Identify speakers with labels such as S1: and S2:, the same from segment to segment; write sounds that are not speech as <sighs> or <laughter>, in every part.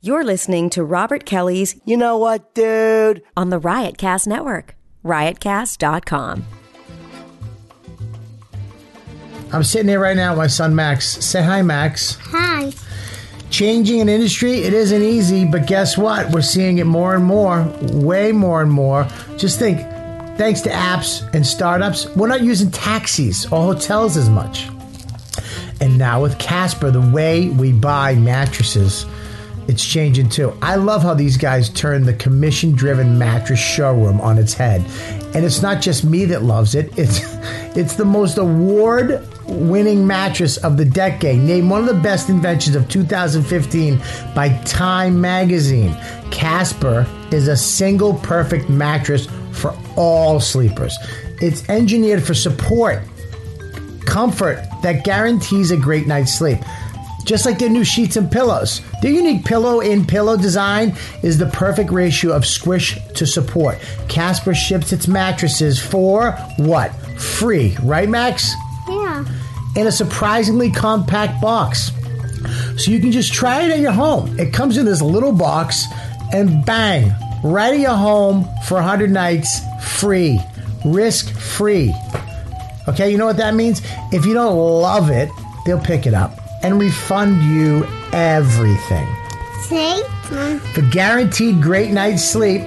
S1: You're listening to Robert Kelly's
S2: You know what, dude?
S1: on the Riotcast Network, riotcast.com.
S3: I'm sitting here right now with my son Max. Say hi, Max.
S4: Hi.
S3: Changing an industry, it isn't easy, but guess what? We're seeing it more and more, way more and more. Just think, thanks to apps and startups, we're not using taxis or hotels as much. And now with Casper, the way we buy mattresses, it's changing too. I love how these guys turn the commission driven mattress showroom on its head. And it's not just me that loves it, it's <laughs> it's the most award winning mattress of the decade, named one of the best inventions of 2015 by Time magazine. Casper is a single perfect mattress for all sleepers. It's engineered for support comfort that guarantees a great night's sleep. Just like their new sheets and pillows. Their unique pillow in pillow design is the perfect ratio of squish to support. Casper ships its mattresses for what? Free, right, Max?
S4: Yeah.
S3: in a surprisingly compact box. So you can just try it at your home. It comes in this little box and bang, right at your home for 100 nights free, risk free. Okay, you know what that means? If you don't love it, they'll pick it up and refund you everything.
S4: See?
S3: For guaranteed great night's sleep,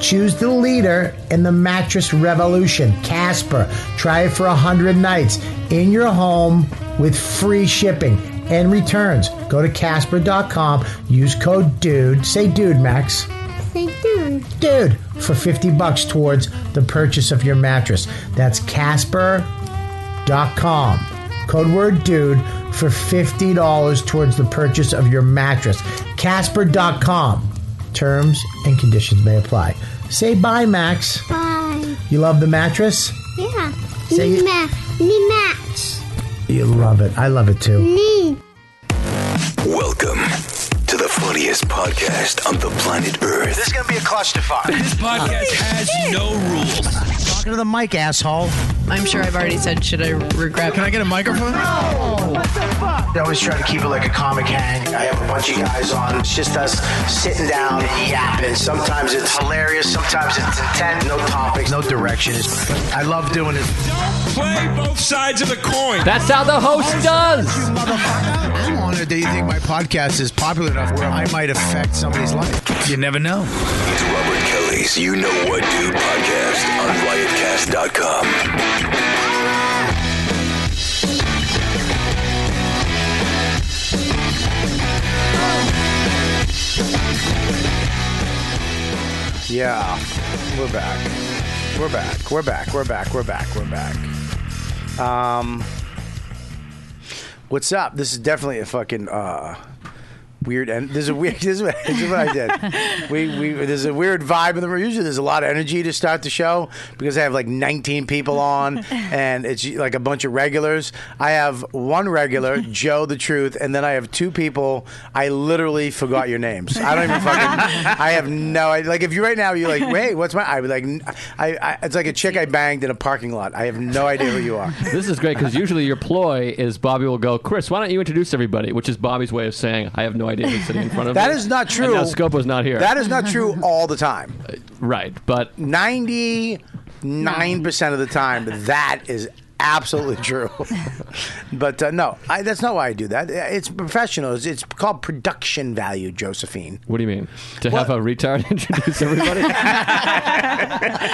S3: choose the leader in the mattress revolution, Casper. Try it for 100 nights in your home with free shipping and returns. Go to Casper.com, use code DUDE, say DUDE, Max
S4: Say down.
S3: dude for 50 bucks towards the purchase of your mattress that's casper.com code word dude for $50 towards the purchase of your mattress casper.com terms and conditions may apply say bye max
S4: Bye.
S3: you love the mattress
S4: Yeah.
S3: Say
S4: Knee
S3: it.
S4: ma- knee match.
S3: you love it i love it too
S4: Knee.
S5: Welcome to the funniest podcast on the planet Earth.
S2: This is gonna be a clusterfuck.
S6: This podcast has no rules.
S3: talking to the mic asshole
S7: I'm sure I've already said, should I regret?
S8: Can I get a microphone?
S2: I always try to keep it like a comic hang. I have a bunch of guys on. It's just us sitting down and yapping. Sometimes it's hilarious. Sometimes it's intent. No topics. No directions. I love doing it.
S6: Play both sides of the coin.
S9: That's how the host does.
S8: I'm honored that you think my podcast is popular enough where I might affect somebody's life. You never know.
S5: It's Robert Kelly's You Know What Do podcast on riotcast.com.
S2: Yeah, we're back. We're back. We're back. We're back. We're back. We're back. Um, what's up? This is definitely a fucking uh, weird. And there's a weird. <laughs> This is, what, this is what I did. we we there's a weird vibe in the room. Usually there's a lot of energy to start the show because I have like 19 people on and it's like a bunch of regulars. I have one regular, Joe the Truth, and then I have two people. I literally forgot your names. I don't even fucking. I have no. I, like if you right now you're like, wait, what's my? I would like. I, I it's like a chick I banged in a parking lot. I have no idea who you
S9: <laughs>
S2: are.
S9: This is great because usually your ploy is Bobby will go, Chris, why don't you introduce everybody? Which is Bobby's way of saying, I have no idea who's sitting in front of me.
S2: That is not true.
S9: And now Scopo's not here.
S2: That is not true all the time.
S9: right, but
S2: 99% of the time, that is absolutely true. <laughs> but uh, no, I, that's not why I do that. Uh, It's professional. It's, it's called production value, Josephine.
S9: what do you mean? To have
S2: What?
S9: a retard <laughs> introduce everybody?
S2: <laughs>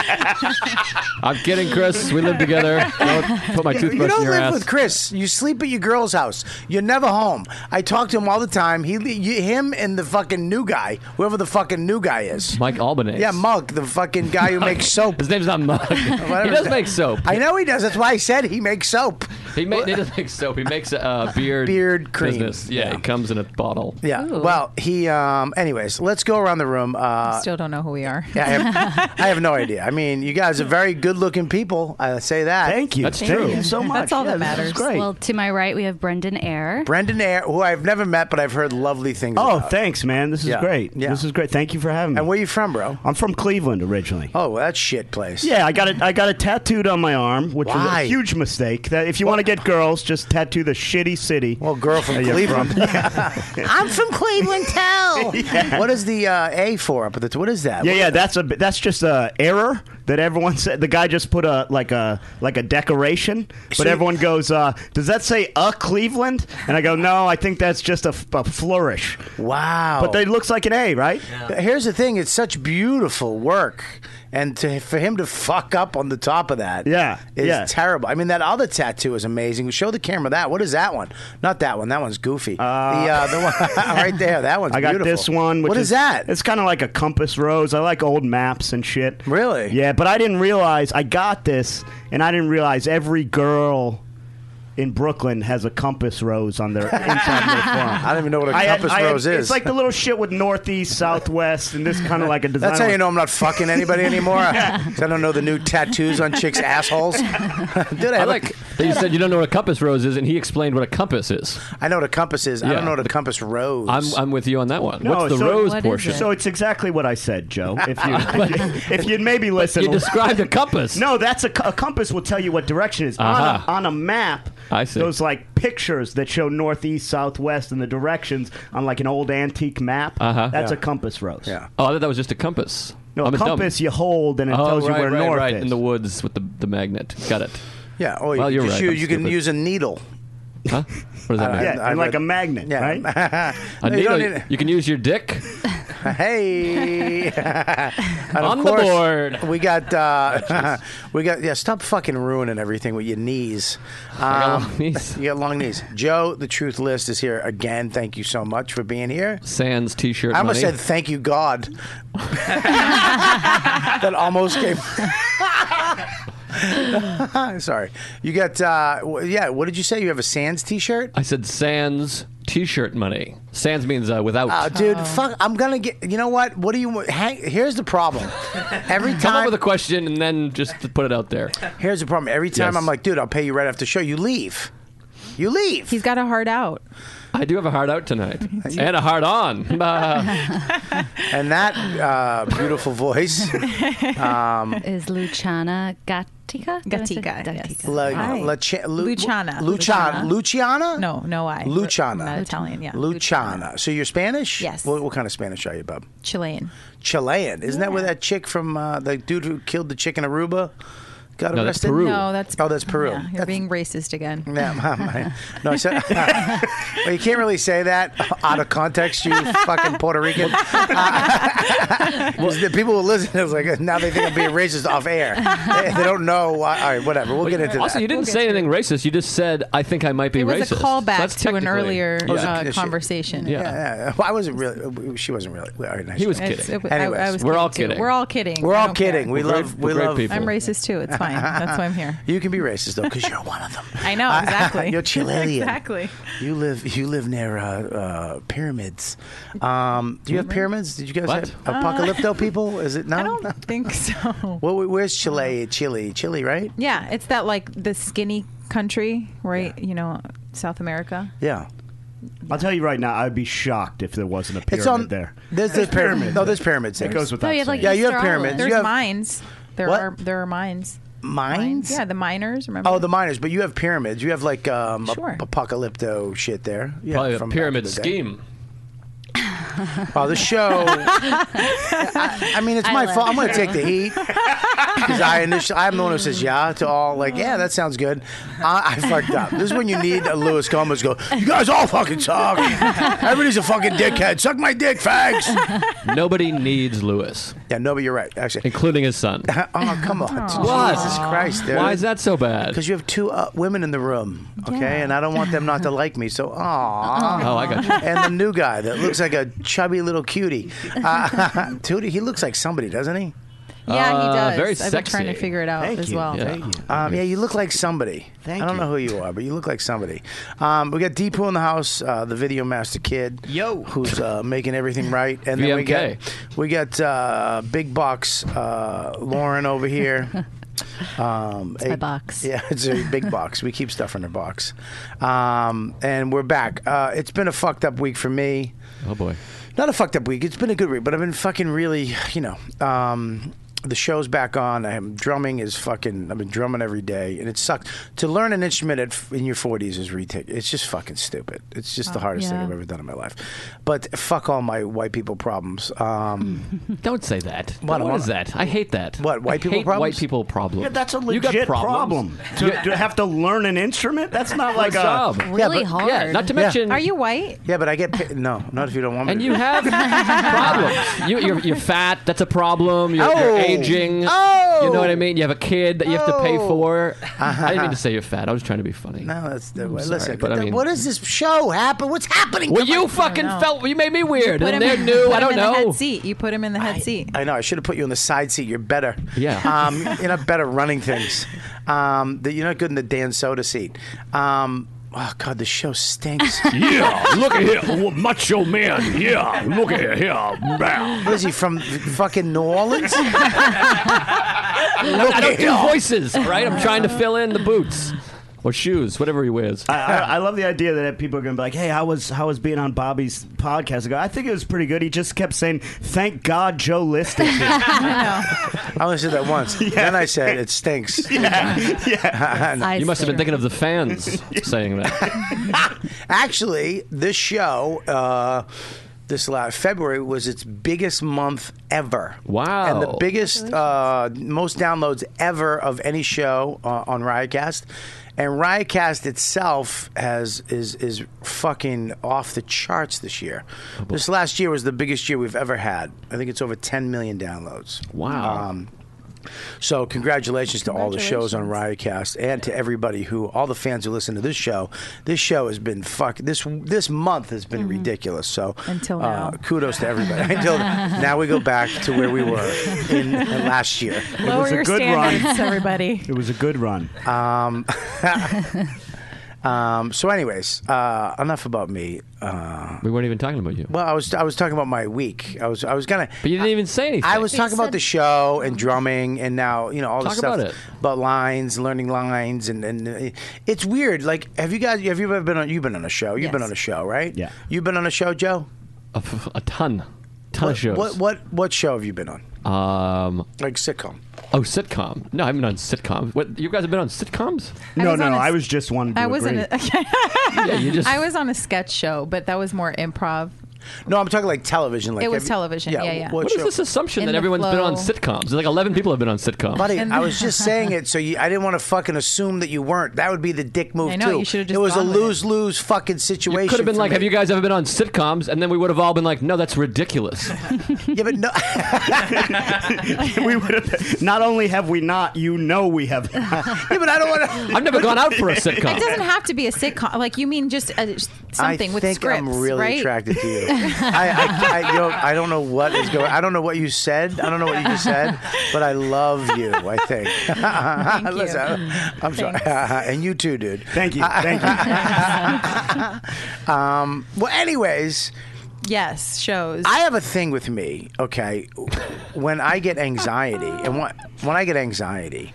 S9: I'm kidding, Chris. We live together. Don't put my toothbrush
S2: You don't
S9: in your
S2: live
S9: ass.
S2: with Chris. You sleep at your girl's house. You're never home. I talk to him all the time. He, you, him, and the fucking new guy, whoever the fucking new guy is.
S9: Mike Albanese.
S2: Yeah, Mug, the fucking guy who makes soap.
S9: His name's not Mug.
S2: <laughs>
S9: he
S2: Whatever
S9: does
S2: his
S9: make
S2: name-
S9: soap.
S2: I know he does. That's why I said he makes soap.
S9: He, ma- he doesn't make soap. He makes uh,
S2: <laughs>
S9: beard
S2: Beard cream.
S9: Business. Yeah,
S2: Yeah.
S9: it comes in a bottle.
S2: Yeah. Well, he. Um. Anyways, let's go around the room. Uh,
S7: Still don't know who we are.
S2: Yeah, I
S10: <laughs>
S2: have, I have no idea. I mean, you guys are very good-looking people. I say that.
S10: Thank you.
S9: That's
S10: Thank
S9: true.
S10: you so much.
S7: That's all
S10: Yeah,
S7: that
S10: this is
S7: matters.
S10: Great.
S11: Well, to my right, we have Brendan Air.
S2: Brendan Air, who I've never met, but I've heard lovely things.
S10: oh,
S2: about.
S10: thanks, man. This is
S2: Yeah.
S10: great.
S2: Yeah.
S10: This is great. Thank you for having me.
S2: And where you from, bro?
S10: I'm from Cleveland originally.
S2: Oh, well, that shit place.
S10: Yeah, I got it. I got it tattooed on my arm, which was
S2: Why?
S10: a huge huge mistake. That if you want to get girls, just tattoo the shitty city.
S3: Well, girl
S10: <laughs>
S3: from Cleveland. I'm from Cleveland
S2: <laughs>
S3: Tell. What is the uh, A for up at the? T- what is that?
S10: Yeah, yeah, that's a that's just a error that everyone said. The guy just put a like a like a decoration, but
S3: So you-
S10: everyone goes, uh, "Does that say a Cleveland?" And I go, "No, I think that's just a, f- a flourish."
S3: Wow!
S10: But they looks like an A, right?
S3: Here's the thing: it's such beautiful work, and to, for him to fuck up on the top of that, yeah, is
S10: yeah.
S3: terrible. I mean, that other tattoo is amazing. Show the camera that. What is that one? Not that one. That one's goofy. the uh, the one <laughs> right there. That one's.
S10: I got
S3: beautiful.
S10: this one. Which
S3: What is that?
S10: It's kind of like a compass rose. I like old maps and shit.
S3: Really?
S10: Yeah, but I didn't realize I got this, and I didn't realize every girl in Brooklyn has a compass rose on their inside their
S3: <laughs>
S10: forearm.
S3: I don't even know what a
S10: I had-
S3: compass
S10: I had-
S3: rose is.
S10: It's like the little shit with northeast, southwest, and this kind of like a design.
S3: That's how you
S10: like-
S3: know I'm not fucking
S10: <laughs>
S3: anybody anymore. <laughs> 'Cause I don't know the new tattoos on chicks' assholes. <laughs> Dude, I,
S9: I
S3: have a-
S9: like <laughs> that you said you don't know what a compass rose is, and he explained what a compass is.
S3: I know what a compass is. I
S9: Yeah.
S3: don't know what a compass rose.
S9: I'm, I'm with you on that one.
S10: No,
S9: What's the
S10: so-
S9: rose portion?
S10: So it's exactly what I said, Joe. If you <laughs> if you'd maybe listen,
S9: you described a
S10: <laughs>
S9: compass.
S10: No, that's a, co- a compass will tell you what direction it is
S9: Uh-huh.
S10: on, a, on a map.
S9: I see.
S10: Those like pictures that show northeast, southwest, and the directions on like an old antique map.
S9: Uh-huh.
S10: That's
S9: Yeah.
S10: a compass rose. Yeah.
S9: oh, I thought that was just a compass.
S10: No,
S9: I'm
S10: a
S9: a dummy.
S10: compass you hold and it
S9: oh,
S10: tells you
S9: right,
S10: where
S9: right,
S10: north
S9: right,
S10: is.
S9: in the woods with the, the magnet. Got it.
S3: yeah, or you,
S9: Well,
S3: can
S9: you're
S3: just
S9: right.
S3: use-
S9: I'm
S3: you can
S9: stupid.
S3: use a needle. <laughs>
S9: Huh? What does that mean?
S10: Uh, yeah, and like a magnet, right?
S9: A
S3: No, you
S9: needle,
S3: don't
S9: you,
S3: need-
S9: can use
S10: <laughs>
S9: your dick.
S3: hey, And of
S9: On the
S3: course,
S9: board.
S3: We got
S9: <laughs>
S3: uh, <laughs> we got yeah. Stop fucking ruining everything with your knees. Um,
S9: got <laughs> long
S3: <laughs>
S9: knees.
S3: You got long knees. Joe, the truth list is here again. Thank you so much for being here.
S9: Sans t-shirt.
S3: I almost
S9: money.
S3: said thank you God.
S9: <laughs>
S3: that almost came. <laughs> Sorry, you got uh, w- yeah. What did you say? You have a Sands T-shirt?
S9: I said sans t-shirt money. Sans means uh, without.
S3: Oh, dude, fuck! I'm gonna get. You know what? What do you? want- Hang, here's the problem. Every
S9: Come up
S3: time,
S9: with a question and then just put it out there.
S3: here's the problem. Every time
S9: Yes.
S3: I'm like, dude, I'll pay you right after the show. You leave. You leave.
S7: He's got a heart out.
S9: I do have a hard out tonight and a hard on. Uh,
S3: And that uh, beautiful
S7: <laughs>
S3: voice, um,
S11: Is Luciana Gatica? Did I say-
S7: Gatica, yes.
S11: Gatica.
S3: La,
S7: Hi.
S3: La Cha- Lu-
S7: Luciana.
S3: Luciana,
S7: Luciana.
S3: Luciana,
S7: No, no, I.
S3: Luciana.
S7: I'm not Italian, yeah.
S3: Luciana. So you're Spanish?
S7: Yes.
S3: What, what kind of Spanish are you, bub?
S7: Chilean.
S3: Chilean. Isn't that where that chick from uh, the dude who killed the chick in Aruba got
S9: No, that's
S3: arrested?
S9: Peru.
S7: No, that's
S3: oh, that's Peru.
S7: Yeah, you're
S3: That's-
S7: being racist again.
S3: <laughs> Yeah, my- my- no, I said, <laughs> well, you can't really say that out of context, you fucking Puerto
S9: <laughs>
S3: Rican. Uh, <laughs> 'cause the people who listen, it's like now they think I'm being racist off air. They, they don't know. Why. All right, whatever. We'll
S9: <laughs>
S3: get into
S9: also,
S3: that.
S9: you didn't say anything racist. You just said, "I think I might be
S7: It was
S9: racist."
S7: a callback
S9: That's
S7: to an
S9: technically-
S7: earlier
S9: Yeah.
S3: a-
S7: uh,
S3: she-
S7: conversation.
S9: Yeah.
S3: yeah, yeah. Well, I wasn't really. She wasn't really. All right, nice.
S9: He was
S7: It's-
S9: kidding.
S7: it- I-
S3: Anyways,
S7: I was
S9: we're all
S7: too.
S9: kidding.
S7: We're all kidding.
S3: We're
S7: I
S3: all
S7: don't care.
S3: kidding. We
S9: We're
S3: love.
S9: great-
S3: we
S9: we're great
S3: love.
S9: people.
S7: I'm racist too. It's fine. That's why
S3: <laughs>
S7: I'm here.
S3: You can be racist though, because you're one of them.
S7: I know exactly.
S3: you're Chilean.
S7: Exactly.
S3: You live. You live near uh, uh, pyramids. Um, do you have pyramids? Did you guys
S9: What?
S3: have apocalypto
S7: <laughs>
S3: people? Is it no?
S7: Uh, I don't think so.
S3: <laughs> Well, wait, where's Chile? Chile, Chile, right?
S7: Yeah, it's that like the skinny country, right? You know, South America.
S3: Yeah.
S10: I'll tell you right now, I'd be shocked if there wasn't a pyramid
S3: It's on
S10: there.
S3: There's, there's pyramids. No, there's pyramids. There.
S10: It goes without
S11: No, you have
S10: saying.
S11: like
S3: Yeah, you have
S11: Easter
S3: pyramids.
S11: Island.
S7: There's
S3: have-
S7: mines. There
S3: What?
S7: are there are mines.
S3: mines.
S7: Yeah, the miners. Remember?
S3: Oh, the miners, but you have pyramids. You have like um, a-
S7: Sure.
S3: apocalypto shit there. Yeah,
S9: Probably a
S3: from back in
S9: pyramid
S3: the day.
S9: scheme.
S3: Oh, the
S11: <laughs>
S3: show. I, I mean, it's
S11: I
S3: my
S11: love
S3: fault. I'm going to
S11: you.
S3: take the heat because I initially, I'm the one who says yeah to all. Like, yeah, that sounds good. I, I fucked up. This is when you need a Lewis Gomez go. You guys all fucking suck. Everybody's a fucking dickhead. Suck my dick, fags.
S9: Nobody needs Lewis,
S3: Yeah, no, but you're right. Actually,
S9: including his son.
S3: oh come on,
S9: <laughs> What?
S3: Jesus Christ, dude.
S9: Why is that so bad?
S3: Because you have two uh, women in the room, okay, and I don't want them not to like me. So,
S11: Uh-uh.
S3: aw.
S9: Oh, I
S3: <laughs>
S9: got you.
S3: And the new guy that looks like a chubby little cutie, uh, <laughs> dude, he looks like somebody, doesn't he?
S7: yeah, he
S9: Uh,
S7: does.
S9: very
S7: I've been trying to
S9: sexy.
S7: figure it out
S10: Thank
S7: as
S10: you.
S7: well.
S9: Yeah.
S3: Um, yeah, you look like somebody.
S10: Thank
S3: I don't
S10: you.
S3: know who you are, but you look like somebody. Um, we got Deepu in the house, uh, the video master kid.
S10: Yo.
S3: Who's uh, making everything right. And then we got,
S9: VMK.
S3: we got uh, Big Box uh, Lauren over here. Um,
S11: my box.
S3: Yeah, <laughs> it's a big box. We keep stuff in our box. Um, and we're back. Uh, it's been a fucked up week for me
S9: oh boy.
S3: not a fucked up week. It's been a good week, but I've been fucking really, you know, um, the show's back on. I'm drumming is fucking. I've been drumming every day, and it sucks. To learn an instrument at, f- in your 40s is retake. It's just fucking stupid. It's just the
S9: Uh,
S3: hardest thing
S9: yeah.
S3: I've ever done in my life. But fuck all my white people problems. Um,
S9: Don't say that. What is that? I hate that.
S3: What white
S9: I
S3: people
S9: hate
S3: problems?
S9: White people problems.
S10: Yeah, that's a
S9: You got
S10: legit
S9: problems.
S10: problem.
S9: Yeah.
S10: To, to have to learn an instrument? That's
S9: <laughs>
S10: not like
S9: Good
S10: a
S9: job. Really Yeah, but- hard. yeah, not to mention- Are you
S7: white?
S3: Yeah, but I get paid. no, not if you don't want me.
S9: And
S3: to. <laughs>
S9: you have problems. You, you're, you're fat. That's a problem. You're, you're
S3: Oh.
S9: aging.
S3: Oh.
S9: You know what I mean? You have a kid that you have to pay
S3: Oh.
S9: for. I didn't mean to say you're fat. I was trying to be funny.
S3: No, that's the
S9: I'm
S3: way.
S9: sorry,
S3: Listen,
S9: but I
S3: th-
S9: mean-
S3: what is this show happen? What's happening?
S9: Well,
S3: to my-
S9: you fucking felt you made me weird,
S7: Put
S9: and
S7: him
S9: they're
S7: in-
S9: new.
S7: put
S9: I
S7: him
S9: don't
S7: in the
S9: know.
S7: head seat. You put him in the head seat.
S3: I know. I should have put you in the side seat. You're better.
S9: Yeah.
S3: Um, you're not better running things. Um, that you're not good in the Dan Soda seat. Um, oh God, the show stinks.
S12: Yeah, look at here, w- macho man. Yeah, look at here, man.
S3: What is he from? Fucking New Orleans? look
S9: I
S3: at
S9: don't do
S3: here.
S9: voices, all right? I'm
S3: <laughs>
S9: trying to fill in the boots or shoes, whatever he wears.
S10: I, I love the idea that people are going to be like, "Hey, how was how was being on Bobby's podcast?" I go, "I think it was pretty good." He just kept saying, "Thank God Joe listened." to it."
S3: I only said that once. Then I said it stinks. yeah.
S9: you must have been thinking of
S3: <laughs>
S9: the fans saying that.
S3: Actually, this show, uh, this last February was its biggest month ever.
S9: Wow!
S3: And the biggest, uh, most downloads ever of any show uh, on Riotcast. And Riotcast itself has is is fucking off the charts this year. this last year was the biggest year we've ever had. I think it's over 10 million downloads.
S9: Wow.
S3: Um, so congratulations to all the shows on Riotcast and to everybody who all the fans who listen to this show. This show has been fuck this this month has been ridiculous. So
S7: Until
S3: uh, kudos to everybody. <laughs> Until now we go back to where we were in, in last year.
S7: Lower your standards,
S3: <laughs>
S7: everybody.
S10: It was a good run.
S3: Um, um, so, anyways, uh, enough about me. Uh,
S9: we weren't even talking about you.
S3: Well, I was I was talking about my week. I was I was gonna.
S9: But you didn't even say anything.
S3: I was
S9: But you
S3: talking about
S9: said-
S3: the show and drumming, and now you know all the
S9: Talk
S3: stuff
S9: about it.
S3: about lines, learning lines, and and uh, it's weird. Like, have you guys have you ever been on? You've been on a show. You've been
S9: Yes.
S3: on a show, right?
S9: Yeah.
S3: You've been on a show, Joe.
S9: A, f- a ton, ton
S3: what,
S9: of shows.
S3: What what what show have you been on?
S9: Um,
S3: like sitcom.
S9: Oh, sitcom. No, I haven't been on sitcom. What you guys have been
S7: <laughs>
S9: on sitcoms?
S7: I No, was no, on a no, I s-
S10: was just one.
S7: I was in. A, <laughs>
S9: yeah, you just.
S7: I was on a sketch show, but that was more improv.
S3: No, I'm talking like television. Like
S7: it
S3: have
S7: was
S3: you-
S7: television. Yeah, yeah.
S3: What,
S9: what is
S3: show?
S9: this assumption
S7: In
S9: that
S7: the
S9: everyone's been
S7: flow.
S9: on sitcoms? Like eleven people have been on sitcoms.
S3: Buddy,
S7: And-
S3: I was
S9: <laughs>
S3: just saying it, so you, I didn't want to fucking assume that you weren't. That would be the dick move
S7: I know,
S3: too.
S7: you should've
S3: it
S7: just
S3: was a
S7: gone with it.
S3: lose lose fucking situation.
S9: Could have been
S3: for
S9: like,
S3: me.
S9: have you guys ever been on sitcoms? And then we would have all been like, no, that's ridiculous.
S3: yeah, but no. <laughs>
S10: <laughs> we would have. Not only have we not, you know, we have.
S7: <laughs>
S10: yeah,
S3: but I don't want
S9: <laughs>
S3: to.
S9: I've never gone out for a
S7: It
S9: sitcom.
S7: doesn't have to be a sitcom. Like you mean just a, something
S3: I
S7: with
S3: think
S7: scripts,
S3: I'm really
S7: right?
S3: attracted to
S7: <laughs>
S3: you. I, I, I, you know, I don't know what is going. I don't know what you said. I don't know what you just said, but I love you. I think. <laughs>
S5: you.
S3: Listen, I'm sorry, <laughs> and you too, dude.
S10: Thank you. Thank
S3: you. um, well, anyways.
S7: Yes, shows.
S3: I have a thing with me, okay? When I get anxiety, and when, when I get anxiety,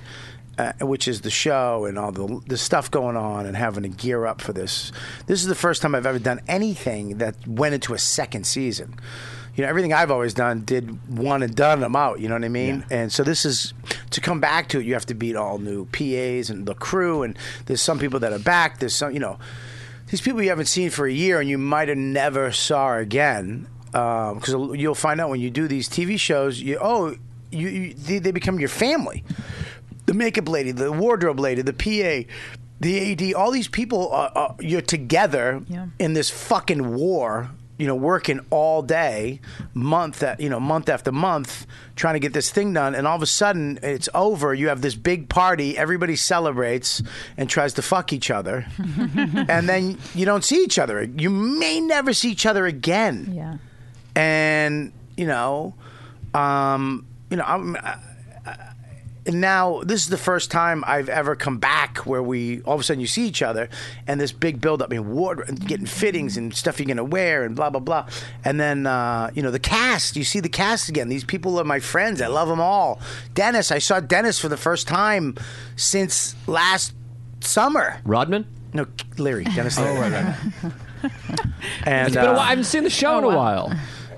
S3: uh, which is the show and all the, the stuff going on and having to gear up for this, this is the first time I've ever done anything that went into a second season. You know, everything I've always done did one and done, I'm out, you know what I mean? And so this is, to come back to it, you have to beat all new PAs and the crew, and there's some people that are back, there's some, you know these people you haven't seen for a year and you might have never saw again because you'll find out when you do these TV shows you oh you, you they, they become your family the makeup lady the wardrobe lady the PA the AD all these people are, are, you're together in this fucking war you know working all day month at, you know month after month trying to get this thing done and all of a sudden it's over you have this big party everybody celebrates and tries to fuck each other and then you don't see each other. You may never see each other again.
S7: Yeah.
S3: And you know, um, you know, I'm. I, I- and now this is the first time I've ever come back where we all of a sudden you see each other and this big buildup in ward getting fittings and stuff you're gonna wear and blah blah blah and then uh, you know the cast you see the cast again these people are my friends I love them all Dennis I saw Dennis for the first time since last summer
S9: Rodman
S3: no Leary Dennis Leary
S9: Oh, right, right.
S3: and
S9: it's been a
S3: uh,
S7: Oh,
S9: while. I haven't seen the show in a while.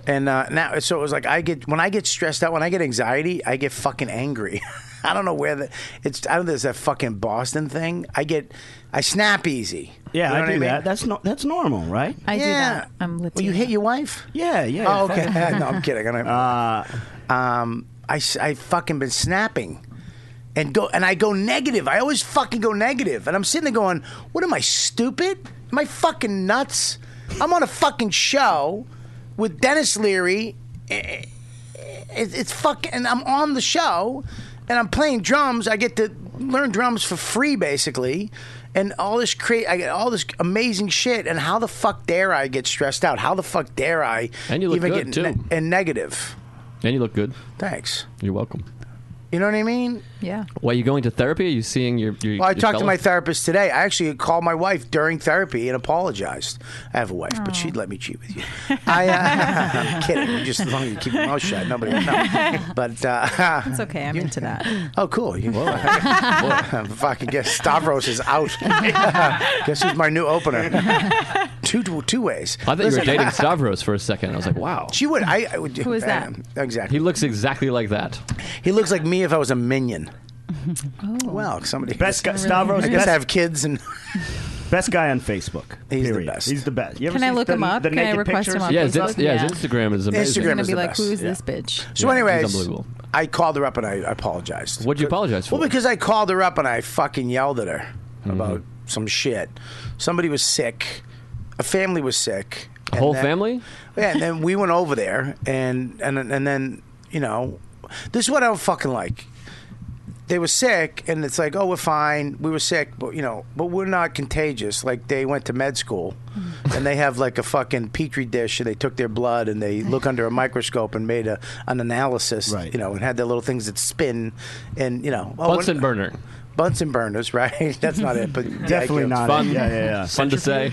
S3: And uh, now, so it was like I get when I get stressed out, when I get anxiety, I get fucking angry. <laughs> I don't know where the it's. I don't know. There's that fucking Boston thing. I get, I snap easy.
S10: Yeah,
S3: You know
S10: I
S3: what
S10: do
S3: mean?
S10: that. That's no, that's normal, right?
S3: I do Yeah. that.
S7: I'm
S3: Well, you hit your wife?
S10: Yeah, yeah.
S3: Oh, okay. <laughs> no, I'm kidding. I don't. um, I s- I fucking been snapping. And go and I go negative. I always fucking go negative. And I'm sitting there going, "What am I stupid? Am I fucking nuts? I'm on a fucking show with Dennis Leary. It, it's fucking. And I'm on the show, and I'm playing drums. I get to learn drums for free, basically. And all this create, I get all this amazing shit. And how the fuck dare I get stressed out? How the fuck dare I
S9: And you look
S3: even
S9: good,
S3: get ne-
S9: too.
S3: and negative?
S9: And you look good.
S3: Thanks.
S9: You're welcome.
S3: You know what I mean?
S7: Yeah.
S9: Why are you going to therapy? Are you seeing your? your
S3: Well, I
S9: your
S3: talked to
S9: fella?
S3: my therapist today. I actually called my wife during therapy and apologized. I have a wife, but she'd let me cheat with you. I, uh, I'm
S9: <laughs>
S3: kidding. Just as long as you keep your mouth shut, nobody will know. But uh,
S7: It's okay. I'm
S3: <laughs>
S7: into that.
S3: Oh, cool. You, <laughs> fucking guess Stavros is
S9: <laughs>
S3: out. guess who's my new opener? two, two ways.
S9: I thought you were
S3: Listen, <laughs>
S9: dating Stavros for a second. I was like, wow.
S3: She would. I, I would. um,
S9: Who is that?
S3: Exactly.
S9: He looks exactly like that.
S3: He looks like me if I was a
S9: <laughs>
S3: minion.
S9: Oh.
S3: Well, somebody.
S10: Best guy, Stavros.
S3: I guess
S10: best,
S3: I have kids and
S10: best guy on Facebook. He's
S3: the best.
S10: He's the best. You ever
S7: Can I
S10: see
S7: look
S10: the-
S7: him up?
S10: the
S7: Can I
S10: naked
S7: request
S10: pictures?
S7: him on
S9: Yeah, his,
S7: Facebook?
S9: Inst- yeah, his Instagram is amazing.
S7: Instagram is be like, who is this bitch?
S3: So,
S9: Yeah,
S3: anyways,
S9: he's unbelievable.
S3: I called her up and I apologized.
S9: What'd you apologize for? Mm-hmm.
S3: Well, because I called her up and I fucking yelled at her about some shit. Somebody was sick. A family was sick.
S9: A
S3: and
S9: whole
S3: then-
S9: family?
S3: Yeah, and then we went over there, and and and then you know, this is what I don't fucking like. They were sick, and it's like, oh, we're fine. We were sick, but you know, but we're not contagious. Like they went to med school,
S10: Mm.
S3: and they have like a fucking petri dish, and they took their blood and they look under a microscope and made a, an analysis, right. you know, and had their little things that spin, and you know, oh,
S9: Bunsen
S3: and-
S9: burner.
S3: Bunsen burners, <laughs> right? That's not it,
S10: <laughs>
S3: but the
S10: Definitely
S3: idea.
S10: not Fun. it. Yeah, yeah, yeah. Fun to say.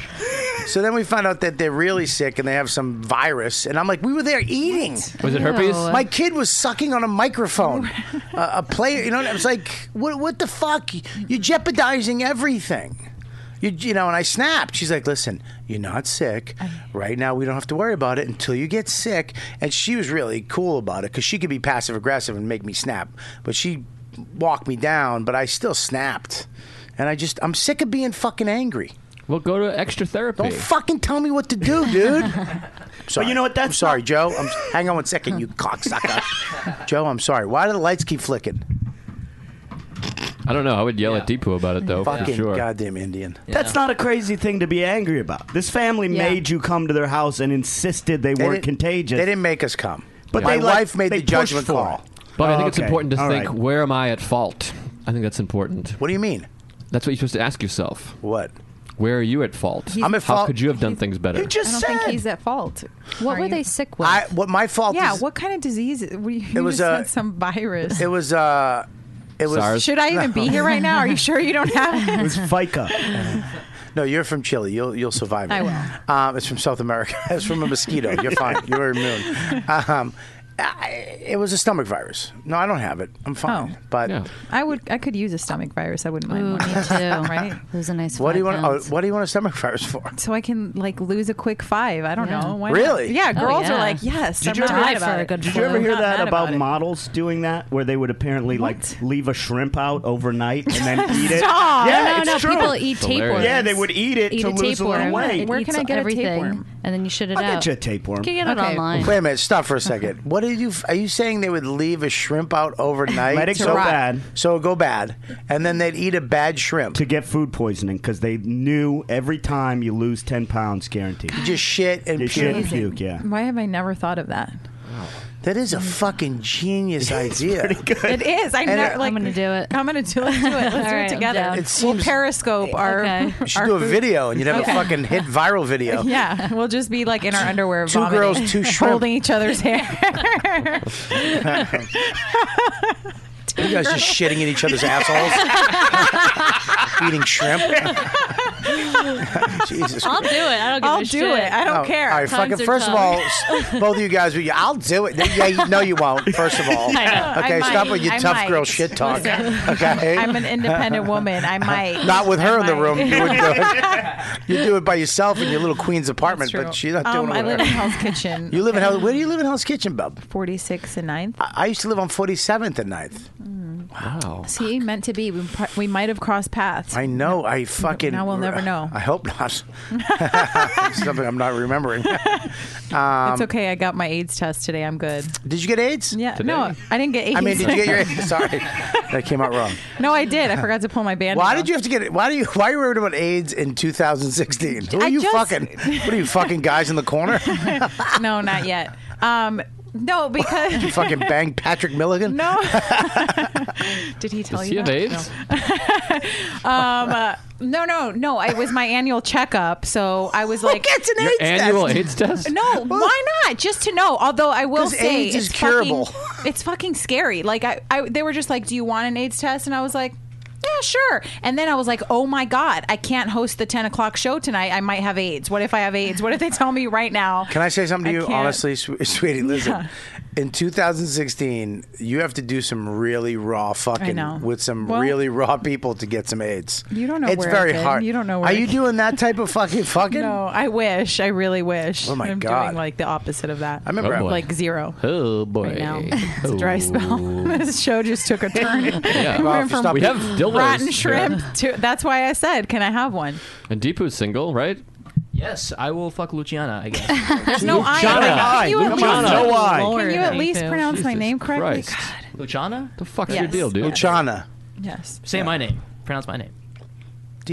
S3: So then we find out that they're really sick and they have some virus, and I'm like, we were there eating.
S9: Was it herpes? Ew.
S3: My kid was sucking on a microphone, uh, a player. You know, and I was like, what? What the fuck? You're jeopardizing everything. You, you know, and I snapped. She's like, listen, you're not sick. Right now, we don't have to worry about it until you get sick. And she was really cool about it because she could be passive aggressive and make me snap. But she walked me down, but I still snapped. And I just, I'm sick of being fucking angry.
S9: Well, go to extra therapy.
S3: Don't fucking tell me what to do,
S10: <laughs>
S3: dude. sorry. you know what? That's I'm sorry, Joe. I'm, hang on one second, you
S10: <laughs>
S3: cocksucker. Joe, I'm sorry. Why do the lights keep flicking?
S9: I don't know. I would yell at Deepu about it though.
S3: Fucking
S9: for sure.
S3: goddamn Indian.
S10: That's not a crazy thing to be angry about. This family
S3: Yeah.
S10: made you come to their house and insisted they,
S3: They
S10: weren't
S3: didn't-
S10: contagious.
S3: They didn't make us come.
S10: But
S3: Yeah.
S10: they,
S3: My
S10: like,
S3: wife made
S10: they
S3: the judgment
S10: pushed for
S3: call.
S10: it.
S9: But I think it's
S10: Okay.
S9: important to
S10: All
S9: think,
S10: right.
S9: where am I at fault? I think that's important.
S3: What do you mean?
S9: That's what you're supposed to ask yourself.
S3: What?
S9: Where are you at fault?
S7: He's- I'm at
S9: How
S7: fault-
S9: could you have done things better?
S7: I don't think he's at fault. What were they
S11: sick
S7: with?
S3: I, what my fault?
S7: Yeah.
S3: is-
S7: What kind of disease? Were you, you
S3: was
S7: just
S3: a-
S7: said some virus.
S3: It was. uh It was.
S7: Should I even be here right now? Are you sure you don't have
S10: It was FICA.
S3: No, you're from Chile. You'll you'll survive it.
S7: I will.
S3: Um, it's from South America. <laughs> it's from a mosquito.
S7: <laughs>
S3: You're fine. You're immune. Um, I, it was a stomach virus. No, I don't have it. I'm
S7: Oh.
S3: fine. But
S7: I would. I could use a stomach virus. I wouldn't mind.
S11: <laughs> Ooh,
S7: one.
S11: me too.
S7: right.
S11: Lose a nice.
S3: what do you
S11: five
S3: want?
S11: pounds.
S3: Oh, what do you want a stomach <laughs> virus for?
S7: So I can like lose a quick five. I don't
S11: Yeah.
S7: know. Why not?
S3: Really?
S7: Yeah.
S3: Oh,
S7: Girls
S3: yeah.
S7: are like, yes.
S11: Did
S7: I'm
S11: you
S7: not
S11: ever-
S7: mad
S11: for
S7: about
S11: a
S7: it.
S11: <laughs> good
S10: Did you ever hear
S7: Not
S10: that
S7: mad
S10: about,
S7: about it.
S10: models doing that, where they would apparently like leave a shrimp out overnight and
S11: <laughs>
S10: then eat it?
S11: Stop.
S10: Yeah,
S11: No, no,
S10: it's
S11: no,
S10: true.
S11: people eat Hilarious. tapeworms.
S10: Yeah, they would eat it
S11: Eat
S10: to
S11: a
S10: lose a
S11: tapeworm.
S10: little weight.
S11: It eats everything, And then you shit it
S10: I'll
S11: out.
S10: get you a tapeworm.
S11: Can you get it online?
S3: Wait a minute. Stop for a second. What did you? Are you saying they would leave a shrimp out overnight?
S10: Let it To go rot. bad.
S3: So it go bad, and then they'd eat a bad shrimp.
S10: to get food poisoning because they knew every time you lose ten pounds, guaranteed.
S3: You just shit and
S10: You shit and
S3: puke.
S10: puke. Yeah.
S7: Why have I never thought of that?
S3: That is a fucking genius
S10: <laughs>
S3: idea.
S7: It is. I
S3: And
S7: never.
S3: it-
S7: Like, I'm gonna do it. I'm gonna do it. Do it. Let's do
S11: All right,
S7: it
S11: I'm
S7: together.
S11: down. It
S7: we'll Periscope our.
S3: You should
S7: our
S3: do a
S7: food-
S3: video, and you'd have
S7: Okay.
S3: a fucking hit viral video.
S7: <laughs> Yeah, we'll just be like in our underwear,
S3: Two
S7: vomiting,
S3: girls, two shrimp.
S7: holding each other's hair.
S3: <laughs> You guys just shitting in each other's assholes, eating shrimp. <laughs> Jesus
S11: I'll do
S3: Christ.
S11: it. I don't give
S7: I'll
S11: a
S7: do
S11: shit.
S7: it. I don't
S3: Oh, All right, fucking. First of all, s- both of you guys, we- I'll do it. Yeah, you- no, you won't. First of all,
S7: <laughs> I know.
S3: okay,
S7: I
S3: stop with
S7: might.
S3: your
S7: I
S3: tough
S7: might.
S3: girl shit talk.
S7: Listen,
S3: <laughs> okay,
S7: I'm an independent
S3: <laughs>
S7: woman. I might.
S3: Not with her
S7: I
S3: in the
S7: might.
S3: room. You
S7: <laughs>
S3: would do it. You do it by yourself in your little queen's apartment,
S7: That's true.
S3: but she's not doing
S7: um,
S3: it.
S7: I
S3: with
S7: live
S3: her.
S7: in Hell's Kitchen.
S3: <laughs> You live in Hell. Where do you live in Hell's Kitchen, Bub?
S7: 46 and 9th.
S3: I, I used to live on 47th and 9th. Wow.
S7: See, meant to be. We, pro- we might have crossed paths.
S3: I know. I fucking.
S7: now we'll never know.
S3: I hope <laughs> not. Something I'm not remembering. Um,
S7: it's okay. I got my AIDS test today. I'm good.
S3: <laughs> Did you get AIDS?
S7: Yeah. No, I didn't get AIDS.
S3: I mean, did you <laughs> get your AIDS? Sorry, that came out wrong.
S7: <laughs> no, I did. I forgot to pull my band.
S3: Why did you have to get it? Why do you? Why are you worried about AIDS in 2016? Who are
S7: I
S3: you
S7: just-
S3: fucking? What are you fucking guys in the <laughs> corner?
S7: no, not yet. Um, no, because
S3: Did you
S7: <laughs>
S3: fucking bang Patrick Milligan? No. <laughs>
S7: Did he tell
S3: Does
S7: you?
S3: he have
S7: that?
S3: AIDS?
S7: No. um, uh, no, no, no. It was my annual checkup, so I was like, "It's an
S9: Your AIDS test? annual AIDS
S3: <laughs>
S9: test?
S7: No, why not? Just to know. Although I will
S3: 'Cause
S7: say,
S3: AIDS
S7: it's
S3: is curable.
S7: Fucking, <laughs> it's fucking scary. Like I, I, they were just like, "Do you want an AIDS test?" And I was like. Yeah, sure. And then I was like, oh my God, I can't host the 10 o'clock show tonight. I might have AIDS. What if I have AIDS? What if they tell me right now?
S3: <laughs> Can I say something to
S7: I
S3: you,
S7: can't-
S3: honestly, sw- <laughs> sweetie? Listen, in 2016, you have to do some really raw
S7: know.
S3: fucking with some
S7: Well-
S3: really raw people to get some AIDS.
S7: You don't know
S3: It's
S7: where it
S3: very
S7: came.
S3: hard.
S7: You don't know
S3: Are
S7: where it
S3: you
S7: came.
S3: doing that type of
S7: <laughs>
S3: fucking fucking?
S7: <laughs> No, I wish. I really wish.
S3: Oh, my
S7: I'm
S3: God.
S7: doing like the opposite of that. I
S3: remember- Oh, boy.
S7: like zero.
S9: Oh boy.
S7: Right now. It's a dry spell. <laughs> this show just took a
S3: <laughs>
S7: turn.
S9: Yeah.
S7: We
S9: Well,
S7: went <laughs> from
S9: stop. We have dildos
S7: rotten
S9: here.
S7: shrimp to. That's why I said, can I have one?
S9: And Deepu's single, right?
S5: Yes, I will fuck Luciana. I guess.
S7: no, I. Can
S9: Luciana.
S7: you at least,
S9: Luciana. No I.
S7: Can you at
S5: Lord.
S7: least pronounce my
S9: Jesus
S7: name correctly?
S9: Christ.
S5: Luciana?
S9: The fuck's
S7: Yes.
S9: your deal, dude?
S3: Luciana.
S7: Yes.
S5: Say my name. Pronounce my name.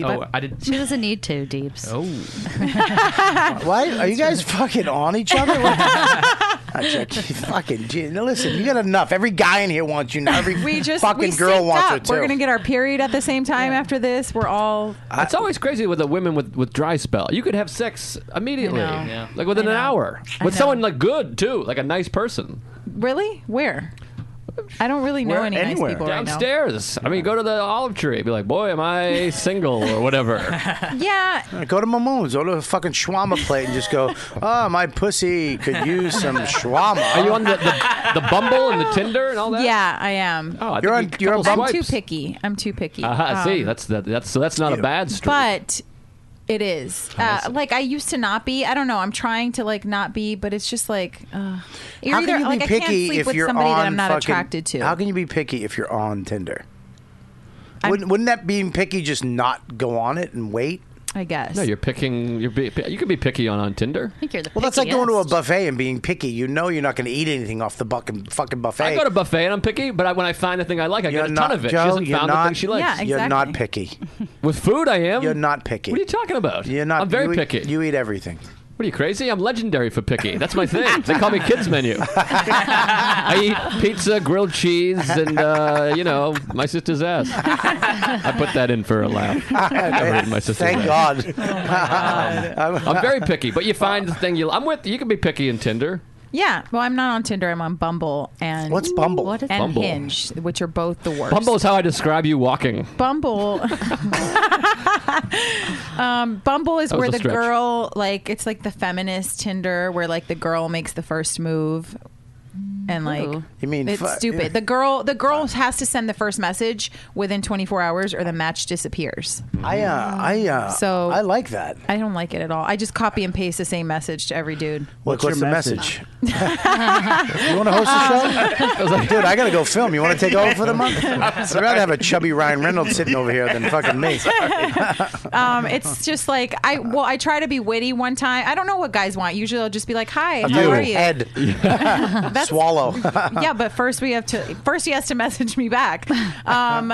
S5: Oh, I did.
S11: She doesn't need to, Deeps.
S5: Oh.
S3: Why are you guys fucking on each other? <laughs>
S7: <laughs>
S3: I check you fucking. gee, Now listen, you got enough. Every guy in here wants you. Now every
S7: <laughs> We just
S3: fucking
S7: we
S3: girl
S7: synced
S3: wants
S7: up.
S3: her too.
S7: We're gonna get our period at the same time after this. We're all
S9: It's always crazy with the women with, with dry spell. You could have sex immediately,
S7: I know. Yeah.
S9: like within
S7: I
S9: an
S7: know.
S9: hour,
S7: I
S9: with
S7: know.
S9: someone like good too, like a nice person.
S7: really where? I don't really know
S9: Where-
S7: any nice people right now.
S9: downstairs. I mean, go to the olive tree. Be like, boy, am I single
S7: <laughs>
S9: or whatever.
S7: Yeah,
S3: Go to Mamoon's, go to a fucking shawarma plate and just go, oh, my pussy could use some shawarma.
S9: Are you on the, the, the Bumble and the Tinder and all that?
S7: Yeah, I am.
S9: Oh, I You're think on- you- you're on couple
S7: I'm too
S9: swipes.
S7: picky. I'm too picky.
S9: Aha, see,
S7: Um,
S9: that's that, that's so that's not a bad streak.
S7: but it is. Uh, like I used to not be. I don't know. I'm trying to like not be, but it's just like uh, you're
S3: How can
S7: either
S3: you be
S7: like I can't
S3: picky
S7: sleep
S3: if
S7: with
S3: you're
S7: somebody
S3: on
S7: that I'm not
S3: fucking-
S7: attracted to.
S3: How can you be picky if you're on Tinder? Wouldn't, wouldn't that being picky just not go on it and wait?
S7: I guess.
S9: no, you're picking. You're be, you could be picky on on Tinder.
S11: I think you're the
S3: Well, that's like going to a buffet and being picky. You know you're not going to eat anything off the fucking fucking buffet.
S9: I go to buffet and I'm picky, but I, when I find a thing I like, I
S3: You're
S9: get a
S3: not-
S9: ton of it.
S3: Joe,
S9: she hasn't
S3: you're
S9: found
S3: not-
S9: the thing she
S7: Yeah,
S9: likes.
S3: You're not picky.
S9: With food, I am.
S3: You're not picky.
S9: What are you talking about?
S3: You're not.
S9: I'm very
S3: you eat-
S9: picky.
S3: you eat everything.
S9: What are you crazy? I'm legendary for picky. That's my thing. they call me kids
S3: <laughs>
S9: menu. I eat pizza, grilled cheese, and uh, you know my sister's ass. I put that in for
S3: <laughs>
S9: a laugh. I've eaten my sister's
S3: Thank
S9: ass.
S3: God. <laughs> Um,
S9: I'm very picky, but you find the thing you. I'm with. You can be picky in Tinder.
S7: yeah. Well, I'm not on Tinder. I'm on Bumble and
S9: What's Bumble? What is
S7: and
S9: Bumble?
S7: Hinge, which are both the worst.
S9: Bumble is how I describe you walking. <laughs>
S7: Bumble. um, Bumble is
S9: That was
S7: where
S9: a
S7: the
S9: stretch.
S7: girl like it's like the feminist Tinder where like the girl makes the first move. And like
S3: Ooh. You mean
S7: it's
S3: fu-
S7: stupid.
S3: yeah.
S7: The girl the girl has to send the first message within 24 hours or the match disappears.
S3: I uh, I uh,
S7: So-
S3: I like that.
S7: I don't like it at all. I just copy and paste the same message to every dude.
S3: What's, what's the message? <laughs> you want to host the show? I was like, dude, I got to go film. You want to take over for the <laughs> month? I'd rather have a chubby Ryan Reynolds sitting over here than fucking <laughs> me.
S7: Um, it's just like I well I try to be witty one time. I don't know what guys want. Usually I'll just be like, "Hi, how are you?"
S3: Head. <laughs> Swallow. <laughs>
S7: <laughs> yeah, but first we have to first he has to message me back. Um,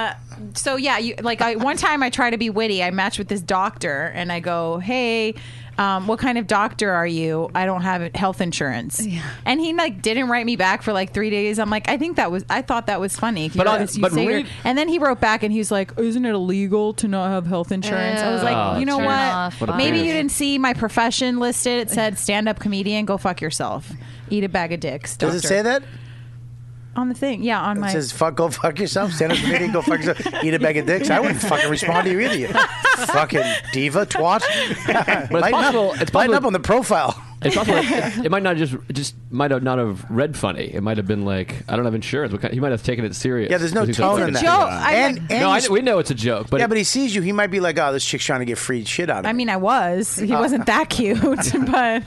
S7: so yeah, you like I one time I try to be witty. I match with this doctor and I go, "Hey, um, what kind of doctor are you? I don't have health insurance." And he like didn't write me back for like 3 days. I'm like, "I think that was I thought that was funny."
S9: But
S7: You
S9: on-
S7: always- you
S9: but
S7: say your-
S9: read-
S7: and then he wrote back and he's like, "Isn't it illegal to not have health insurance?" I was
S9: Ew.
S7: like,
S9: Oh,
S7: "You know
S9: turn
S7: what?
S9: off. What a
S7: Maybe
S9: bitch.
S7: you didn't see my profession listed. It said stand-up comedian. Go fuck yourself. Eat a bag of dicks."
S3: Does it
S7: doctor."
S3: say that?
S7: on the thing. Yeah, on my.
S3: says fuck, go fuck yourself. Stand up comedian, go fuck yourself. Eat a bag of dicks. I wouldn't fucking respond to you <laughs> either. You fucking diva twat.
S9: But it's
S3: Lighten up.
S9: possible- it's
S3: Lighten
S9: possible-
S3: up on the profile.
S9: It's
S3: <laughs>
S9: possible it, it might not just just might have not have read funny. It might have been like I don't have insurance. What kind, he might have taken it serious.
S3: Yeah, there's no
S9: 'Cause he's like,
S3: tone
S9: "Fuck
S3: in
S9: it."
S3: that. Joe, I- And- and
S9: no, I,
S3: he's-
S9: we know it's a joke, but
S3: yeah, but he sees you. He might be like, "Oh, this chick's trying to get free shit out of
S7: I
S3: me."
S7: mean, I was. He
S3: Oh.
S7: wasn't
S3: <laughs>
S7: that cute, <laughs> but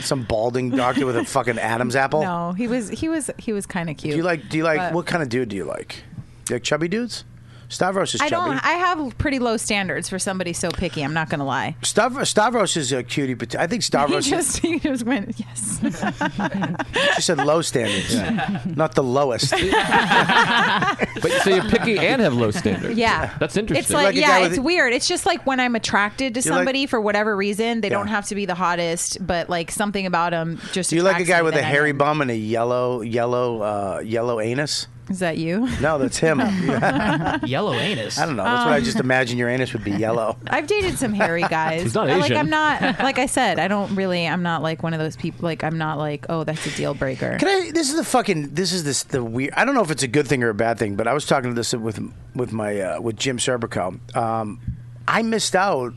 S3: Some balding doctor with a fucking
S7: <laughs>
S3: Adam's apple.
S7: no, he was. He was. He was kind of
S3: Oh.
S7: cute.
S3: Do you like? Do you like?
S7: But-
S3: what kind of dude do you like? Do you like chubby dudes? Stavros is
S7: I don't.
S3: chubby.
S7: I have pretty low standards for somebody so picky. I'm not gonna lie.
S3: Stav- Stavros is a cutie, but I think
S7: He <laughs>
S3: Stavros.
S7: just he just
S3: <laughs>
S7: went yes.
S3: she said low standards, not the
S7: <laughs>
S3: lowest.
S9: but
S3: <laughs>
S9: so you're picky and have low standards.
S7: Yeah,
S9: that's interesting.
S7: It's like, yeah, it's weird. It's just like when I'm attracted to
S9: You're like-
S7: somebody for whatever reason, they
S3: Yeah.
S7: don't have to be the hottest, but like something about them just.
S3: Do you like a
S7: attracts
S3: guy
S7: me
S3: with a
S7: that I
S3: hairy
S7: am.
S3: bum and a yellow, yellow, uh, yellow anus?
S7: Is that you?
S3: <laughs> No, that's
S7: <laughs>
S3: him.
S5: yellow anus.
S3: I don't know. That's what I
S7: Um,
S3: just imagine your anus would be
S7: <laughs>
S3: yellow.
S7: I've dated
S3: <laughs>
S7: some hairy guys.
S3: He's not
S7: But, Like
S3: Asian. <laughs>
S7: I'm not. Like I said, I don't really. I'm not like one of those people. Like I'm not like oh that's a deal breaker.
S3: Can I? This is the fucking. This is this the weird. I don't know if it's a good thing or a bad thing, but I was talking to this with with my uh, with Jim Serbico. Um, I missed out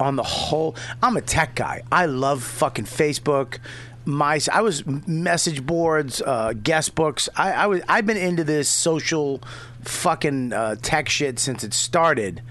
S3: on the whole. I'm a tech guy. I love fucking Facebook. My I was message boards, uh, guest books. I, I was I've been into this social fucking uh, tech shit since it started,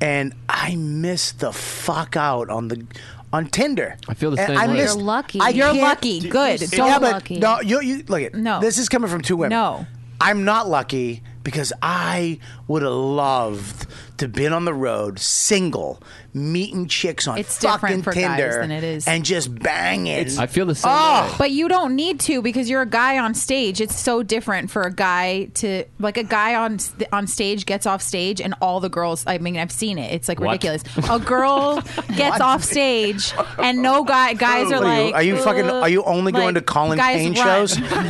S3: and I missed the fuck out on the on Tinder. I feel
S11: the same
S3: I
S11: way. You're
S3: missed-
S11: lucky.
S3: I
S11: You're
S3: can't-
S11: lucky. Good. You're so
S3: Yeah, but
S11: lucky.
S3: No, Uh, you, you look at no. This is coming from two women. No, I'm not lucky because I would have loved to been on the road single, meeting chicks on
S7: It's
S3: fucking
S7: different for guys
S3: Tinder,
S7: than it is.
S3: and just banging.
S9: I feel the same.
S3: Oh,
S7: But you don't need to because you're a guy on stage. It's so different for a guy to like a guy on on stage gets off stage and all the girls. I mean, I've seen it. It's like
S3: What?
S7: ridiculous.
S3: <laughs>
S7: A girl gets off stage and no guy guys are
S3: What
S7: like.
S3: you, are you fucking?
S7: "Ugh,"
S3: Are you only going to
S7: like,
S3: Colin
S7: guys
S3: Kane
S7: run.
S3: shows?
S7: <laughs>
S3: what are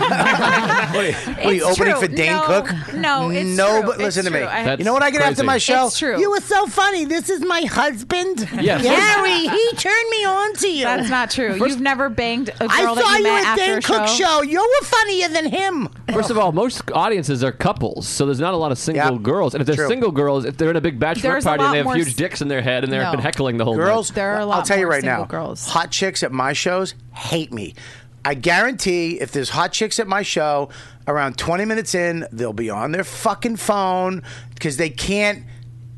S3: you, what are you,
S7: It's
S3: opening
S7: true.
S3: for Dane
S7: No,
S3: Cook?
S7: no, it's
S3: no.
S7: true.
S3: But
S7: It's
S3: listen to
S7: true.
S3: me.
S7: I have-
S3: you know what I get after
S7: Crazy.
S3: my show?
S7: It's true.
S3: You were so funny. This is my husband,
S7: Yes.
S3: Gary. He turned me on to you.
S7: That's not true. you You've never banged a girl
S3: I
S7: that
S3: saw
S7: you
S3: you
S7: met
S3: at
S7: after
S3: Dan
S7: a
S3: Cook's show. You were funnier than him.
S9: First of all, most audiences are couples, so there's not a lot of single girls. And if they're
S3: True.
S9: single girls, if they're in a big bachelor
S3: There's a
S9: party
S3: lot
S9: and they have
S3: more
S9: huge
S3: s-
S9: dicks in their head and they've
S3: No.
S9: been heckling the whole
S3: girls.
S9: night.
S7: There are a
S3: I'll
S7: lot
S3: tell you
S7: more
S3: right
S7: single
S3: now.
S7: girls.
S3: Hot chicks at my shows hate me. I guarantee if there's hot chicks at my show, around 20 minutes in, they'll be on their fucking phone because they can't.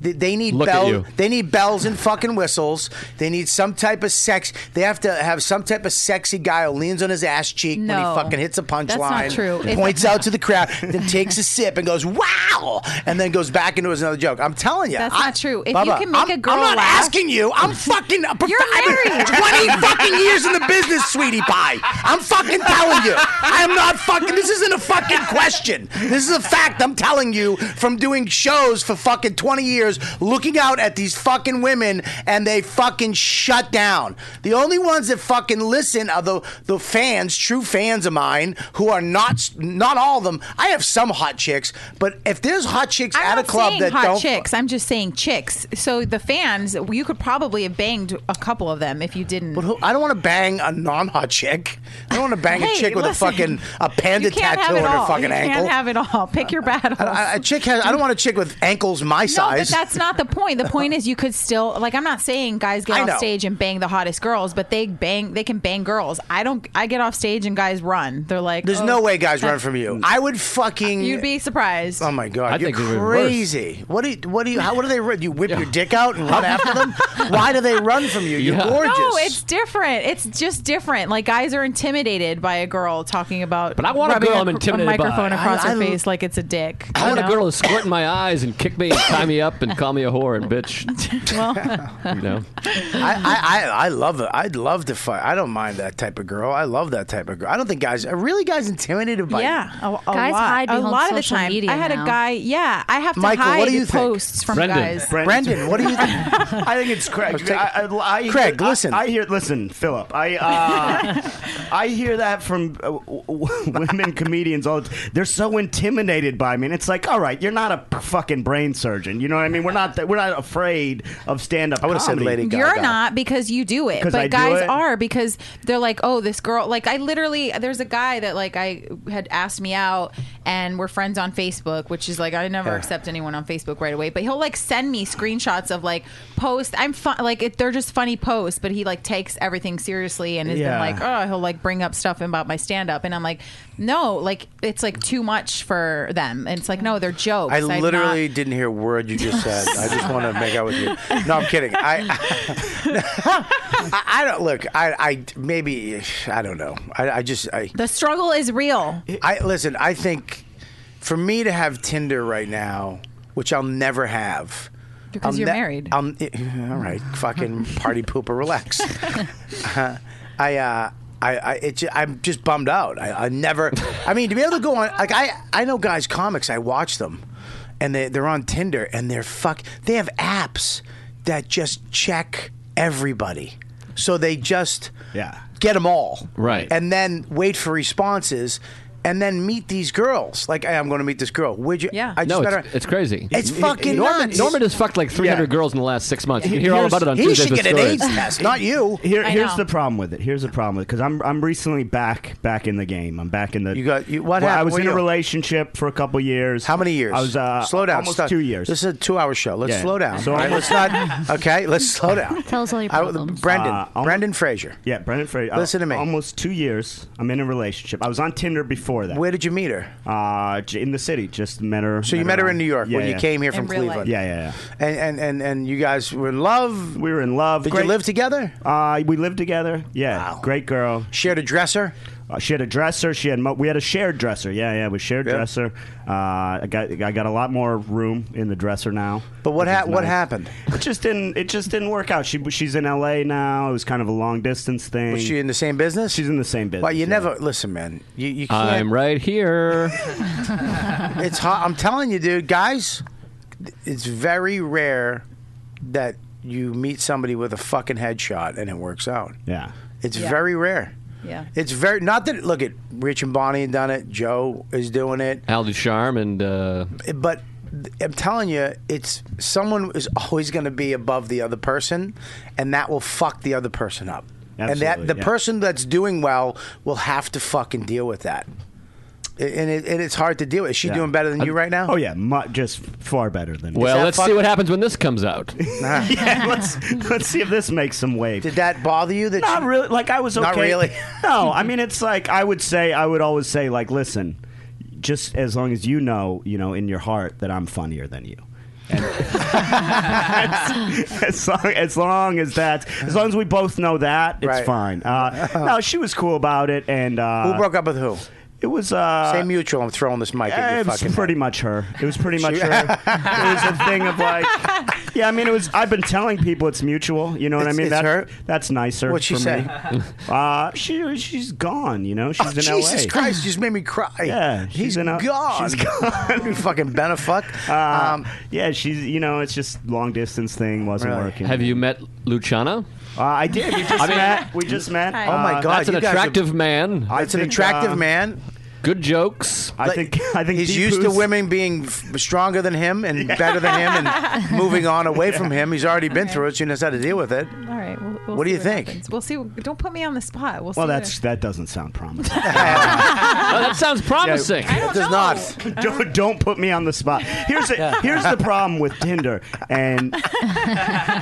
S3: They, they need
S9: Look at
S3: bells.
S9: you.
S3: They need bells and fucking whistles. They need some type of sex. They have to have some type of sexy guy who leans on his ass cheek when he
S7: No.
S3: fucking hits a punchline.
S7: That's not true. It's-
S3: Points out to the crowd, then takes a sip and goes wow, and then goes back into his another joke. I'm telling you,
S7: That's
S3: I-
S7: not true. If you
S3: Bubba,
S7: can make
S3: I'm-
S7: a girl
S3: I'm not
S7: laugh-
S3: asking you.
S7: <laughs>
S3: I'm fucking. A prof- I've been
S7: married.
S3: 20 fucking years in the business, sweetie pie. I'm fucking telling you. I am not fucking. This isn't a fucking question. This is a fact. I'm telling you from doing shows for fucking 20 years, looking out at these fucking women, and they fucking shut down. The only ones that fucking listen are the the fans, true fans of mine, who are not not all of them. I have some hot chicks, but if there's hot chicks
S7: I'm
S3: at
S7: not
S3: a club
S7: saying
S3: that
S7: hot
S3: don't
S7: chicks. I'm just saying chicks. So the fans, you could probably have banged a couple of them if you didn't.
S3: But who, I don't want to bang a non-hot chick. I don't want to bang a
S7: Hey,
S3: chick with
S7: listen.
S3: a fucking a panda
S7: you can't
S3: tattoo
S7: have it
S3: on
S7: all.
S3: her fucking
S7: you
S3: ankle.
S7: can't have it all. Pick your battles.
S3: I- a chick has. I don't want a chick with ankles my
S7: no, but
S3: size.
S7: that's not the point. The point is you could still like I'm not saying guys
S3: I
S7: get
S3: know.
S7: off stage and bang the hottest girls, but they bang they can bang girls. I don't I get off stage and guys run. They're like
S3: There's
S7: oh,
S3: no way guys
S7: that-
S3: run from you. I would fucking.
S7: You'd be surprised.
S3: Oh my god!
S9: I
S3: you're
S9: think it would be worse.
S3: crazy. What do you? What do you? How? What do they? run? You whip your dick out and run after
S9: <laughs>
S3: them? Why do they run from you? You're
S9: Yeah.
S3: gorgeous.
S7: No, it's different. It's just different. Like guys are intimidated by a girl talking about.
S9: But I want a
S7: rubbing
S9: girl I'm
S7: a,
S9: intimidated by.
S7: a microphone across
S9: I-
S7: her
S9: I-
S7: face like it's a dick.
S9: I want
S7: you
S9: a
S7: know?
S9: girl to squirt in my eyes and kick me and tie me up and call me a whore
S3: <laughs>
S9: and bitch.
S7: well,
S9: <laughs> You know?
S3: I, I, I, I love it. I'd love to fight. I don't mind that type of girl. I love that type of girl. I don't think guys are really guys intimidated by
S7: yeah, a, a
S11: Guys
S7: lot.
S11: hide
S7: a
S11: behind
S7: lot of the
S11: social
S7: time.
S11: media
S7: I had
S11: now.
S7: a guy. Yeah, I have to
S3: Michael,
S7: hide
S3: what do you think?
S7: posts from guys.
S3: Brendan, what do you think?
S10: I think it's Craig. I, I, I
S3: Craig,
S10: I-
S3: listen.
S10: I, hear. Listen, Philip.
S3: <laughs>
S10: I uh, I hear that from uh, w- w- women comedians. All the t- they're so intimidated by me, and it's like, all right, you're not a p- fucking brain surgeon. You know what I mean? We're not. That, we're not afraid of stand up. I would
S3: have said Lady
S7: You're not because you do it,
S10: 'Cause
S7: but
S10: I do
S7: guys
S10: it?
S7: are because they're like, oh, this girl. Like I literally, there's a guy that like I had asked me out, and we're friends on Facebook, which is like I never
S13: Yeah.
S7: accept anyone on Facebook right away. But he'll like send me screenshots of like posts. I'm fun, like it, they're just funny posts, but he like takes everything seriously and has
S13: Yeah.
S7: been like, oh, he'll like bring up stuff about my stand up, and I'm like, no, like it's like too much for them, and it's like no, they're jokes.
S3: I
S7: I'm not-
S3: literally didn't hear a word you just said. I just want to make out with you. No, I'm kidding. I <laughs> I, I don't look. I, I maybe I don't know. I, I just I
S7: the struggle is real.
S3: I listen. I think for me to have Tinder right now, which I'll never have.
S7: Because
S3: I'll
S7: you're married.
S3: I'm, all right,
S7: <laughs>
S3: fucking party pooper, relax. Uh, I, uh, I, I, it, ju- I'm just bummed out. I, I never. I mean, to be able to go on, like I, I know guys, comics. I watch them, and they, they're on Tinder, and they're fuck. They have apps that just check everybody, so they just yeah get them all
S9: Right.
S3: and then wait for responses. And then meet these girls. Like, hey, I'm going to meet this girl. Would you? Yeah. I just
S9: no,
S3: met
S9: it's,
S3: her.
S9: it's crazy.
S3: It's fucking
S9: Norman,
S3: nuts.
S9: Norman has fucked like 300 girls in the last six months. You can hear all
S10: Here's-
S9: about it on
S10: he
S9: Tuesdays
S10: should
S9: with
S10: get an
S9: stories.
S10: AIDS test.
S3: It's not you.
S10: Here, here's the problem with it. Here's the problem with it because I'm I'm recently back back in the game. I'm back in the. You
S3: got you, what
S10: well, I
S3: happened
S10: was
S3: with
S10: in a
S3: you?
S10: relationship for a couple years. How many
S3: years?
S10: I was uh,
S3: slow down.
S10: Almost
S3: stop.
S10: two years.
S3: This is a two-hour show. Let's
S10: Yeah.
S3: slow down.
S10: So
S3: All right,
S10: I'm-
S3: let's
S10: <laughs>
S3: not. Okay, let's slow down.
S10: Tell us all your
S3: I-
S10: problems.
S3: Brendan.
S10: Uh,
S3: Brendan Fraser.
S10: Yeah, Brendan Fraser. uh,
S3: Listen to me.
S10: Almost two years. I'm in a relationship. I was on Tinder before that.
S3: Where did you meet her?
S10: Uh, j- in the city. Just met her.
S3: So you met her in New York
S10: Yeah,
S3: when you
S10: yeah.
S3: came here from Cleveland.
S10: Yeah, yeah,
S3: yeah. And, and and and you guys were in love.
S10: We were in love.
S3: Did
S10: Great-
S3: you live together?
S10: Uh, we lived together. Yeah, great girl.
S3: Shared a dresser.
S10: Uh, she had a dresser. She had mo- we had a shared dresser. Yeah, yeah, we shared dresser. Uh, I got I got a lot more room in the dresser now.
S3: But what
S10: which is
S3: hap- what happened?
S10: It just didn't it just didn't work out. She she's in L.A. now. It was kind of a long distance thing.
S3: Was she in the same business?
S10: She's in the same business.
S3: Well, you never listen, man. You you can't.
S9: I'm right here.
S3: it's hot. I'm telling you, dude, guys, it's very rare that you meet somebody with a fucking headshot and it works out.
S10: Yeah.
S3: It's
S7: Yeah.
S3: very rare.
S7: Yeah.
S3: It's very not that look at Rich and Bonnie done it, Joe is doing it,
S9: Al Ducharme and uh,
S3: but th- I'm telling you, it's someone is always going to be above the other person, and that will fuck the other person up. and
S10: Absolutely,
S3: that the
S10: yeah.
S3: person that's doing well will have to fucking deal with that. I- And, it, and it's hard to deal with. Is she
S10: Yeah.
S3: doing better than you right now?
S10: Oh yeah, mu- just far better than.
S9: well, let's see what happens when this comes out.
S10: <laughs> yeah, let's let's see if this makes some waves.
S3: Did that bother you? That
S10: not really. Like I was okay.
S3: Not really.
S10: <laughs> no, I mean it's like I would say I would always say like listen, just as long as you know, you know, in your heart that I'm funnier than you. And <laughs> as, as long, as long as that, as long as we both know that, it's
S3: Right.
S10: fine.
S3: <laughs>
S10: Uh, no, she was cool about it, and uh,
S3: who broke up with who?
S10: It was uh,
S3: Say mutual. I'm throwing this mic at your
S10: it was
S3: fucking
S10: pretty much her. It was
S3: <laughs>
S10: pretty much
S3: She-
S10: her. it was a thing of
S3: <laughs>
S10: like, yeah. I mean, it was. I've been telling people it's mutual. You know what
S3: It's-
S10: I mean?
S3: it's
S10: That-
S3: her?
S10: That's nicer.
S3: What'd she
S10: for
S3: say?
S10: Me. <laughs> Uh, she she's gone. You know, she's
S3: Oh,
S10: in
S3: Jesus
S10: L.A.
S3: Christ, you just made me cry.
S10: Yeah,
S3: he's
S10: she's in a-
S3: gone.
S10: she's
S3: <laughs>
S10: gone.
S3: you fucking benefuck.
S10: Uh,
S3: um,
S10: yeah, she's. You know, it's just long distance thing wasn't
S9: Really?
S10: working.
S9: Have you met Luciana?
S10: Uh, I did. We
S3: <laughs>
S10: just
S9: I mean-
S10: met. We just met.
S3: Oh my
S10: Uh,
S3: God,
S9: That's an
S3: you guys are-
S9: attractive man.
S10: I
S3: That's an
S10: think,
S3: attractive
S10: uh,
S3: man. <laughs>
S9: Good jokes.
S10: I think. <laughs> I think
S3: He's used to
S10: Deepu's-
S3: women being f- stronger than him and better than him
S10: <laughs>
S3: and moving on away from him. He's already been through it, so he knows how to deal with it.
S7: All right. We'll, we'll
S3: What do
S7: see
S3: you think?
S7: happens. We'll see. Don't put me on the spot. We'll see.
S10: Well,
S7: what-
S10: that's that doesn't sound
S3: <laughs>
S10: promising.
S9: that sounds promising.
S7: I don't
S3: It does
S7: know.
S3: not.
S10: <laughs> don't, don't put me on the spot. Here's the, here's the problem with Tinder, and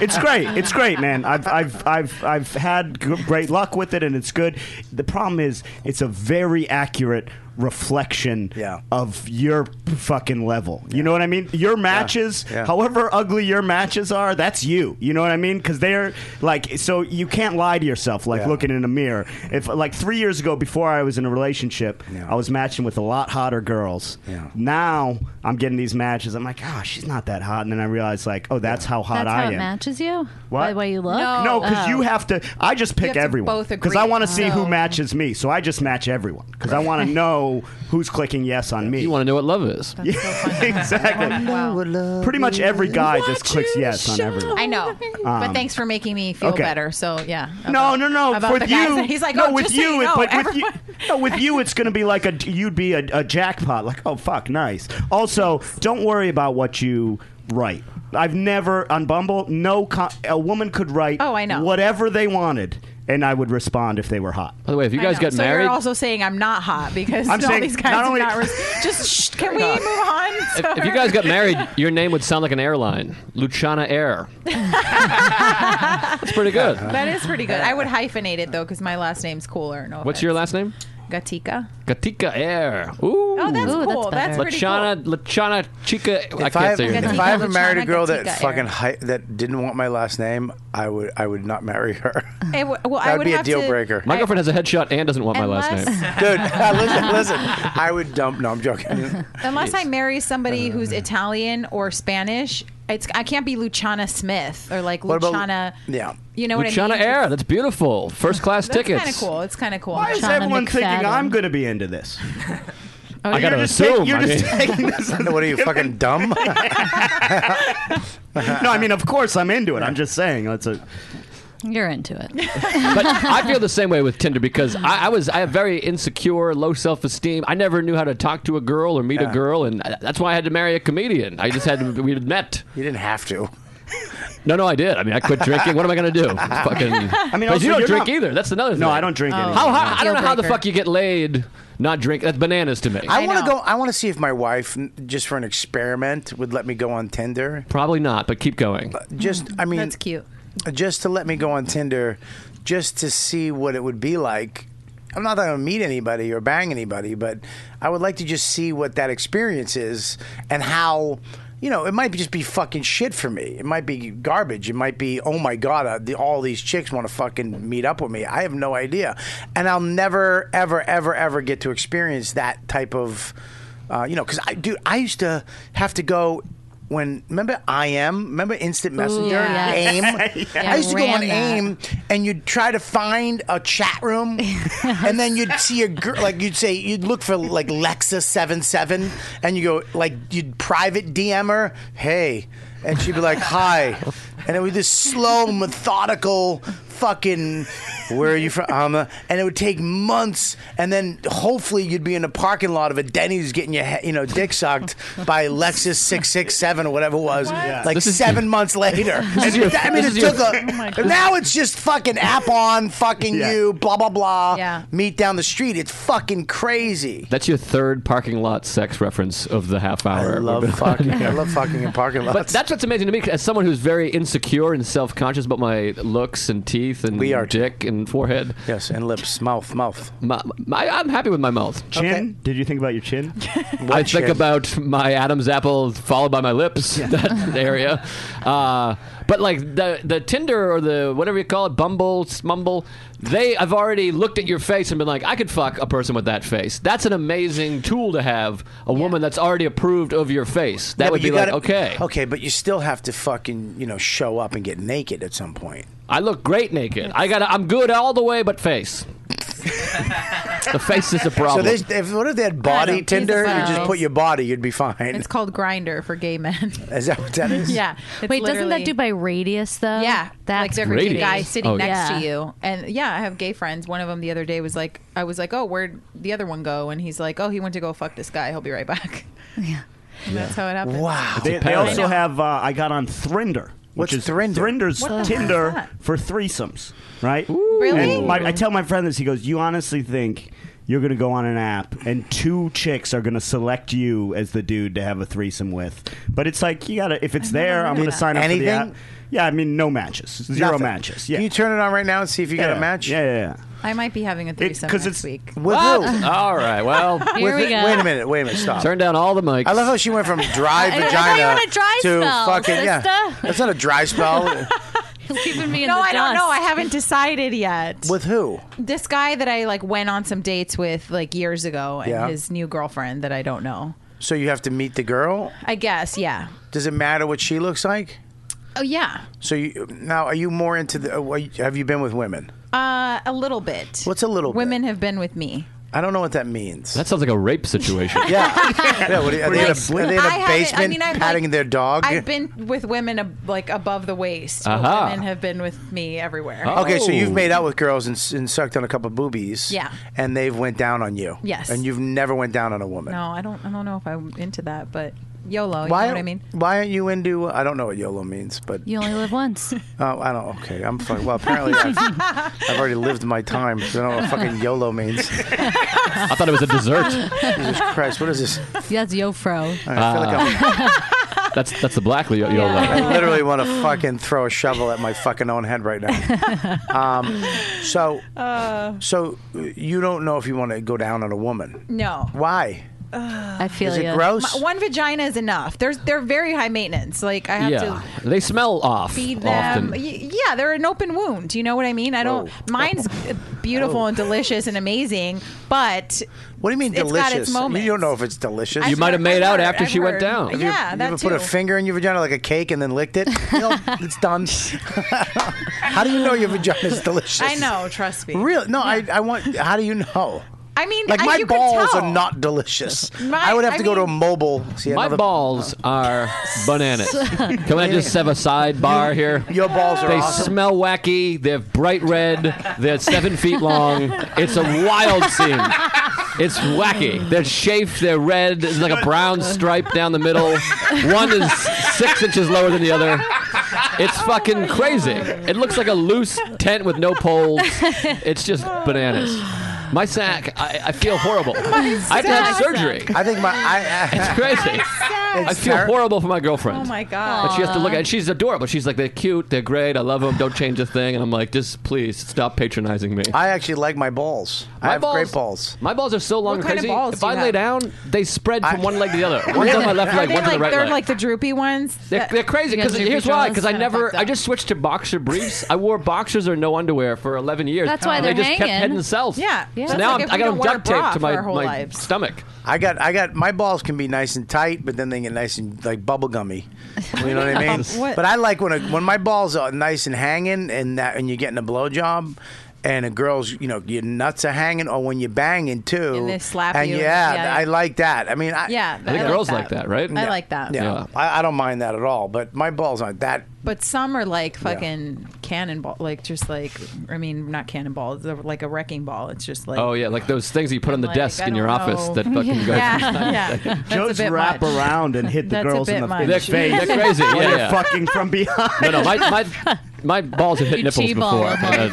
S10: it's great. It's great, man. I've I've I've I've had g- great luck with it, and it's good. The problem is, it's a very accurate reflection of your fucking level. You know what I mean? Your matches,
S3: Yeah.
S10: however ugly your matches are, that's you. You know what I mean? Because they're like, so you can't lie to yourself. Like looking in a mirror. If like three years ago, before I was in a relationship, I was matching with a lot hotter girls. Now I'm getting these matches. I'm like, oh, she's not that hot, and then I realize like, oh, that's how hot
S11: That's
S10: I
S11: how
S10: am.
S11: it matches you.
S10: What?
S11: By the way you look. Oh.
S10: No, because you have to. I just pick
S11: have to
S10: everyone
S11: both
S10: because I
S11: agree.
S10: want to see
S11: Oh.
S10: who matches me. So I just match everyone because I
S11: <laughs>
S10: want to know who's clicking yes on me. You
S9: want to know what love is?
S10: <laughs> exactly. Pretty much every guy just clicks yes on <laughs> everyone.
S7: I <laughs> know, but
S10: Um,
S7: thanks for making me feel
S10: okay.
S7: better. So yeah.
S10: No, no, no.
S7: about the
S10: With
S7: guys
S10: you,
S7: that- <laughs> he's like,
S10: no,
S7: "Oh,
S10: with
S7: just so
S10: you,
S7: you know,
S10: it- but with you, <laughs> no, with you, it's going to be like a you'd be a, a jackpot. Like, oh fuck, nice. Also, don't worry about what you write. I've never on Bumble. No, co- a woman could write.
S7: Oh, I know.
S10: whatever they wanted. and I would respond if they were hot.
S9: By the way, if
S10: you
S7: <laughs> I know. so You're also saying I'm not hot because
S10: I'm
S7: <laughs> all
S10: saying
S7: these guys
S10: not only-
S7: are not. Res- just shh, can we move on?
S9: If, if you guys got married, your name would sound like an airline, Luchana Air. That's pretty good.
S7: that is pretty good.
S9: <laughs>
S7: I would hyphenate it though because my last name's cooler. No,
S9: What's your last name?
S7: Gatika.
S9: Katika Air. Ooh.
S7: Oh, that's Ooh, cool. That's, pretty
S9: Lachana, Lachana Chica. I
S3: If
S9: can't
S3: I,
S9: say your name.
S3: if I ever married a girl that
S7: Gatica era.
S3: fucking hi- that didn't want my last name, I would I would not marry her.
S7: cool.
S3: <laughs>
S7: It w- well, I
S3: That
S7: would
S3: would be a
S7: have
S3: deal
S7: to-
S3: breaker.
S9: My girlfriend has a headshot and doesn't want my last name.
S3: Dude, <laughs> listen, listen. I would dump. No, I'm
S7: <laughs>
S3: joking.
S7: Unless I marry somebody
S9: Uh-huh,
S7: who's Italian or Spanish, it's I can't be Luciana Smith or like
S9: What about-
S7: Luciana.
S9: Yeah.
S7: You know what I
S9: Luchana
S7: mean?
S9: Air. That's beautiful. First class
S7: That's
S9: tickets.
S7: kind of cool. It's kind of cool.
S10: Why is everyone thinking I'm going to be into this?
S7: Oh,
S9: I gotta
S10: You're just
S9: assume.
S10: taking- you're
S9: I
S10: just
S9: mean-
S10: taking <laughs> this as
S3: what are you
S10: a
S3: fucking dumb? <laughs>
S10: <laughs> no, I mean, of course I'm into it. I'm just saying. That's a.
S11: You're into
S3: <laughs>
S11: it.
S9: but I feel the same way with Tinder because I, I was I have very insecure, low self esteem. I never knew how to talk to a girl or meet a
S3: Yeah.
S9: girl, and I- that's why I had to marry a comedian. I just had to, we had met.
S3: You didn't have to.
S9: No, no, I did. I mean, I quit drinking. What am I going to do?
S10: <laughs>
S9: Fucking.
S10: I mean,
S9: But
S10: also,
S9: you don't
S10: you're
S9: drink
S10: not-
S9: either. That's another thing.
S10: No, I don't drink Oh.
S9: How,
S10: anymore.
S9: how, I
S10: Deal
S9: don't know how the
S10: breaker.
S9: fuck you get laid not drink. That's bananas to me.
S3: I, want to go. I want to see if my wife, n- just for an experiment, would let me go on Tinder.
S9: Probably not, but keep going.
S3: Just, I mean, that's
S7: cute.
S3: Just to let me go on Tinder, just to see what it would be like. I'm not going to meet anybody or bang anybody, but I would like to just see what that experience is and how. You know, it might just be fucking shit for me. It might be garbage. It might be, oh my god, uh, the, all these chicks want to fucking meet up with me. I have no idea, and I'll never, ever, ever, ever get to experience that type of uh, you know, because I do. I used to have to go when remember I am remember instant messenger
S13: yeah.
S3: aim.
S13: Yeah,
S3: I used to go
S13: ran
S3: on
S13: that.
S3: aim and you'd try to find a chat
S13: <laughs>
S3: room, and then you'd see a girl like you'd say you'd look for like Lexa seven seven, and you go like you'd private DM her, hey, and she'd be like hi, and it was this slow methodical fucking where are you from um, uh, and it would take months and then hopefully you'd be in the parking lot of a denny's getting your he- you know dick sucked by lexus 667 or whatever it was
S13: What?
S3: like
S13: This is-
S3: seven months later
S13: This is
S3: And
S13: your-
S3: i mean
S13: this is
S3: it
S13: your-
S3: took a
S13: Oh my God.
S3: and now it's just fucking app on fucking
S9: Yeah.
S3: you blah blah blah yeah. meet down the street it's fucking crazy
S9: That's your third parking lot sex reference of the half hour.
S3: I love
S9: <laughs> We've been on
S3: fucking.
S9: here.
S3: I love fucking in parking lots.
S9: But that's what's amazing to me as someone who's very insecure and self conscious about my looks and teeth and we are dick and forehead.
S3: Yes, and lips, mouth, mouth.
S9: My, my, I'm happy with my mouth.
S10: Chin? Did you think about
S3: <laughs>
S10: your chin?
S9: I think
S10: chin?
S9: about my Adam's apple followed by my lips, <laughs> that area. Uh, but like the the Tinder or the whatever you call it, Bumble, Smumble, they have already looked at your face and been like, I could fuck a person with that face. That's an amazing tool to have a woman that's already approved of your face. That
S3: Yeah, but
S9: would be
S3: you
S9: like,
S3: gotta-
S9: okay.
S3: Okay, but you still have to fucking, you know, show up and get naked at some point.
S9: I look great naked. I got. I'm good all the way, but face. the face is a problem.
S3: So this, if, what if they had
S7: I
S3: body
S7: don't- Jesus
S3: Tinder? You
S7: Christ.
S3: just put your body, you'd be fine.
S7: It's called Grinder for gay
S9: <laughs>
S7: men.
S3: <laughs> is that what that is?
S7: <laughs> yeah. it's
S11: Wait, doesn't that
S7: literally-
S11: do by radius though?
S7: Yeah, like
S11: that's
S7: there could be a
S11: creepy.
S7: guy
S9: Oh,
S7: sitting next to
S11: Yeah.
S7: you, and yeah, I have gay friends. One of them the other day was like, I was like, oh, where'd the other one go? And he's like, oh, he went to go fuck this guy. He'll be right
S11: <laughs>
S7: back. Yeah, that's how it happened.
S10: They, they also have. Uh, I got on Thrinder.
S3: What's
S10: which is
S3: Thrinder?
S10: Thrinder's
S7: What the fuck is
S10: Tinder
S7: that?
S10: for threesomes, right?
S7: Really?
S10: And my, I tell my friend this. He goes, "You honestly think you're going to go on an app and two chicks are going to select you as the dude to have a threesome with?" But it's like you gotta. If it's there, I'm going to
S3: that.
S10: sign up for the
S3: Anything?
S10: app. Yeah, I mean, no matches, zero
S3: Nothing.
S10: matches. Yeah.
S3: Can you turn it on right now and see if you got
S10: Yeah.
S3: a match?
S10: Yeah, yeah,
S7: I might be having a threesome next week.
S3: With who?
S9: Ah! All right. Well,
S7: <laughs> Here
S3: With
S7: we
S3: it-
S7: go.
S3: Wait a minute. Wait a minute. Stop.
S9: Turn down all the mics.
S3: I love how she went from
S7: <laughs>
S3: dry
S11: I thought you
S3: vagina
S11: had a dry
S3: to
S11: spell,
S3: fucking yeah.
S11: sister.
S3: That's not a dry
S7: <laughs>
S3: spell.
S11: <laughs> Keeping me in
S7: no,
S11: the
S7: I don't
S11: dust.
S7: know. I haven't decided yet.
S3: with who?
S7: This guy that I like went on some dates with like years ago, and
S3: Yeah.
S7: his new girlfriend that I don't know.
S3: So you have to meet the girl.
S7: I guess, yeah.
S3: Does it matter what she looks like?
S7: Oh yeah,
S3: So you now are you more into the? uh, what- Have you been with women?
S7: uh, a little bit.
S3: What's a little? bit?
S7: Women have been with me.
S3: I don't know what that means.
S9: That sounds like a rape situation.
S3: <laughs> Yeah. yeah what are, you- are they in a,
S9: Like,
S3: are they in a
S7: I haven't- I
S3: basement
S7: mean, I've, like-
S3: patting their dog?
S7: I've been with women ab- like above the waist. but
S3: Aha.
S7: Women have been with me everywhere.
S3: Okay, so you've made out with girls and, s- and sucked on a couple boobies.
S7: Yeah.
S3: And they've went down on you.
S7: Yes.
S3: And you've never went down on a woman.
S7: No, I don't. I don't know if I'm into that, but YOLO. You
S3: why,
S7: know what I mean?
S3: Why aren't you into? I don't know what YOLO means, but
S11: You only
S7: <laughs>
S11: live once.
S3: oh, I don't. Okay, I'm fucking. Well, apparently I've, I've already lived my time, so I don't know what fucking YOLO
S7: <laughs>
S3: means. I
S9: thought it was a dessert.
S3: Jesus Christ, what is this?
S11: That's Yofro.
S3: I feel like I'm
S7: Ah.
S9: that's that's the black Leo.
S7: <laughs>
S9: Yolo.
S3: I literally want to fucking throw a shovel at my fucking own head right
S7: <laughs>
S3: now. Um, so,
S7: Uh.
S3: so you don't know if you want to go down on a woman.
S7: No.
S3: Why?
S7: I
S3: feel Is it ya. gross?
S7: one vagina is enough. They're they're very high maintenance. Like I have
S9: yeah,
S7: to
S9: they smell off
S7: feed them.
S9: often.
S7: Y- yeah, they're an open wound. You know what I mean? I don't.
S3: Oh.
S7: Mine's beautiful and delicious and amazing, but
S3: what do you mean
S7: It's got
S3: delicious.
S7: its moments.
S3: you don't know if it's delicious.
S9: You I've might have heard- made I've out heard- after I've she went heard. down.
S3: Have you,
S7: Yeah,
S3: you
S7: that
S3: ever put a
S7: too.
S3: finger in your vagina like a cake and then licked
S7: <laughs>
S3: it? You know, it's done. <laughs> how do you know your vagina is delicious?
S7: I know. Trust me.
S3: Real? No, I, I want. How do you
S7: <laughs>
S3: know?
S7: I mean,
S3: Like
S7: I-
S3: my
S7: you could
S3: balls
S7: tell.
S3: are not delicious.
S7: My-
S3: I would have
S7: I
S3: to go to a
S7: mean-
S3: mobile. See,
S9: My
S3: another-
S9: balls
S7: <laughs>
S9: are bananas. Can I just have a sidebar here?
S3: Your balls are
S9: They
S3: awesome.
S9: smell wacky. They're bright red. They're seven feet long. It's a wild scene. It's wacky. They're shaped. They're red. There's like a brown stripe down the middle. One is six inches lower than the other. It's fucking crazy. It looks like a loose tent with no poles. It's just bananas. My sack, I, I feel horrible. I have to have
S3: sack.
S9: surgery.
S3: I think my. I,
S9: <laughs> It's crazy. I feel
S3: terrible.
S9: horrible for my girlfriend.
S7: Oh my god.
S9: But she has to look at. And she's adorable. She's like, they're cute, they're great. I love them. Don't change a thing. And I'm like, just please stop patronizing me.
S3: <laughs> I actually like my balls. I
S9: My
S3: have great balls.
S9: My balls are so long and
S7: kind of
S9: crazy.
S7: balls
S9: if
S7: do you
S9: I lay
S7: have?
S9: down, they spread from one leg to the other. One's on my left
S7: Are
S9: leg,
S7: they
S9: one's on
S7: like,
S9: the right
S7: they're
S9: leg.
S7: like the droopy ones.
S9: They're,
S7: that-
S9: they're crazy because
S7: You got
S9: here's
S7: droopy
S9: why.
S7: jaws?
S9: Because I
S7: Kinda
S9: never,
S7: fucked
S9: I just switched to boxer briefs. I wore boxers or no underwear for 11 years.
S11: That's why
S9: and they
S11: they're
S9: just kept
S11: hanging.
S9: heading south.
S11: Yeah. Yeah.
S9: So
S11: That's
S9: now I'm-
S11: like if
S9: I
S11: we
S9: got them
S11: don't wear a
S9: duct taped to
S11: bra for
S9: my,
S11: our whole
S9: my
S11: lives.
S9: stomach.
S3: I got, I got my balls can be nice and tight, but then they get nice and like bubblegummy. You know what I mean?
S9: Bub- <laughs> what?
S3: But I like when a, when my balls are nice and hanging, and that and you're getting a blowjob, and a girl's you know your nuts are hanging, or when you're banging too,
S7: And they slap
S3: and
S7: you.
S3: Yeah,
S7: Yeah.
S3: I like that. I mean, I,
S7: Yeah, I think I like girls that. like that, right? I
S3: Yeah.
S7: like that.
S3: Yeah,
S7: Yeah.
S3: I, I don't mind that at all. But my balls aren't that.
S7: But some are like fucking cannonball, like just like I mean, not cannonball, they're like a wrecking ball. It's just like
S9: Oh yeah, like those things you put on the
S7: like,
S9: desk
S7: I
S9: in your
S7: don't
S9: office
S7: know.
S9: that
S7: <laughs>
S9: fucking
S7: Yeah.
S9: goes. <laughs>
S7: Yeah, yeah. That's
S10: Just
S7: a bit
S10: wrap
S7: much.
S10: around and hit the
S7: That's a
S10: girls in
S7: bit
S10: the,
S7: much.
S10: in the
S9: They're-
S10: face. <laughs>
S9: they're <laughs> crazy.
S10: While
S9: Yeah,
S10: you're
S9: yeah.
S10: fucking from behind.
S7: <laughs>
S9: No, no, my my, my balls have hit
S10: You
S9: nipples
S10: T-ball
S9: before
S10: that
S9: in a, in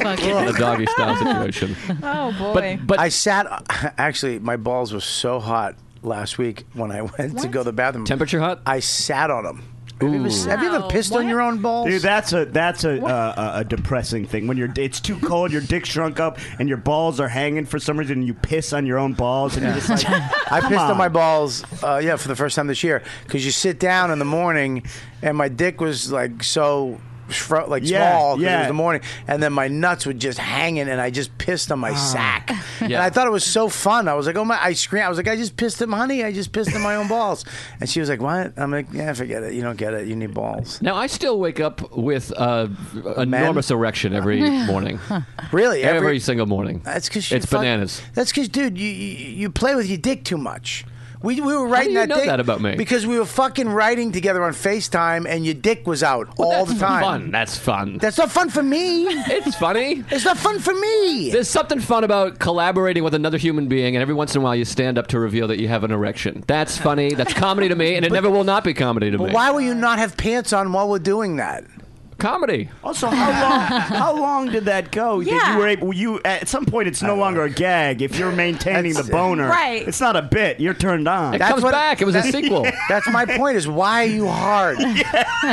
S9: a
S10: motherfucker.
S9: doggy style
S10: <laughs>
S9: situation.
S7: Oh
S3: <laughs>
S7: boy.
S9: But, but
S3: I sat. Actually, my balls were so hot last week when I <laughs> went to go to the bathroom. Temperature
S9: hot.
S3: I sat on them. Have you, ever, have you ever
S7: Wow.
S3: pissed on your own balls?
S10: Dude, that's a that's a uh, a depressing thing. When you're it's too cold, your dick shrunk up, and your balls are hanging for some reason, and you piss on your own balls, and you're
S7: <laughs>
S10: just like,
S3: I
S10: Come
S3: pissed on.
S10: on.
S3: my balls, uh, yeah, for the first time this year. Because you sit down in the morning, and my dick was like so, fro- like
S10: Yeah,
S3: small. 'cause it
S10: yeah.
S3: was the morning, and then my nuts were just hanging, and I just pissed
S10: Ah.
S3: on my
S10: <laughs>
S3: sack. And
S9: Yeah.
S3: I thought it was so fun. I was like, oh my! I screamed. I was like, I just pissed him, honey. I just pissed on my own balls. And she was like, what? I'm like, yeah, forget it. You don't get it. You need
S9: <laughs>
S3: balls.
S9: now I still wake up with uh, enormous
S10: <laughs>
S9: erection every morning.
S3: Really?
S9: every,
S3: Every-
S9: single morning.
S3: That's because
S9: it's bananas.
S3: That's because, dude, you, you you play with your dick too much. We, we were writing
S9: you
S3: that
S9: know
S3: dick
S9: that about me?
S3: because we were fucking writing together on Facetime, and your dick was out all the time.
S9: Fun. That's fun.
S3: That's not fun for me.
S9: It's funny.
S3: It's not fun for me.
S9: There's something fun about collaborating with another human being, and every once in a while you stand up to reveal that you have an erection. That's funny. That's comedy to me, and it never will not be comedy to me.
S3: But why will you not have pants on while we're doing that?
S9: Comedy.
S10: Also, how long how long did that go? That
S7: Yeah.
S10: you were able, you at some point it's no longer a gag if you're maintaining the boner.
S7: Right.
S10: It's not a bit. You're turned on.
S3: that- <laughs> That's
S9: <laughs>
S3: my point. Is why are you hard?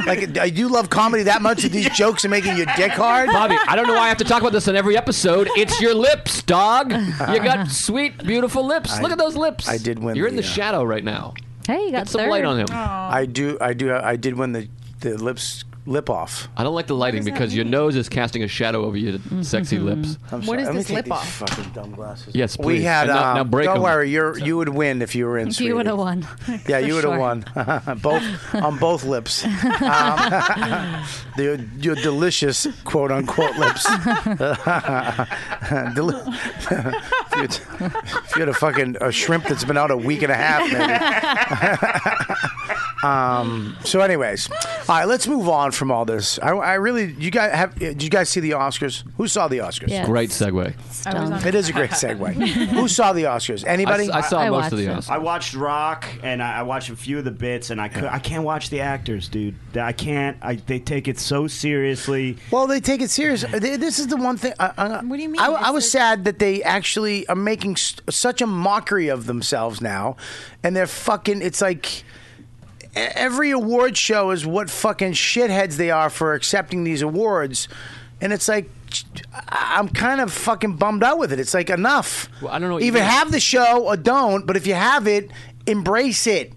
S3: Like, do you love comedy that much that
S9: <laughs>
S3: these jokes are making your dick hard?
S9: Bobby, I don't know why I have to talk about this on every episode. It's your lips, dog. You got sweet, beautiful lips.
S3: I-
S9: Look at those lips.
S3: I did win
S9: You're in
S3: the,
S9: the
S3: uh,
S9: shadow right now.
S11: Hey, you got
S9: Get some light
S11: third.
S9: on him.
S10: Oh.
S3: I do. I do. I did win the the lips lip off.
S9: I don't like the lighting because your nose is casting a shadow over your
S10: Mm-hmm.
S9: sexy lips.
S3: I'm
S7: What is
S3: Let me
S7: this
S3: take
S7: lip
S3: these
S7: off?
S3: Fucking dumb glasses.
S9: Yes,
S3: We
S9: please.
S3: had.
S9: And now-
S3: um,
S9: now break
S3: don't
S9: 'em.
S3: worry, you're you would win if you were in. sweetie.
S11: You would
S3: <laughs>
S11: have won.
S3: Yeah,
S11: For
S3: you would have
S11: sure.
S3: won. <laughs> both on both lips. Um, <laughs> your, your delicious quote unquote lips. <laughs> Deli- <laughs> if, you'd, if you had a fucking a shrimp that's been out a week and a half, maybe. <laughs> Um, so, anyways, all right, let's move on from all this. I, I really, you guys have, did you guys see the Oscars? Who saw the Oscars?
S9: Yes. Great segue.
S7: I was on-
S3: It is a great <laughs> segue. Who saw the Oscars? Anybody?
S10: I watched Rock, and I, I watched a few of the bits, and I could, I can't watch the actors, dude. I can't. I, they take it so seriously.
S3: Well, they take it serious. They- This is the one thing. I, I, what do you mean? I, I was sad that they actually are making s such a mockery of themselves now, and they're fucking. It's like e- every award show is what fucking shitheads they are for accepting these awards, and it's like. I- I'm kind of fucking bummed out with it. It's like enough. I don't know.
S9: what you
S3: Either
S9: mean.
S3: have the show or don't. But if you have it, embrace it.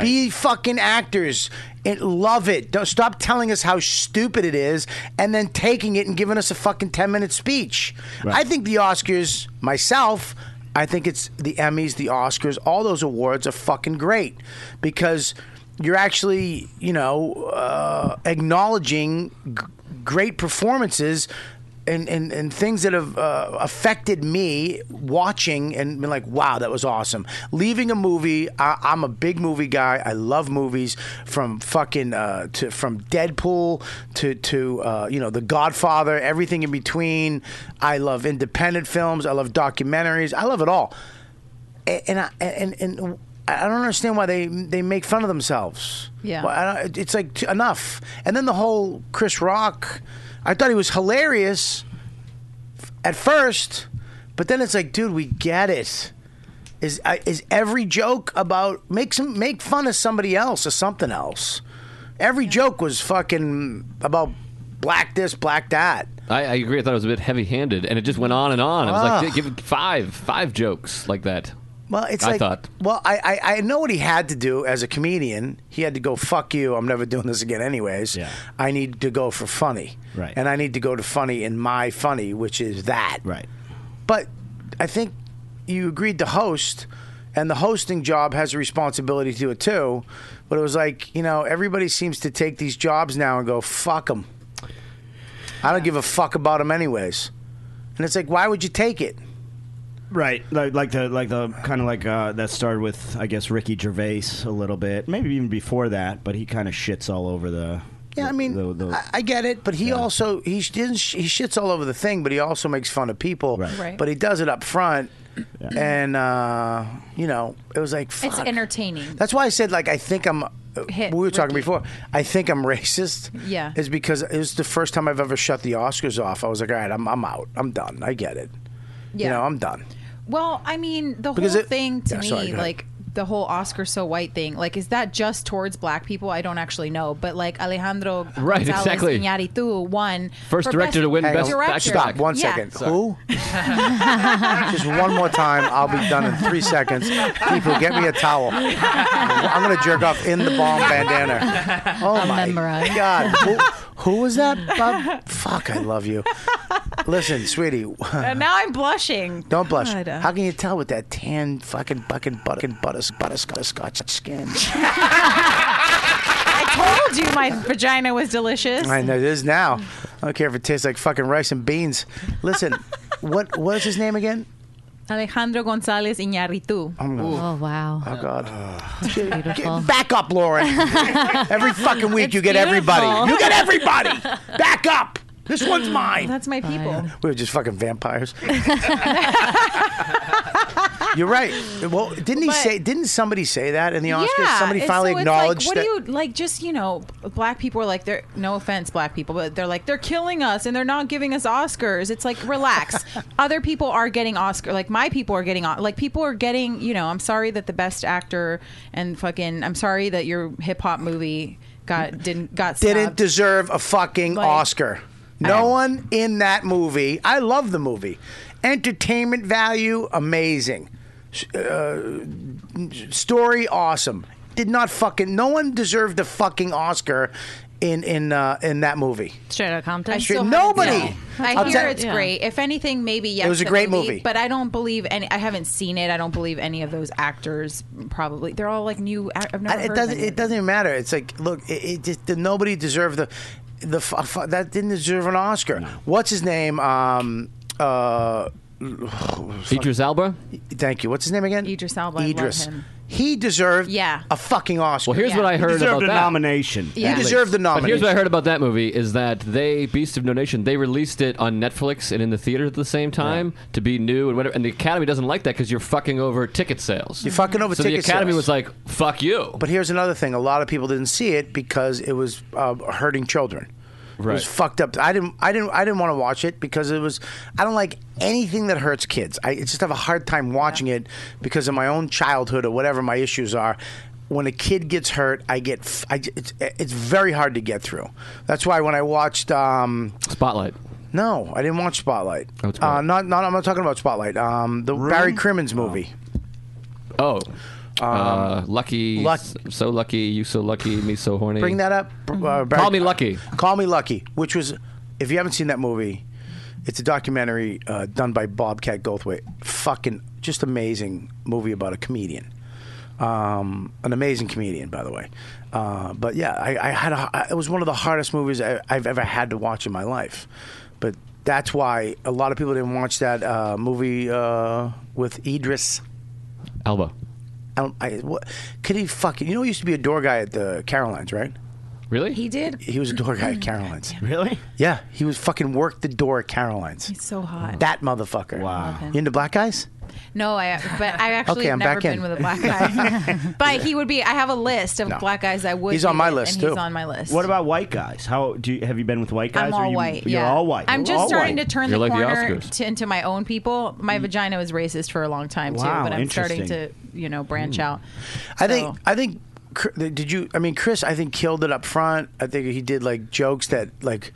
S3: Be fucking actors. And love it. Don't stop telling us how stupid it is, and then taking it and giving us a fucking ten minute speech. I think the Oscars, myself, I think it's the Emmys, the Oscars, all those awards are fucking great because you're actually, you know, uh, acknowledging g- great performances and, and, and things that have uh, affected me watching and been like, wow, that was awesome. Leaving a movie, I, I'm a big movie guy. I love movies from fucking uh, to from Deadpool to to uh, you know The Godfather, everything in between. I love independent films. I love documentaries. I love it all. A- And I, and and I don't understand why they they make fun of themselves.
S7: Yeah.
S3: Well, I don't, it's like t- enough. And then the whole Chris Rock, I thought he was hilarious f- at first, but then it's like, dude, we get it. Is I is every joke about make some make fun of somebody else or something else? Every joke was fucking about black this, black that.
S9: I, I agree. I thought it was a bit heavy-handed, and it just went on and on. I was
S3: Ugh.
S9: like, "Dude, give it five, five jokes like that.
S3: Ah. Well, it's
S9: I
S3: like
S9: thought.
S3: well, I, I I know what he had to do as a comedian. He had to go fuck you. I'm never doing this again, anyways. Yeah. I need to go for funny,
S10: Right.
S3: And I need to go to funny in my funny, which is that, right? But I think you agreed to host, and the hosting job has a responsibility to do it too. But it was like you know everybody seems to take these jobs now and go fuck them. I don't give a fuck about them anyways, and it's like why would you take it?
S10: Right, like, like the like the kind of like uh, that started with I guess Ricky Gervais a little bit, maybe even before that, but he kind of shits all over the.
S3: Yeah, I mean,
S10: the, the,
S3: I, I get it, but he also he sh- didn't sh- he shits all over the thing, but he also makes fun of people.
S7: Right.
S3: But he does it up front, and uh, you know, it was like
S7: It's
S3: fuck.
S7: entertaining.
S3: That's why I said like I think I'm.
S7: Hit
S3: we were talking before. I think I'm racist.
S7: Yeah.
S3: is because it was the first time I've ever shut the Oscars off. I was like, all right, I'm I'm out. I'm done. I get it.
S7: Yeah.
S3: You know, I'm done.
S7: Well, I mean, the
S3: Because
S7: whole
S3: it-
S7: thing to
S3: Yeah,
S7: me,
S3: sorry, go ahead.
S7: like the whole Oscar so white thing, like is that just towards black people? I don't actually know, but
S3: <laughs>
S7: like Alejandro
S9: Right,
S7: González
S9: exactly.
S7: Iñárritu won
S9: First
S7: for
S9: director to win
S3: Hang
S9: best
S3: on.
S9: back
S3: Stop one second. Who? Just one more time. I'll be done in three seconds. People, get me a towel. I'm gonna jerk off in the bomb <laughs> bandana. Oh my god! Who, who was that? Bob? Fuck! I love you. Listen, sweetie.
S7: And now I'm blushing.
S3: Don't blush.
S7: God.
S3: How can you tell with that tan fucking fucking butter butter butterscotch skin?
S7: I told you my <laughs> vagina was delicious.
S3: I know it is now. I don't care if it tastes like fucking rice and beans. Listen, what what is his name again?
S7: Alejandro González Iñárritu.
S3: Oh
S11: wow.
S3: Oh god.
S11: Beautiful.
S3: Back up,
S7: <laughs>
S3: Lauren. Every fucking week you get everybody. You get everybody.
S7: <laughs>
S3: Back up. This one's mine.
S7: That's my people.
S3: We were just fucking
S7: <laughs>
S3: vampires. You're right. Well, didn't he say? Didn't somebody say that in the Oscars?
S7: Yeah,
S3: somebody
S7: and
S3: finally
S7: so it's
S3: acknowledged
S7: Like, what
S3: that.
S7: do you like? Just you know, black people are like they're no offense, black people, but they're like they're killing us and they're not giving us Oscars. It's like
S3: <laughs>
S7: relax. Other people are getting Oscar. Like my people are getting like people are getting. You know, I'm sorry that the best actor and fucking. I'm sorry that your hip hop movie got didn't got
S3: didn't
S7: snubbed.
S3: deserve a fucking
S7: Like,
S3: Oscar. No one in that movie. I love the movie. Entertainment value, amazing. S- Uh, story, awesome. Did not fucking. No one deserved a fucking Oscar in in uh, in that movie.
S11: Straight out of Compton.
S3: Straight- nobody.
S7: I
S3: I'll
S7: hear
S3: tell-
S7: it's great. If anything, maybe yes.
S3: It was a
S7: the
S3: great movie.
S7: but I don't believe any. I haven't seen it. I don't believe any of those actors. Probably they're all like new. I- I've never.
S3: I-
S7: heard
S3: it
S7: of
S3: doesn't.
S7: any of
S3: It doesn't even matter. It's like, look, it, it just the, nobody deserved the, the fu- fu- that didn't deserve an Oscar. What's his name? Um, uh,
S9: Idris Elba.
S3: Thank you. What's his name again?
S7: Idris Elba. I love
S3: Idris.
S7: him.
S3: He deserved
S7: Yeah.
S3: a fucking Oscar.
S9: Well, here's what I heard
S3: He
S9: about that.
S3: deserved the
S9: But
S3: nomination.
S9: here's what I heard about that movie is that they Beast of No Nation they released it on Netflix and in the theater at the same time to be new and whatever. And the Academy doesn't like that because you're fucking over ticket sales.
S3: You're fucking over
S9: so
S3: ticket
S9: the Academy
S3: sales.
S9: was like, "Fuck you."
S3: But here's another thing: a lot of people didn't see it because it was uh, hurting children. It
S9: Right.
S3: was fucked up. I didn't. I didn't. I didn't want to watch it because it was. I don't like anything that hurts kids. I just have a hard time watching it because of my own childhood or whatever my issues are. When a kid gets hurt, I get. f- I, j- it's, it's very hard to get through. That's why when I watched um,
S9: Spotlight.
S3: No, I didn't watch Spotlight.
S9: Oh,
S3: uh, not, not. I'm not talking about Spotlight. Um, the Barry Crimmins movie.
S9: Oh. uh, lucky,
S3: Um, Luck-
S9: so lucky, you so lucky, me so horny.
S3: Bring that up. Uh, Barry-
S9: Mm-hmm. Call me lucky.
S3: Call Me Lucky, which was, if you haven't seen that movie, it's a documentary uh, done by Bobcat Goldthwait. Fucking just amazing movie about a comedian. Um, an amazing comedian, by the way. Uh, but yeah, I, I had a, I- it was one of the hardest movies I, I've ever had to watch in my life. But that's why a lot of people didn't watch that uh, movie uh, with Idris
S9: Elba.
S3: I don't. I, what, could he fucking? You know, he used to be a door guy at the Carolines, right?
S9: Really? He
S7: did.
S3: He was a door guy at Carolines.
S10: Really?
S3: Mm-hmm. Yeah, he was fucking worked the door at Carolines. He's
S7: so hot.
S3: That motherfucker. Wow. You into black guys?
S7: No, I but
S3: <laughs>
S7: I actually
S3: Okay,
S7: have
S3: I'm
S7: never
S3: back
S7: been
S3: in.
S7: with
S3: <laughs>
S7: a black guy. but he would be. I have a list of black guys I would.
S10: He's on
S7: be
S10: my
S7: with,
S10: list
S7: and
S10: too.
S7: He's on my list.
S10: What about white guys? How do you, have you been with white guys?
S7: I'm
S10: or
S7: all
S10: you,
S7: white.
S10: You're
S7: yeah.
S10: all white.
S7: I'm
S10: You're
S7: just
S10: all
S7: starting
S10: white. Mm.
S7: to turn the corner to, into my own people. My vagina was racist for a long time
S3: Wow,
S7: too, but I'm starting to
S3: interesting.
S7: you know branch
S10: Mm.
S7: out.
S3: I think. I think. Cr- Did you? I mean, Chris. I think killed it up front. I think he did like jokes that like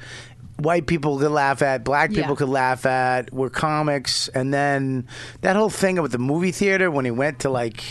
S3: white people could laugh at, black people
S7: Yeah.
S3: could laugh at. Were comics, and then that whole thing with the movie theater when he went to like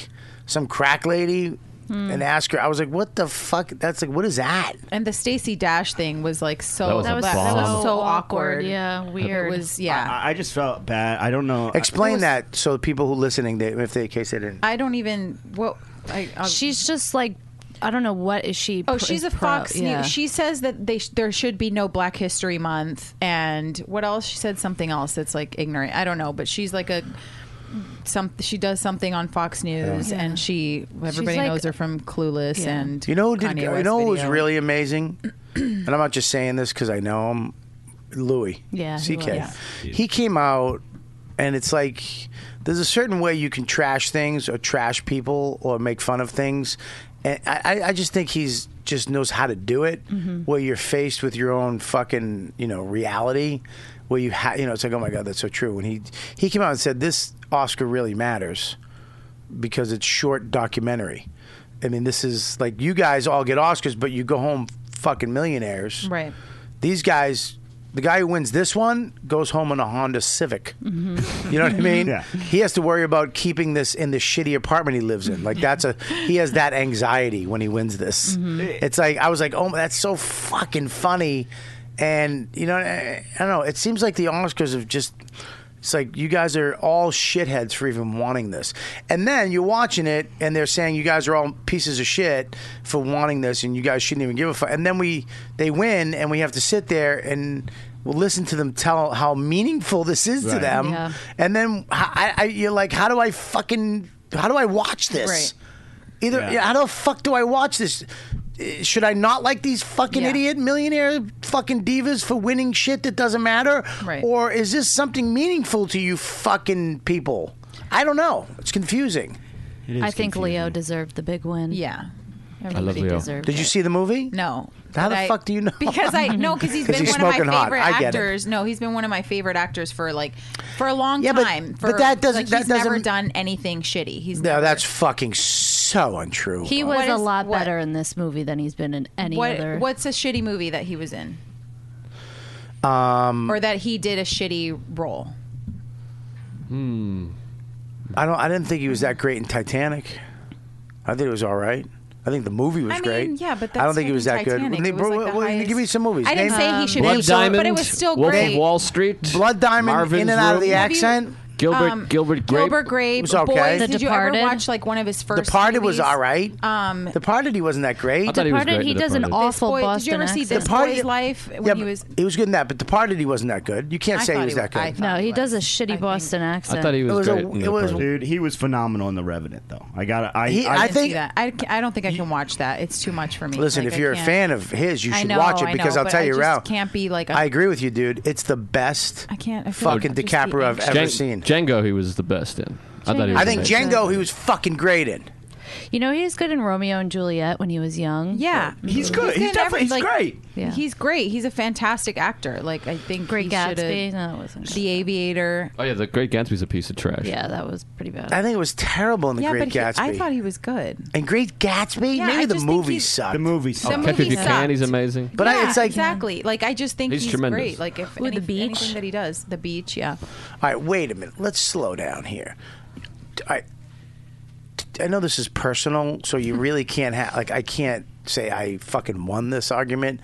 S3: some crack lady
S7: Hmm.
S3: and asked her. I was like, what the fuck? That's like, what is that?
S7: And the Stacey Dash thing was like so
S3: That was a
S7: that was, that was
S3: bomb.
S7: so
S11: Awkward,
S7: awkward.
S11: yeah,
S7: weird. It was yeah.
S10: I, I just felt bad. I don't know.
S3: Explain that so people who listening, they, if they in case they didn't.
S7: I don't even what. I,
S11: she's just like I don't know what is she.
S7: Oh,
S11: pro-
S7: she's a
S11: is pro-
S7: Fox
S11: yeah.
S7: News. She says that they sh- there should be no Black History Month, and what else? She said something else that's like ignorant. I don't know, but she's like a some. She does something on Fox News,
S11: Yeah.
S7: and she everybody
S11: like-
S7: knows her from Clueless
S11: Yeah.
S7: and
S3: You know, who did,
S7: Kanye
S3: you
S7: West
S3: know, what was
S7: video.
S3: really
S7: <clears throat>
S3: amazing, and I'm not just saying this because I know him. Louis,
S7: Yeah, he
S3: CK,
S7: was.
S3: he came out, and it's like there's a certain way you can trash things or trash people or make fun of things, and I, I- I just think he's just knows how to do it.
S7: Mm-hmm.
S13: Mhm.
S3: Where you're faced with your own fucking you know reality, where you ha- you know it's like oh my god that's so true. When he he came out and said this Oscar really matters because it's short documentary. I mean, this is like you guys all get Oscars, but you go home fucking millionaires.
S7: Right.
S3: These guys, the guy who wins this one goes home in a Honda Civic. You know what I mean?
S10: Yeah.
S3: He has to worry about keeping this in the shitty apartment he lives in. Like that's a he has that anxiety when he wins this. It's like I was like, oh, that's so fucking funny, and you know, I I don't know. It seems like the Oscars have just. It's like you guys are all shitheads for even wanting this. And then you're watching it and they're saying you guys are all pieces of shit for wanting this and you guys shouldn't even give a fuck. And then we they win and we have to sit there and we'll listen to them tell how meaningful this is to
S13: Right.
S3: them.
S13: Yeah.
S3: And then I, I, you're like, how do I fucking, how do I watch this?
S13: Right.
S3: Either,
S13: Yeah.
S3: yeah, how the fuck do I watch this? Eh, Should I not like these fucking
S13: Yeah.
S3: idiot millionaire fucking divas for winning shit that doesn't matter?
S7: Right.
S3: Or is this something meaningful to you fucking people? I don't know. It's confusing.
S11: I think Leo deserved the big win. Yeah, everybody Deserved
S3: Did you
S11: it.
S3: see the movie?
S7: No.
S3: How the
S7: But I-
S3: fuck do you know?
S7: Because I no, because
S3: <laughs>
S7: he's
S3: 'Cause
S7: been
S3: he's
S7: one of my
S3: smoking
S7: favorite
S3: hot. I get it.
S7: actors. No, he's been one of my favorite actors for like for a long
S3: but-
S7: time.
S3: but
S7: for,
S3: that doesn't-
S7: like,
S3: that
S7: he's never
S3: doesn't-
S7: done anything shitty. He's
S3: No, that's fucking so untrue.
S11: He
S7: What
S11: was a
S7: is-
S11: lot better in this movie than he's been in any
S7: what,
S11: other.
S7: What's a shitty movie that he was in,
S3: Um,
S7: or that he did a shitty role?
S3: Hmm. I don't. I didn't think he was that great in Titanic. I think it was all right. I think the movie was
S7: I mean,
S3: great.
S7: yeah, but
S3: I
S7: that's
S3: don't think he was that
S7: fucking Titanic.
S3: good.
S7: It was, like, the
S3: well,
S7: highest-
S3: give me some movies.
S7: I didn't
S3: Name-
S7: say he should
S9: Blood
S7: be,
S9: Diamond,
S7: but it was still
S9: Wolf
S7: great.
S9: of Wall Street,
S3: Blood Diamond,
S9: Marvin's
S3: in and out of
S9: Room.
S3: the accent.
S9: Gilbert- Gilbert Grape
S7: Um, Gilbert Grape.
S3: was okay.
S7: Boys, did you ever watch like one of his
S3: The
S7: first?
S3: Parted was
S7: movies?
S3: all right.
S7: Um,
S3: The Parted, he wasn't that great.
S7: I thought he was Departed, great in he The does an Parted. awful
S3: This
S7: Did you ever see this
S3: Departed-
S7: boy's life when
S3: yeah,
S7: he
S3: but
S7: was?
S3: He was good in that, but Departed, he wasn't that good. You can't say he was that good.
S11: no, he does a shitty Boston accent.
S10: dude. He was phenomenal in The Revenant, though. I got. to I,
S7: He-
S10: I,
S7: I didn't see that. I, ca- I don't think I can watch that. It's too much for me.
S3: Listen,
S7: Like,
S3: if
S7: I
S3: you're a
S7: can't.
S3: fan of his, you
S7: I
S3: should
S7: know,
S3: watch it
S7: I
S3: because
S7: know,
S3: I'll
S7: but
S3: tell
S7: I
S3: you
S7: just
S3: now.
S7: Can't be like a-
S3: I agree with you, dude. It's the best. I
S7: can't. I feel like
S3: fucking
S7: I'd just be
S3: DiCaprio I've ever
S9: Djan-
S3: seen.
S9: Django, he was the best in. I thought he was
S3: I think
S9: amazing.
S3: Django, he was fucking great in.
S11: You know, he was good in Romeo and Juliet when he was young.
S7: Yeah,
S11: he's
S7: in every- like, He's great. He's a fantastic actor. Like I think Great
S11: Gatsby?
S7: The Aviator.
S9: Oh yeah, the Great Gatsby's a piece of trash.
S11: Yeah, that was pretty bad.
S3: I think it was terrible in The
S7: yeah,
S3: Great
S7: but he-
S3: Gatsby.
S7: I thought he was good.
S3: and Great Gatsby,
S7: Yeah,
S3: maybe
S7: I
S3: the
S7: just think
S3: movie
S7: he's-
S3: sucked.
S10: The movie
S9: Oh,
S7: Some
S9: Pepe
S7: movies
S9: Buchanan,
S7: sucked.
S9: he's amazing.
S3: But I-
S7: Yeah,
S3: it's like-
S7: exactly. Like I just think
S3: He's
S7: he's,
S3: tremendous.
S7: great. Like if
S11: With the
S7: any-
S11: beach?
S7: anything that he does, the beach. Yeah.
S3: All right, wait a minute. Let's slow down here. I I know this is personal, so
S7: Mm-hmm.
S3: you really can't have like I can't say I fucking won this argument.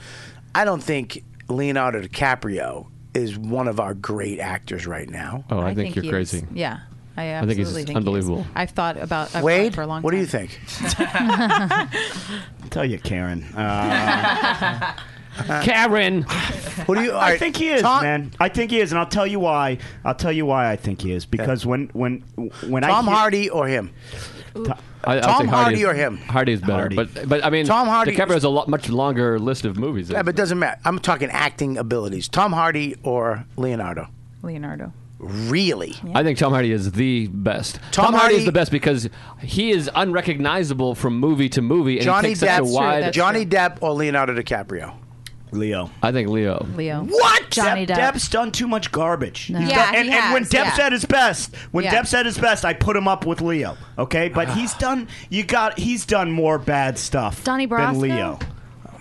S3: I don't think Leonardo DiCaprio is one of our great actors right now.
S9: Oh, I, think,
S7: he
S9: you're
S7: is.
S9: crazy.
S7: Yeah. I
S9: I think
S7: absolutely
S9: he's
S7: think
S9: unbelievable.
S7: He is. I've thought about I've
S3: Wade,
S7: thought for a long
S3: what do you
S7: time.
S3: think?
S10: tell you, Karen. Uh,
S9: <sighs> Karen.
S3: What
S7: <laughs>
S3: do you?
S10: I think he is, man. I think he is, and I'll tell you why. I'll tell you why I think he is because when when when I
S3: Tom
S10: hear-
S3: Hardy or him?
S9: I, I would
S3: Tom
S9: say
S3: Hardy
S9: is-
S3: or him?
S9: Hardy is better,
S3: Hardy.
S9: but but I mean,
S3: Tom Hardy-
S9: DiCaprio has a lot much longer list of movies.
S3: Yeah, but it doesn't matter. I'm talking acting abilities. Tom Hardy or Leonardo?
S7: Leonardo.
S3: Really?
S9: I think Tom Hardy is the best.
S3: Tom
S9: Tom, Hardy
S3: Hardy-
S9: is the best because he is unrecognizable from movie to movie, and
S3: Johnny
S9: he takes such a
S3: Depp,
S9: wide.
S3: Johnny Depp or Leonardo DiCaprio?
S10: Leo.
S9: I think Leo.
S7: Leo.
S10: What?
S11: Johnny
S10: Depp,
S11: Depp.
S10: Depp's done too much garbage. He's
S11: Yeah,
S10: done- and,
S11: he
S10: and when
S11: has,
S10: Depp's
S11: yeah.
S10: at his best, when
S11: Yeah.
S10: Depp's at his best, I put him up with Leo. Okay,
S3: <sighs>
S10: but he's done. You got. He's done more bad stuff.
S11: Donnie
S10: than
S11: Brasco?
S10: Leo.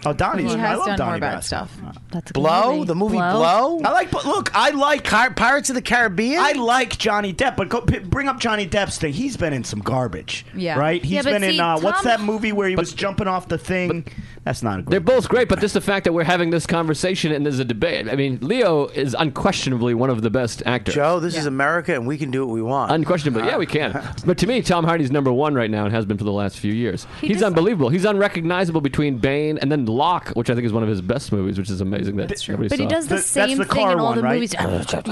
S10: Oh, Donnie's.
S11: He
S10: I
S11: has
S10: love
S11: done
S10: Donnie
S11: more bad
S10: Brasco.
S11: stuff. That's a good
S3: Blow? The movie Blow?
S9: Oh.
S10: I like. but Look, I like
S3: Pirates of the Caribbean.
S10: I like Johnny Depp, but go, p- bring up Johnny Depp's thing. He's been in some garbage.
S11: Yeah.
S10: Right.
S11: Yeah,
S10: He's
S11: but
S10: been in
S11: see,
S10: uh, what's
S11: Tom-
S10: that movie where he was jumping off the thing? That's not a good.
S9: They're both great, but just the fact that we're having this conversation and there's a debate. I mean, Leo is unquestionably one of the best actors.
S3: Joe, this is America, and we can do what we want.
S9: Unquestionably, yeah,
S10: <laughs>
S9: we can. But to me, Tom Hardy's number one right now and has been for the last few years. He's unbelievable. He's unrecognizable between Bane and then Locke, which I think is one of his best movies, which is amazing. That That's
S11: But
S10: <laughs>
S11: he does the same thing in all
S7: <laughs>
S11: the movies.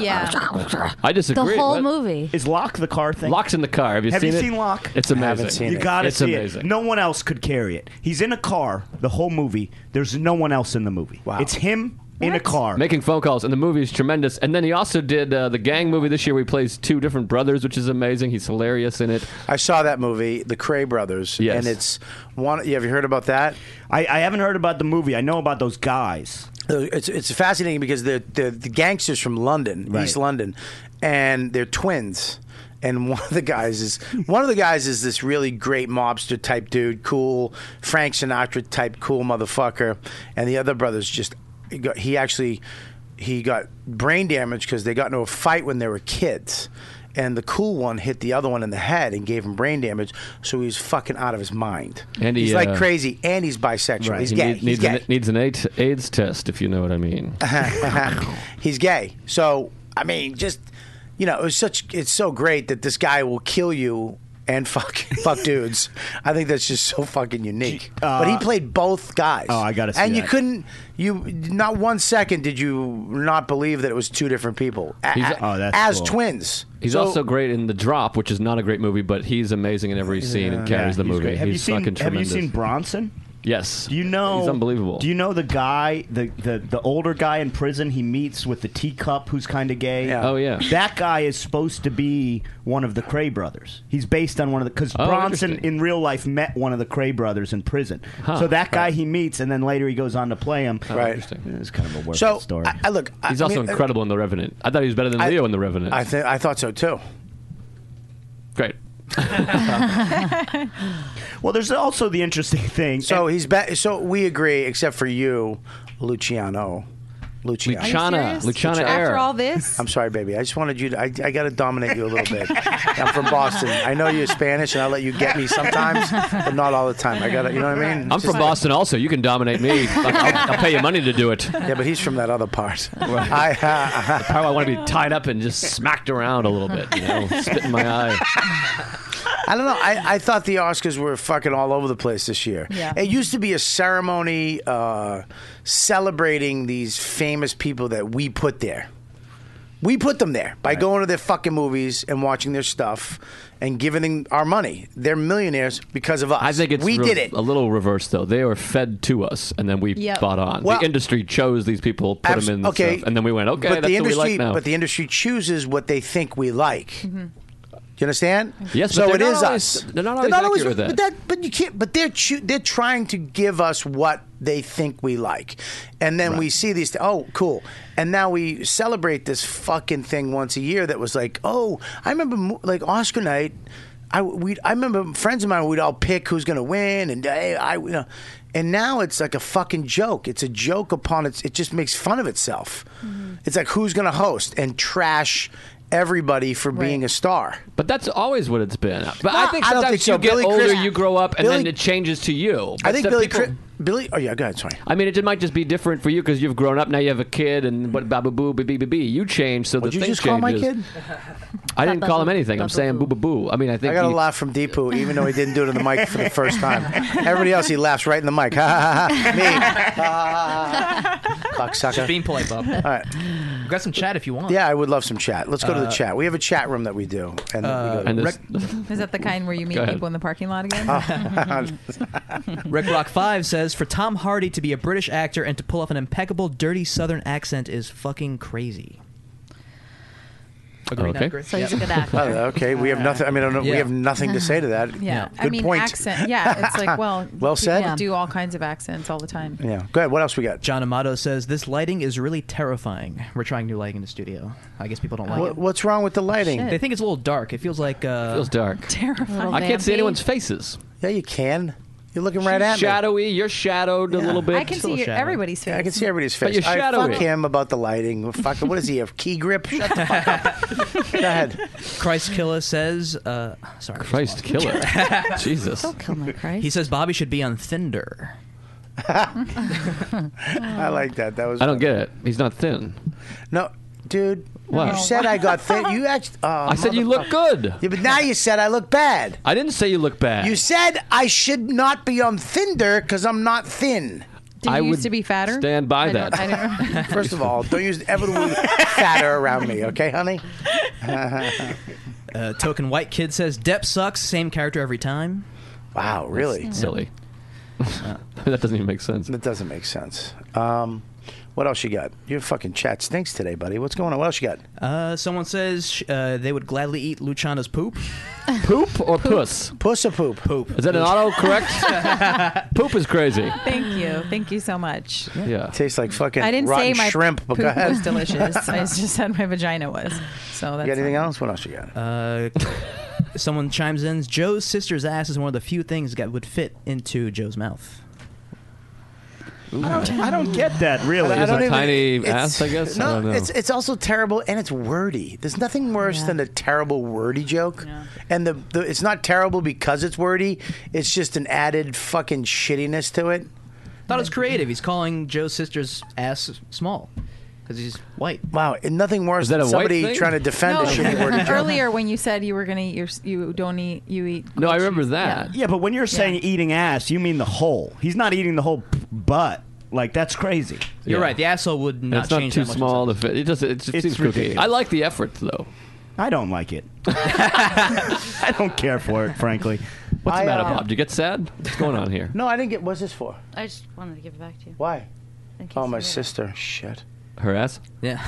S9: yeah. I
S11: The
S9: disagree.
S11: whole
S9: What?
S11: movie.
S10: Is Locke the car thing?
S9: Locke's in the car. Have you
S10: Have
S9: seen
S10: you
S9: it?
S10: seen Locke?
S9: It's
S10: I
S9: amazing.
S10: haven't seen You gotta
S9: it's
S10: see
S9: amazing.
S10: it. No one else could carry it. He's in a car the whole movie. There's no one else in the movie. Wow. It's him in a car.
S9: Making phone calls, and the movie is tremendous. And then he also did uh, the gang movie this year where he plays two different brothers, which is amazing. He's hilarious in it.
S3: I saw that movie, The Cray Brothers,
S9: Yes.
S3: and it's one. yeah, Have you heard about that?
S10: I, I haven't heard about the movie. I know about those guys.
S3: It's it's fascinating because the the, the gangsters from London, East London, and they're twins. And <laughs> one of the guys is one of the guys is this really great mobster type dude, cool Frank Sinatra type cool motherfucker, and the other brother's just he got- he actually he got brain damage because they got into a fight when they were kids. And the cool one hit the other one in the head and gave him brain damage, so he's fucking out of his mind.
S9: And he,
S3: he's like
S9: uh,
S3: crazy, and he's bisexual. He's
S9: He
S3: gay.
S9: need-
S3: he's
S9: needs,
S3: gay.
S9: An, needs an AIDS, AIDS test, if you know what I mean.
S10: <laughs>
S3: <laughs> he's gay. So I mean, just you know, it was such. It's so great that this guy will kill you and fuck <laughs> fuck dudes. I think that's just so fucking unique. but he played both guys.
S10: uh, Oh, I gotta see
S3: And you
S10: that.
S3: couldn't. You not one second did you not believe that it was two different people a-
S9: He's-
S3: a-
S9: oh, that's
S3: as
S9: cool.
S3: twins.
S9: He's
S3: So-
S9: also great in The Drop, which is not a great movie, but he's amazing in every scene and carries the
S10: he's
S9: movie.
S10: great. Have
S9: he's
S10: you seen,
S9: fucking
S10: Have you
S9: tremendous.
S10: seen Bronson?
S9: Yes.
S10: Do you know?
S9: He's unbelievable.
S10: Do you know the guy, the, the, the older guy in prison he meets with the teacup who's kind of gay?
S9: Oh, yeah.
S10: That guy is supposed to be one of the Cray brothers. He's based on one of the. Because
S9: Oh,
S10: Bronson
S9: interesting.
S10: in real life met one of the Cray brothers in prison.
S9: Huh.
S10: So that guy he meets, and then later he goes on to play him.
S9: Oh, Right. interesting.
S10: It's kind of a worthless
S3: So
S10: story.
S3: I, I look. I-
S9: he's
S3: I
S9: also
S3: mean,
S9: incredible in The Revenant. I thought he was better than
S3: I-
S9: Leo in The Revenant.
S3: I th- I thought so too.
S9: great.
S10: well, there's also the interesting <laughs> thing.
S3: So he's back. So we agree, except for you, Luciano. Luciana.
S9: Luciana. Are you serious? Luciana
S7: After all this?
S3: I'm sorry, baby. I just wanted you to. I, I got to dominate you a little bit. I'm from Boston. I know you're Spanish, and I let you get me sometimes, but not all the time. I got to. You know what I mean?
S9: I'm from Boston, also. You can dominate me.
S7: <laughs>
S9: Like, I'll, I'll pay you money to do it.
S3: Yeah, but he's from that other part.
S9: I, uh, I want to be tied up and just smacked around a little bit. You know, spit in my eye.
S3: <laughs> I don't know. I, I thought the Oscars were fucking all over the place this year.
S13: Yeah.
S3: It used to be a ceremony uh, celebrating these famous people that we put there. We put them there by going to their fucking movies and watching their stuff and giving them our money. They're millionaires because of us.
S9: I think it's
S3: we
S9: re-
S3: did it.
S9: a little reverse though. They were fed to us, and then we
S3: Yep.
S9: bought on.
S3: Well-
S9: the industry chose these people, put
S3: Abs-
S9: them in, the
S3: okay.
S9: stuff, and then we went, okay,
S3: but
S9: that's
S3: the
S9: what we
S3: industry,
S9: like now.
S3: but the industry chooses what they think we like. You understand?
S9: Yes,
S3: So
S9: but
S3: it
S9: they're not
S3: is
S9: always-
S3: us.
S9: they're not always accurate with
S3: But
S9: that.
S3: that, but you can't. But they're choo- they're trying to give us what they think we like, and then we see these. Oh, cool! And now we celebrate this fucking thing once a year. That was like, oh, I remember mo- like Oscar night. I we I remember friends of mine. We'd all pick who's gonna win, and hey, I you know. And now it's like a fucking joke. It's a joke upon its. It just makes fun of itself. It's like who's gonna host and trash everybody for being a star.
S9: But that's always what it's been. But I
S3: Well,
S9: think
S3: I don't
S9: sometimes
S3: think so.
S9: you get
S3: Billy
S9: older,
S3: Crystal-
S9: you grow up, and
S3: Billy-
S9: then it changes to you.
S3: I think
S9: Except
S3: Billy.
S9: people-
S3: Cri- Billy. Oh yeah, go ahead. Sorry.
S9: I mean, it might just be different for you because you've grown up now. You have a kid, and what ba ba boo ba bee ba bee. You change, so
S3: Would
S9: the
S3: you
S9: thing
S3: just call my
S9: changes.
S3: kid?
S9: I didn't call him anything. I'm
S3: Ba-ba-boo.
S9: saying boo ba boo. I mean, I think
S3: I got a
S9: he-
S3: laugh from Deepu, even though he didn't do it in the mic for the first time. <laughs> Everybody else, he laughs right in the mic. <laughs> Ha ha ha ha. Me. <laughs> Cocksucker.
S5: Just being polite, Bob. All
S3: right.
S5: We've got some chat if you want.
S3: Yeah, I would love some chat. Let's go to the
S5: Uh,
S3: chat. We have a chat room that we do. And,
S5: Uh,
S3: we go to-
S5: and this-
S9: <laughs>
S7: Is that the kind where you meet
S5: Go ahead.
S7: people in the parking
S3: <laughs>
S7: lot again?
S5: Rick Rock Five says for Tom Hardy to be a British actor and to pull off an impeccable, dirty Southern accent is fucking crazy. Agree, not agree? Yep.
S3: Oh,
S7: <laughs>
S3: okay, we have nothing. I mean, I don't know, we
S5: Yeah.
S3: have nothing to say to that.
S7: Yeah.
S3: Good
S7: I mean,
S3: point.
S7: accent. Yeah. It's like, well,
S3: <laughs> Well
S7: people
S3: said.
S7: do all kinds of accents all the time.
S3: Yeah. Go ahead. What else we got?
S5: John Amato says this lighting is really terrifying. We're trying new lighting in the studio. I guess people don't like
S3: What- what's wrong with the lighting?
S5: it. They think it's a little dark. It feels like uh,
S9: feels dark.
S5: Terrifying.
S9: I can't see anyone's faces.
S3: Yeah, you can. You're looking right at me.
S9: Shadowy. You're shadowed a little bit.
S7: I can see your, everybody's face.
S3: I can see everybody's face.
S9: But you're
S3: All right,
S9: shadowy.
S3: fuck him about the lighting. Fuck. What is he? A key grip? Shut the fuck up. <laughs> Go ahead.
S5: Christ Killer says, uh, sorry. Christ
S9: Killer. Jesus. Don't
S5: kill my Christ. He says Bobby should be on Thinder.
S3: I like that. That was.
S9: I don't get it. He's not thin.
S3: No, dude.
S9: What?
S3: You said I got thin. <laughs> You actually. Oh,
S9: I said you look good.
S3: Yeah, but now you said I look bad.
S9: I didn't say you look bad.
S3: You said I should not be on Tinder because I'm not thin.
S7: Did you
S9: I
S7: used
S9: would
S7: to be fatter?
S9: stand by
S7: I don't-
S9: that.
S7: I don't know.
S3: First of all, don't use ever the word fatter around me, okay, honey?
S5: Uh, token White Kid says Depp sucks. Same character every time.
S3: Wow, really?
S5: That's
S9: <laughs> silly. that doesn't even make sense.
S3: That doesn't make sense. Um, what else you got? Your fucking chat stinks today, buddy. What's going on? What else you got?
S5: Uh, someone says sh- uh, they would gladly eat Luciana's poop.
S9: Poop or puss?
S3: Puss or poop?
S5: Poop.
S9: Is that an auto correct? Poop is crazy.
S7: Thank you. Thank you so much.
S9: Yeah.
S3: Tastes like fucking
S7: I didn't say
S3: rotten
S7: my
S3: shrimp, but
S7: poop
S3: go ahead.
S7: was delicious.
S3: <laughs>
S7: I just said my vagina was. So that's
S3: you got anything else? What else you got?
S5: Uh, <laughs> someone chimes in. Joe's sister's ass is one of the few things that would fit into Joe's mouth.
S10: I don't, I don't get that really.
S9: It's a tiny
S3: it's-
S9: ass, I guess. I
S3: No,
S9: don't know.
S3: it's it's also terrible and it's wordy. There's nothing worse than a terrible wordy joke. And the, the it's not terrible because it's wordy. It's just an added fucking shittiness to it.
S5: Thought it was creative. He's calling Joe's sister's ass small because he's white.
S3: Wow, and nothing worse
S5: that
S3: than
S5: a white
S3: somebody
S5: thing?
S3: trying to defend a
S5: No.
S3: shitty
S7: <laughs>
S3: wordy joke.
S7: Earlier, when you said you were gonna eat your, you don't eat, you eat.
S9: No, I remember
S10: Yeah. but when you're saying eating ass, you mean the whole. He's not eating the whole p- butt. Like that's crazy.
S5: You're right. The asshole would
S9: And
S5: not
S9: it's not
S5: change
S9: too
S5: that much.
S9: small to fit. It just it just
S5: It's
S9: seems cookie.
S5: ridiculous.
S9: I like the effort though.
S10: I don't like it. <laughs> I don't care for it, frankly.
S9: What's
S3: I,
S9: the matter,
S3: uh,
S9: Bob? Did you get sad? What's going on here?
S3: No, I didn't get. What's this for?
S11: I just wanted to give it back to you.
S3: Why?
S11: In case
S3: Oh,
S11: you
S3: my
S11: read it.
S3: sister. Shit.
S9: Her ass.
S5: Yeah.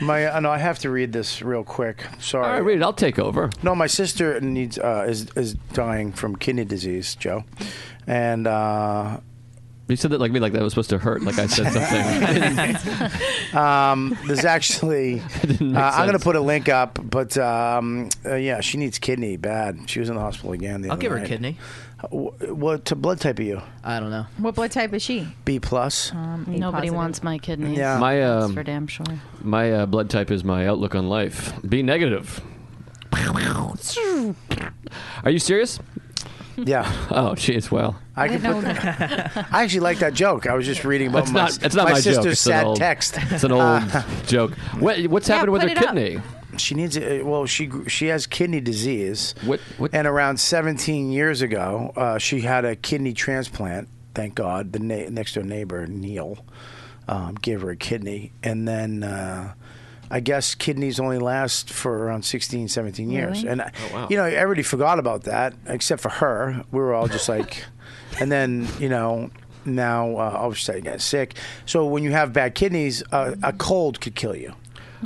S3: My, uh, no, I have to read this real quick. Sorry.
S9: All right, read it. I'll take over.
S3: No, my sister needs uh, is is dying from kidney disease, Joe, and uh,
S9: You said that like me, like that was supposed to hurt. Like I said something.
S3: um, there's actually,
S9: make
S3: uh, I'm going
S9: sense.
S3: to put a link up, but um, uh, yeah, she needs kidney bad. She was in the hospital again. The
S7: I'll
S3: other
S7: give her
S3: night.
S7: kidney.
S3: Uh, wh- What to blood type are you?
S5: I don't know.
S7: What blood type is she?
S3: B plus.
S11: Nobody wants my kidneys.
S9: Yeah. My,
S11: That's
S9: um,
S11: for damn <laughs> sure.
S9: my uh, blood type is my outlook on life. Be negative. Are you serious?
S3: Yeah.
S9: Oh, jeez. Well,
S3: I can put. I actually like that joke. I was just reading about
S9: it's
S3: my,
S9: not. It's not my,
S3: sister's
S9: joke. It's an
S3: sad
S9: old- <laughs>
S3: text.
S9: It's an
S3: <laughs>
S9: old
S3: Uh,
S9: joke. What, what's happened with her
S3: put it up.
S9: kidney?
S3: She needs it. Well, she she has kidney disease.
S9: What, what?
S3: And around 17 years ago, uh, she had a kidney transplant. Thank God. The na- next door neighbor Neil um, gave her a kidney, and then. Uh, I guess kidneys only last for around 16, 17 years.
S13: Really?
S3: And, I-
S13: Oh, wow.
S3: you know, everybody forgot about that except for her. We were all just like, and then, you know, now uh, all of a sudden you got sick. So when you have bad kidneys, uh, a cold could kill you.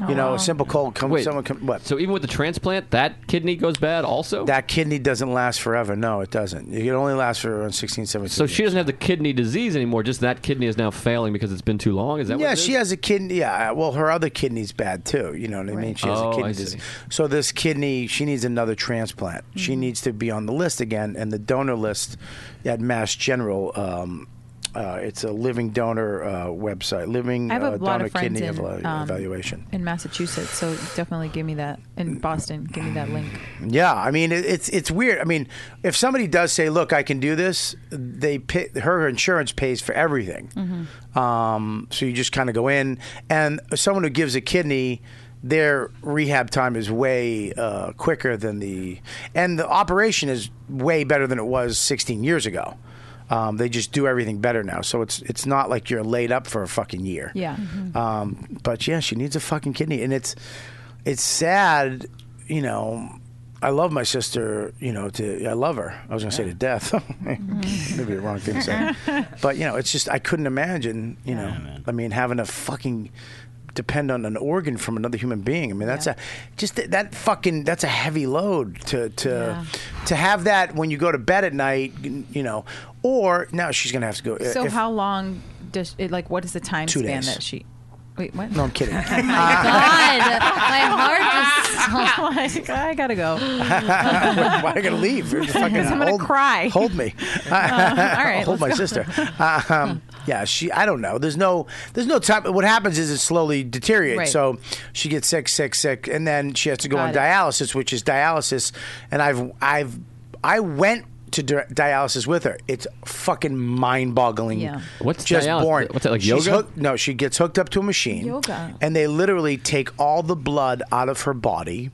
S3: You know,
S9: Oh.
S3: a simple cold. Come,
S9: Wait.
S3: someone come. What?
S9: So even with the transplant, that kidney goes bad also.
S3: That kidney doesn't last forever. No, it doesn't. It can only last for around 16, 17.
S9: So she doesn't have the kidney disease anymore. Just that kidney is now failing because it's been too long. Is that
S3: yeah,
S9: what it is?
S3: she has a kidney. Yeah, well, her other kidney's bad too. You know what I mean? She has a
S9: Oh, I
S3: kidney
S9: see.
S3: disease. So this kidney, she needs another transplant. She
S9: Mm-hmm.
S3: needs to be on the list again, and the donor list at Mass General. Um, uh, it's a living donor uh, website, living
S7: I have a
S3: uh,
S7: lot
S3: donor
S7: of friends
S3: kidney
S7: in,
S3: evalu-
S7: um,
S3: evaluation.
S7: in Massachusetts, so definitely give me that. In Boston, give me that link.
S3: Yeah, I mean it, it's it's weird. I mean, if somebody does say, "Look, I can do this," they pay, her insurance pays for everything. Um, so you just kind of go in, and someone who gives a kidney, their rehab time is way uh, quicker than the, and the operation is way better than it was 16 years ago. Um, they just do everything better now, so it's it's not like you're laid up for a fucking year.
S7: Yeah.
S3: Um, but yeah, she needs a fucking kidney, and it's it's sad. You know, I love my sister. You know, to I love her. I was gonna say to death. <laughs> Maybe the wrong thing to say. But you know, it's just I couldn't imagine. You know, I mean, having a fucking depend on an organ from another human being. I mean, that's a just th- that fucking that's a heavy load to to to have that when you go to bed at night. You know, or now she's gonna have to go.
S7: So
S3: if-
S7: how long does it? Like, what is the time
S3: Two
S7: span
S3: days.
S7: that she? Wait,
S3: <laughs>
S7: what?
S3: no, I'm kidding.
S7: God, <laughs> my <laughs> heart just. <laughs> like, I gotta
S3: <laughs>
S7: go.
S3: Why I gotta leave? You're
S7: <laughs>
S3: fucking
S7: I'm gonna
S3: hold,
S7: cry. Uh,
S3: Hold
S7: <laughs>
S3: me.
S7: all right,
S3: <laughs> hold
S7: let's
S3: my
S7: go.
S3: sister. Uh, um, yeah, she. I don't know. There's no. There's no time. What happens is it slowly deteriorates.
S13: Right.
S3: So she gets sick, sick, sick, and then she has to go
S13: Got
S3: on
S13: it.
S3: dialysis, which is dialysis. And I've, I've, I went to di- dialysis with her. It's fucking mind-boggling.
S13: Yeah.
S9: What's
S3: just
S9: dialysis?
S3: boring?
S9: What's that, like
S3: She's
S9: yoga?
S3: hooked- no, she gets hooked up to a machine.
S13: Yoga.
S3: And they literally take all the blood out of her body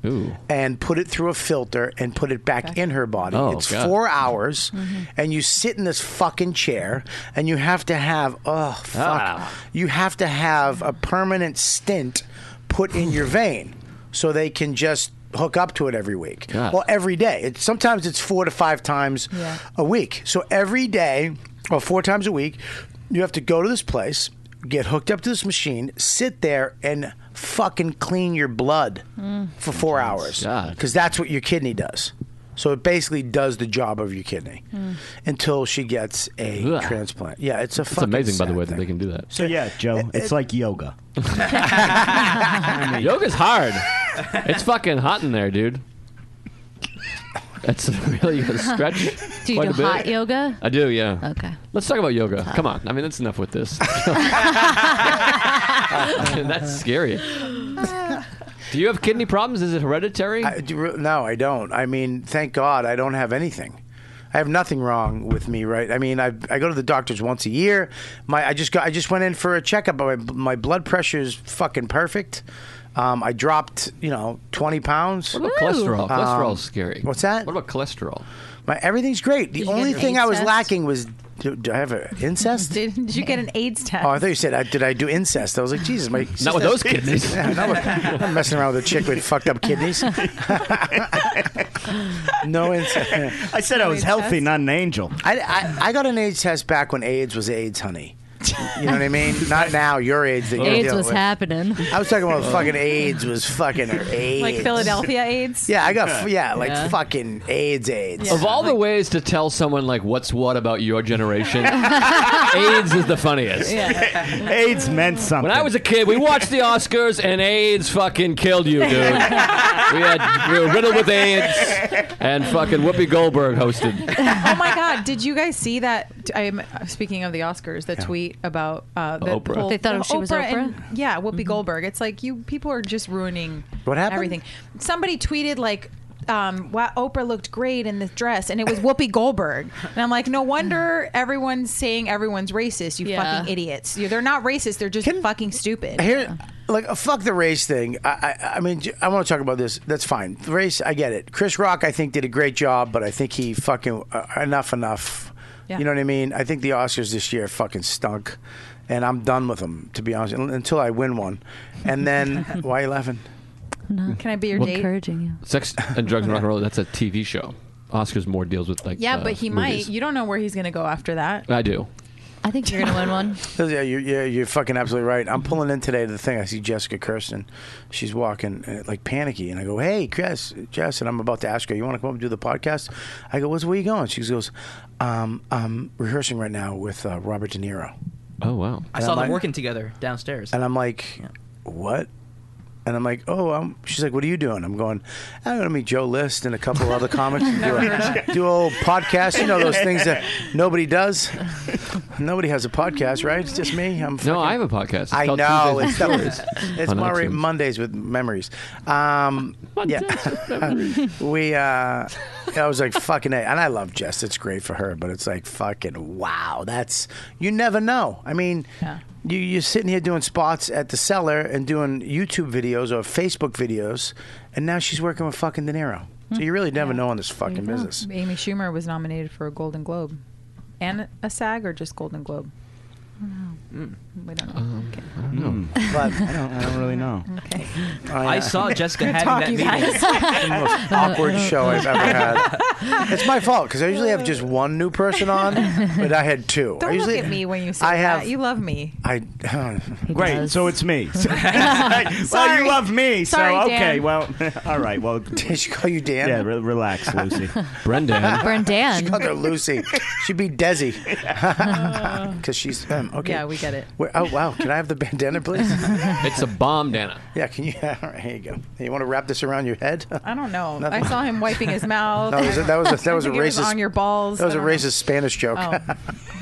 S3: and put it through a filter and put it back in her body.
S13: Oh,
S3: it's
S13: God.
S3: four hours, and you sit in this fucking chair, and you have to have oh fuck,
S13: Ah.
S3: you have to have a permanent stint put in your vein, so they can just hook up to it every week
S13: God.
S3: well every day it, sometimes it's four to five times
S13: Yeah.
S3: a week so every day or four times a week you have to go to this place get hooked up to this machine sit there and fucking clean your blood for four hours because that's what your kidney does so it basically does the job of your kidney until she gets a transplant yeah it's a
S9: It's
S3: fucking
S9: amazing, by the
S3: sad
S9: way,
S3: thing.
S9: that they can do that.
S10: So yeah, Joe, it's like yoga.
S9: <laughs> Yoga's hard. It's fucking hot in there, dude. That's <laughs> really a stretch.
S11: Do you
S9: quite
S11: do
S9: a bit.
S11: hot yoga?
S9: I do, yeah.
S11: Okay.
S9: Let's talk about yoga. Come on. I mean, that's enough with
S11: <laughs>
S9: this. <laughs> that's scary. Do you have kidney problems? Is it hereditary?
S3: I, Uh, do re- no, I don't. I mean, thank God I don't have anything. I have nothing wrong with me, right? I mean, I, I go to the doctors once a year. My I just got I just went in for a checkup. My my blood pressure is fucking perfect. Um, I dropped you know twenty pounds.
S9: What about cholesterol?
S3: Um,
S9: Cholesterol's scary. What's
S3: that?
S9: What about cholesterol?
S3: My everything's great. The
S7: Did you get
S3: only
S7: an
S3: thing I was
S7: AIDS test?
S3: lacking was do, do I have an incest?
S7: Did, did you get an AIDS test?
S3: Oh, I thought you said, uh, "Did I do incest?" I was like, "Jesus, my
S9: Not with those kidneys.
S3: Yeah, not with, I'm not messing around with a chick with fucked up kidneys. <laughs> no incest.
S10: I said I was healthy, not an angel.
S3: I, I, I got an AIDS test back when AIDS was AIDS, honey. You know what I mean? Not now, your age. That you
S11: AIDS
S3: deal
S11: was
S3: with.
S11: happening.
S3: I was talking about fucking AIDS was fucking AIDS.
S7: Like Philadelphia AIDS?
S3: Yeah, I got f- yeah, like
S7: Yeah.
S3: fucking AIDS AIDS.
S9: <laughs> Of all the ways to tell someone like what's what about your
S11: <laughs>
S9: generation, AIDS is the funniest.
S7: Yeah.
S10: AIDS meant something.
S9: When I was a kid, we watched the Oscars and AIDS fucking killed you, dude. we had we were riddled with AIDS and fucking Whoopi Goldberg hosted.
S7: oh my God! Did you guys see that? I'm speaking of the Oscars. The tweet about uh, the
S9: Oprah.
S7: whole-
S11: They thought she was
S7: and- yeah, Whoopi Goldberg. It's like you people are just ruining
S3: What happened?
S7: Everything. Somebody tweeted like. Um, wow, Oprah looked great in this dress, and it was Whoopi Goldberg. And I'm like, no wonder everyone's saying everyone's racist. You
S11: Yeah.
S7: fucking idiots! You- They're not racist. They're just fucking stupid.
S3: Here, like fuck the race thing. I, I, I mean, j- I want to talk about this. That's fine. The race, I get it. Chris Rock, I think, did a great job, but I think he fucking uh, enough, enough.
S7: Yeah.
S3: You know what I mean? I think the Oscars this year fucking stunk, and I'm done with them to be honest. un- Until I win one, and then why are you laughing?
S7: Can I be your
S9: Well,
S7: date?
S11: Encouraging you.
S9: Sex and drugs and rock and roll. That's a TV show. Oscars more deals with like
S7: Yeah,
S9: uh,
S7: but he
S9: movies.
S7: might. You don't know where he's going to go after that.
S9: I do.
S11: I think you're gonna win one.
S3: Yeah, you're, yeah, you're fucking absolutely right. I'm pulling in today to the thing. I see Jessica Kirsten. She's walking uh, like panicky, and I go, "Hey, Jess, Jess," and I'm about to ask her, "You want to come up and do the podcast?" I go, "What's where you going?" She goes, um, "I'm rehearsing right now with uh, Robert De Niro."
S9: Oh wow!
S5: I saw them working together downstairs.
S3: And I'm like, what? And I'm like, oh, I'm, she's like, what are you doing? I'm going, I'm going to meet Joe List and a couple other comics and do a, do a old podcast. You know, those things that nobody does. Nobody has a podcast, right? It's just me. I'm
S9: No, I have a podcast. It's
S3: I
S9: called
S3: know. It's,
S9: Tuesdays and
S3: it's, <laughs>
S9: Stories
S3: it's
S9: on
S3: Monday,
S9: iTunes.
S3: Mondays with memories.
S9: <laughs>
S3: Um, <laughs> yeah. we, uh, I was like, fucking A. And I love Jess. It's great for her, but it's like, fucking wow. That's, you never know. I mean, you, you're sitting here doing spots at the cellar and doing YouTube videos or Facebook videos, and now she's working with fucking De Niro. So you really never know in this fucking business.
S7: Amy Schumer was nominated for a Golden Globe and a SAG or just Golden Globe. We don't know.
S3: Um, But
S10: I don't, I don't really know.
S7: Okay.
S5: I <laughs> saw Jessica having that meeting.
S3: the most awkward show I've ever had. It's my fault because I usually have just one new person on, but I had 2 I
S7: Don't
S3: usually
S7: look at me when you say
S3: I have.
S7: that. You love me.
S3: I uh,
S10: Great, so it's
S9: <laughs>
S10: me. <laughs> Well, you love me,
S7: Sorry,
S10: so okay.
S7: Dan.
S10: Well, <laughs> all right.
S9: <laughs>
S10: Well,
S3: did she call you Dan?
S10: Yeah, re- relax, Lucy.
S3: <laughs>
S9: Brendan.
S11: Brendan.
S3: She called her Lucy. She'd be
S7: <laughs>
S3: Desi because she's him. Okay.
S7: Uh, Yeah, we get it.
S3: Where- oh wow! Can I have the bandana, please? <laughs>
S9: It's a bomb, Dana.
S3: yeah. Can you? <laughs> All right, here you go. You want to wrap this around your
S7: <laughs>
S3: head?
S7: I don't know.
S3: Nothing.
S7: I saw him wiping his mouth.
S3: That was a, that was a, that
S7: <laughs>
S3: was a
S7: I think it
S3: racist
S7: on your balls.
S3: That was
S7: I
S3: a
S7: don't know.
S3: racist Spanish joke. <laughs>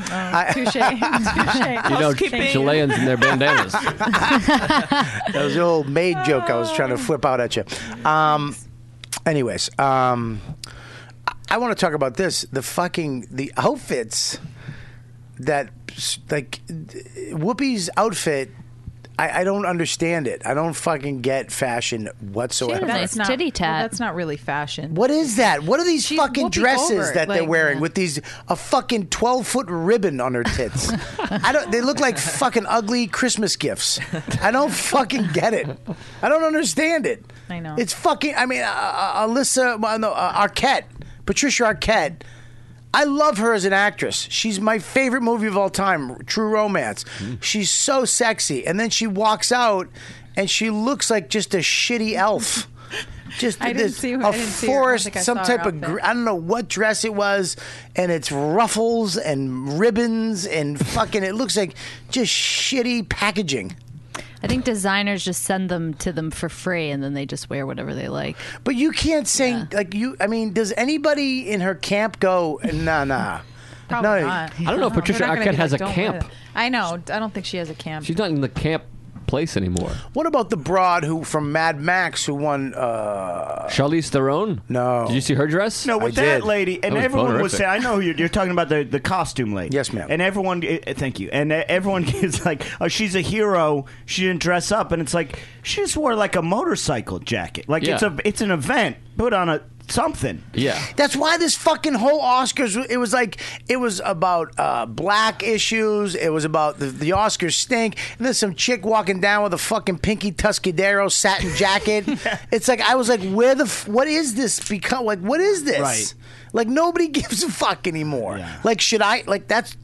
S7: Oh. Oh, touche. touche.
S9: You know,
S7: Housekeeping.
S9: Chileans and their bandanas.
S3: That was the old maid joke I was trying to flip out at you. Um, anyways, um, I- I want to talk about this. The fucking the outfits that like Whoopi's outfit. I, I don't understand it. I don't fucking get fashion whatsoever.
S7: That's not- well, that's not really fashion.
S3: What is that? What are these fucking
S7: Whoopi
S3: dresses
S7: Goldberg,
S3: that they're
S7: like-
S3: wearing with these a fucking twelve foot ribbon on their tits? I don't. They look like fucking ugly Christmas gifts. I don't fucking get it. I don't understand it.
S7: I know.
S3: It's fucking. I mean, uh, uh, Alyssa, well, no, uh, Arquette, Patricia Arquette. I love her as an actress. She's my favorite movie of all time, True Romance.
S7: Hmm.
S3: She's so sexy, and then she walks out, and she looks like just a shitty
S7: <laughs>
S3: elf. Just
S7: I didn't
S3: this,
S7: see her-
S3: a
S7: I didn't see her. I don't
S3: forest,
S7: think I
S3: some
S7: saw her
S3: type of
S7: outfit.
S3: gr- I don't know what dress it was, and it's ruffles and ribbons
S7: <laughs>
S3: and fucking. It looks like just shitty packaging.
S11: I think designers just send them to them for free, and then they just wear whatever they like.
S3: But you can't sing like you. I mean, does anybody in her camp go? Nah, nah.
S7: <laughs> Probably
S3: no,
S7: not.
S9: I don't know if
S7: They're
S9: Patricia
S7: not gonna
S9: Arquette
S7: be
S9: has
S7: like,
S9: a
S7: "Don't wear
S9: camp."
S7: that." I know. I don't think she has a camp.
S9: She's not in the camp place anymore.
S3: What about the broad who from Mad Max who won? Uh,
S9: Charlize Theron?
S3: No.
S9: Did you see her dress?
S10: No, with that lady, and
S9: was
S10: everyone was
S9: bonerific.
S10: saying, I know you're, you're talking about the, the costume lady. Yes, ma'am. And everyone, eh, eh, thank you. And eh, everyone <laughs> is like, oh, she's a hero. She didn't dress up. And it's like, she just wore like a motorcycle jacket. Like, it's
S9: Yeah.
S10: a it's an event. Put on a something.
S9: Yeah.
S3: That's why this fucking whole Oscars. It was like it was about uh, black issues. It was about the, the Oscars stink. And there's some chick walking down with a fucking pinky Tuscadero satin
S10: <laughs>
S3: jacket. It's like I was like, where the f- what is this become? Like what is this?
S10: Right.
S3: <laughs> Like nobody gives a fuck anymore. Like should I? Like that's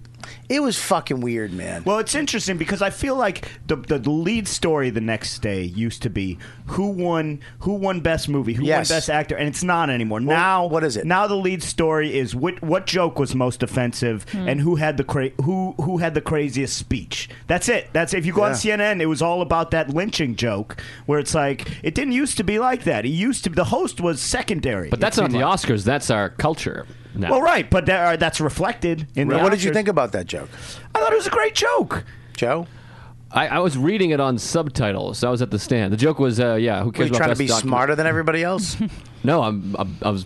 S3: It was fucking weird, man.
S10: Well, it's interesting because I feel like the, the the lead story the next day used to be who won who won best movie, who
S3: Yes.
S10: won best actor, and it's not anymore. now what is it? Now the lead story is what what joke was most offensive
S13: Hmm.
S10: and who had the cra- who who had the craziest speech. That's it. That's if you go on
S13: Yeah.
S10: CNN, it was all about that lynching joke where it's like it didn't used to be like that. It used to the host was secondary.
S9: But that's
S10: it
S9: not
S10: seemed
S9: the
S10: like.
S9: Oscars. That's our culture. Now.
S10: Well, right, but that, uh, that's reflected in the
S9: Right. What did you
S10: Oscars.
S9: think
S3: about that joke?
S10: I thought it was a great joke.
S3: Joe?
S9: I, I was reading it on subtitles. I was at the stand. The joke was, uh, yeah, who
S3: Were
S9: cares
S3: you
S9: about
S3: trying to
S9: best
S3: be
S9: document-
S3: smarter than everybody
S9: <laughs>
S3: else?
S9: No, I'm, I'm, I was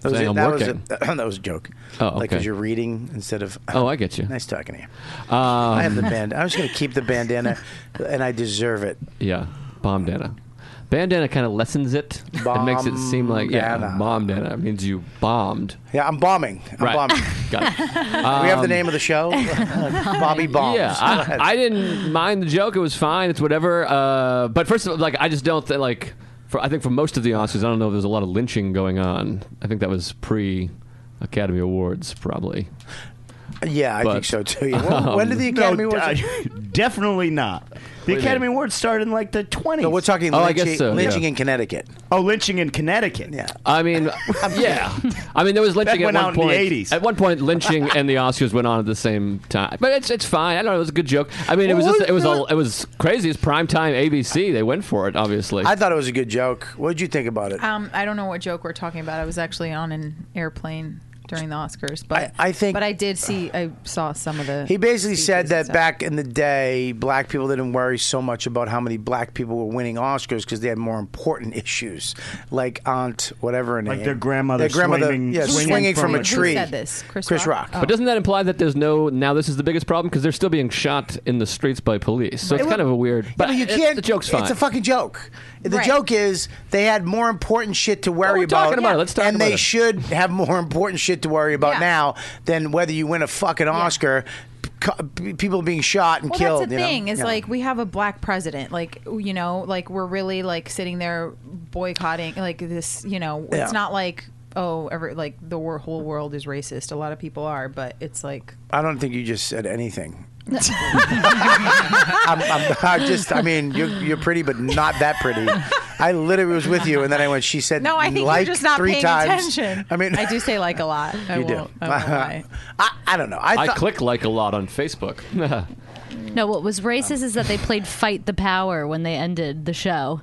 S3: That was,
S9: saying
S3: it.
S9: I'm
S3: that, was
S9: working.
S3: it. <clears throat> that was a joke.
S9: Oh, okay.
S3: Like, because you're reading instead of.
S9: Oh, I get you.
S3: Nice talking to you.
S9: Um,
S3: I have the band. I'm just going to keep the
S9: <laughs>
S3: bandana, and I deserve it.
S9: Yeah, bandana. Bandana kind of lessens it. it makes it seem like yeah, bombdana means you bombed.
S3: Yeah, I'm bombing. I'm
S9: right.
S3: bombing.
S9: <laughs> Got it.
S3: we have the
S9: Um,
S3: name of the
S9: <laughs>
S3: show Bobby
S10: Oh,
S3: Bombs.
S9: Yeah, I, I didn't mind the joke. It was fine. It's whatever. Uh, but first of all, like I just don't think like for I think for most of the Oscars, I don't know. if There's a lot of lynching going on. I think that was pre Academy Awards, probably.
S3: Yeah, I think
S9: But,
S3: so too. Yeah. When- when did the
S9: um,
S3: Academy
S10: No,
S3: Awards?
S10: uh, <laughs> definitely not. The
S3: Wait a
S10: Academy Awards started in like the 20s.
S3: No, we're talking
S9: Oh, I
S3: lynching,
S9: guess so,
S3: lynching
S9: yeah.
S3: in Connecticut.
S10: Oh, lynching in Connecticut.
S3: Yeah.
S10: <laughs>
S9: I mean, yeah. I mean, there was lynching
S10: That went
S9: at one
S10: out in the
S9: point.
S10: 80s.
S9: At one point, lynching and the Oscars went on at the same time. But it's it's fine. I don't know. It was a good joke. I mean, it was
S3: Well,
S9: just it was
S3: what-
S9: all, it was crazy. It's prime time ABC. They went for it, obviously.
S3: I thought it was a good joke. What did you think about it?
S7: Um, I don't know what joke we're talking about. I was actually on an airplane during the Oscars, but
S3: I think-
S7: But I did see. I saw some of the.
S3: He basically
S7: speeches
S3: said
S7: and
S3: that
S7: stuff.
S3: back in the day, black people didn't worry so much about how many black people were winning Oscars because they had more important <laughs> issues, like aunt whatever her name,
S10: Like their grandmother swinging-
S3: yeah, swinging,
S10: swinging
S3: from,
S10: from
S3: a
S10: a-
S3: tree.
S10: Who said this? Chris Rock?
S7: Oh.
S9: But doesn't that imply that there's no now? This is the biggest problem because they're still being shot in the streets by police. So it's
S3: Well,
S9: kind of a weird. But
S3: you
S9: it-
S3: can't.
S9: The joke's fine.
S3: It's a fucking joke. The
S9: Right.
S3: joke is they had more important shit to worry
S9: we're
S3: about.
S9: talking about it. Let's talk
S3: and
S9: about
S3: they
S9: it.
S3: should have more important shit to worry about
S7: Yeah.
S3: now than whether you win a fucking Oscar. co- People being shot and
S7: Oh. Well,
S3: killed.
S7: that's the
S3: you know?
S7: thing. Is
S3: Yeah.
S7: like we have a black president. Like you know, like we're really like sitting there boycotting. Like this, you know,
S3: Yeah.
S7: it's not like oh, every like the wor- whole world is racist. A lot of people are, but it's like
S3: I don't think you just said
S7: <laughs>
S3: anything. <laughs> I'm, I'm, I just, I mean, you're, you're pretty, but not that pretty. I literally was with you, and then I went. She said,
S7: no, I think
S3: like
S7: you're just not
S3: three
S7: paying
S3: times.
S7: attention.
S3: I mean,
S7: I do say like a lot.
S3: <laughs>
S7: I
S3: you do.
S7: won't- I
S3: <laughs>
S7: won't lie.
S3: I, I don't know. I,
S9: I,
S3: thought-
S9: click like a lot on Facebook. <laughs>
S11: No, what was racist is that they played "Fight the Power" when they ended the show.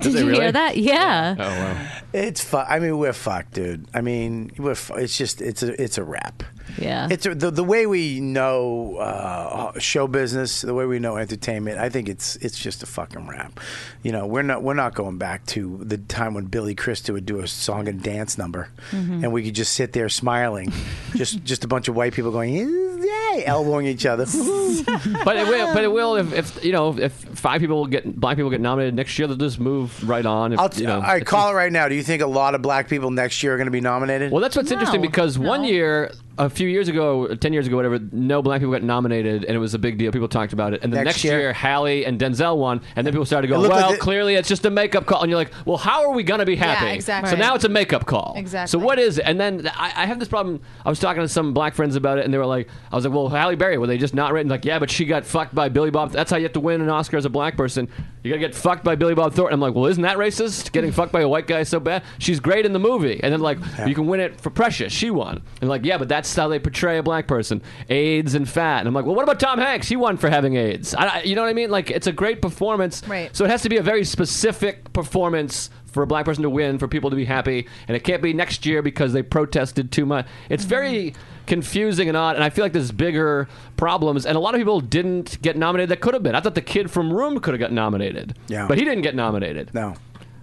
S11: Did
S3: they
S11: you
S3: really?
S11: hear that? Yeah.
S9: Oh, wow.
S3: It's fu- I mean, we're fucked, dude. I mean, we're fu- it's just it's a it's a wrap.
S11: Yeah.
S3: It's a, the the way we know uh, show business, the way we know entertainment. I think it's it's just a fucking wrap. You know, we're not we're not going back to the time when Billy Crystal would do a song and dance number,
S14: Mhm.
S3: and we could just sit there smiling, just just a bunch of white people going yay, elbowing each other.
S9: but it will. But it will if, if you know if five people get black people get nominated next year, they'll just move right on. If,
S3: I'll t-
S9: you know,
S3: all right,
S9: it's
S3: call it right now. Do you think a lot of black people next year are going to be nominated?
S9: Well, that's what's interesting because one year, a few years ago, ten years ago, whatever, no black people got nominated, and it was a big deal. People talked about it, and the
S3: Next
S9: next,
S3: year-
S9: year, Hallie and Denzel won, and then people started
S3: It
S9: going,
S3: looked like
S9: "Well,
S3: it-
S9: clearly it's just a makeup call," and you're like, "Well, how are we gonna be happy?"
S7: exactly.
S9: So now
S7: Right.
S9: it's a makeup call.
S7: Exactly.
S9: So what is it? And then I, I have this problem. I was talking to some black friends about it, and they were like, "I was like, well, Halle Berry, were they just not written?" Like, yeah, but she got fucked by Billy Bob. That's how you have to win an Oscar as a black person. You gotta get fucked by Billy Bob Thornton. I'm like, well, isn't that racist? Getting fucked by a white guy is so bad. She's great in the movie, and then like, you can win it for Precious. She won, and like, yeah, but that's how they portray a black person: AIDS and fat. And I'm like, well, what about Tom Hanks? He won for having AIDS. I, I- you know what I mean? Like, it's a great performance.
S7: Right.
S9: So it has to be a very specific performance for a black person to win, for people to be happy, and it can't be next year because they protested too much. It's very confusing and odd, and I feel like there's bigger problems. And a lot of people didn't get nominated that could have been. I thought the kid from Room could have got nominated,
S3: Yeah.
S9: but he didn't get nominated.
S3: No.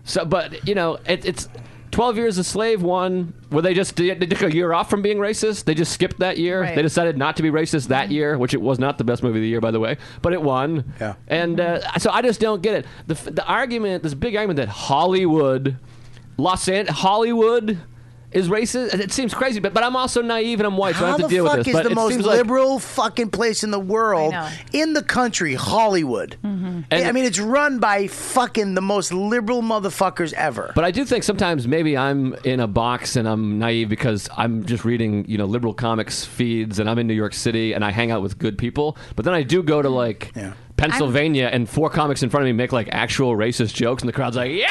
S9: So, but you know, it, it's. 12 Years a Slave won. Were they just, they took a year off from being racist? They just skipped that year?
S7: Right.
S9: They decided not to be racist that year, which it was not the best movie of the year, by the way, but it won. Yeah. And uh, so I just don't get it. The, f- the argument, this big argument that Hollywood, Los Angeles, Hollywood is racist. It seems crazy, but, but I'm also naive and I'm white, so
S3: How
S9: I have to
S3: the
S9: deal with
S3: fuck
S9: this.
S3: is
S9: but
S3: the
S9: it
S3: most
S9: seems like-
S3: liberal fucking place in the world, in the country, Hollywood? I mean, it's run by fucking the most liberal motherfuckers ever.
S9: But I do think sometimes maybe I'm in a box and I'm naive because I'm just reading, you know, liberal comics feeds and I'm in New York City and I hang out with good people. But then I do go to like Pennsylvania and four comics in front of me make like actual racist jokes and the crowd's like, yeah.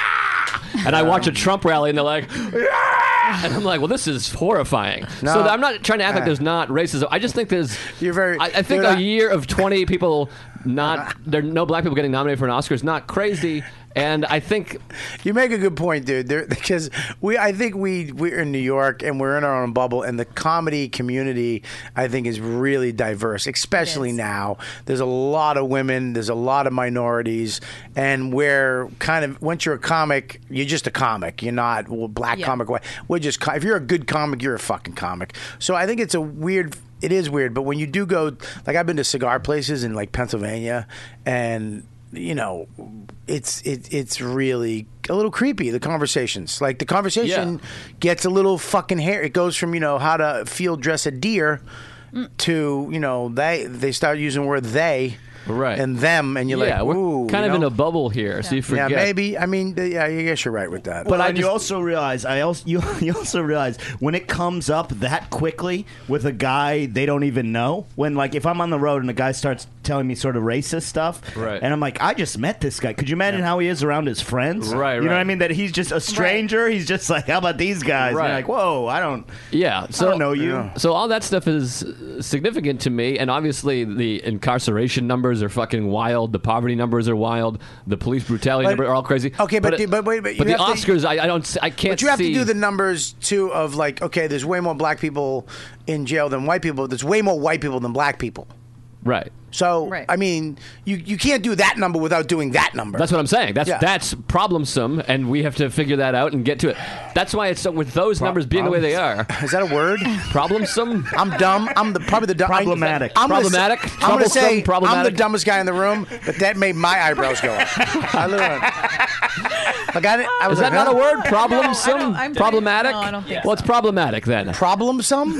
S9: And I watch a Trump rally and they're like, yeah. And I'm like, well, this is horrifying.
S3: No.
S9: So I'm not trying to act like
S3: Uh.
S9: there's not racism. I just think there's.
S3: You're very.
S9: I, I think
S3: they're
S9: a
S3: not-
S9: year of 20 people
S3: <laughs>
S9: not there are no black people getting nominated for an Oscar is not crazy. And I think
S3: you make a good point, dude. There, <laughs> because we, I think we we're in New York and we're in our own bubble, and the comedy community, I think, is really diverse, especially now. There's a lot of women, there's a lot of minorities, and we're kind of once you're a comic, you're just a comic. You're not well, black
S13: Yeah.
S3: comic. white- We're just co- if you're a good comic, you're a fucking comic. So I think it's a weird. It is weird, but when you do go, like I've been to cigar places in like Pennsylvania, and you know, it's it, it's really a little creepy. The conversations, like the conversation, gets a little fucking hair. It goes from you know how to field dress a deer to you know they they start using the word they.
S9: Right.
S3: And them, and you're
S9: yeah,
S3: like, ooh,
S9: we're kind
S3: you
S9: of in
S3: know?
S9: a bubble here, so you
S3: yeah,
S9: forget.
S3: maybe. I mean, yeah, I guess you're right with that.
S10: But you also realize I also <laughs> you, you also realize when it comes up that quickly with a guy they don't even know. When like if I'm on the road and a guy starts telling me sort of racist stuff,
S9: Right.
S10: and I'm like, I just met this guy. Could you imagine how he is around his friends?
S9: Right,
S10: You know what I
S9: right.
S10: mean? That he's just a stranger. He's just like, how about these guys? And you're
S9: Right.
S10: like, whoa, I don't.
S9: Yeah, so
S10: don't know you. Yeah.
S9: So all that stuff is uh, significant to me, and obviously the incarceration numbers are fucking wild. The poverty numbers are wild. The police brutality
S3: But-
S9: numbers are all crazy.
S3: Okay, but
S9: it-
S3: do- but wait, but you
S9: the
S3: have to-
S9: Oscars, I, I don't, s- I can't.
S3: But you have
S9: see-
S3: to do the numbers too of like, okay, there's way more black people in jail than white people. There's way more white people than black people.
S9: right.
S3: So I mean, you you can't do that number without doing that number.
S9: That's what I'm saying. That's
S3: Yeah.
S9: that's problemsome, and we have to figure that out and get to it. That's why it's so with those numbers being the way they are.
S3: Is that a word? <laughs>
S9: Problemsome.
S3: I'm dumb. I'm the probably the dumb,
S9: Problematic.
S3: I'm gonna
S9: Problematic.
S3: say- I'm gonna say
S9: Troublesome,
S3: I'm the
S9: problematic.
S3: dumbest guy in the room, but that made my eyebrows go
S9: <laughs>
S3: up. I literally- like I, didn't- I was
S9: Is that
S3: like, <laughs>
S9: not a
S3: huh?
S9: word? Problemsome?
S7: I'm-
S9: problematic?
S7: no, I don't think
S9: well, it's problematic then.
S3: Problemsome?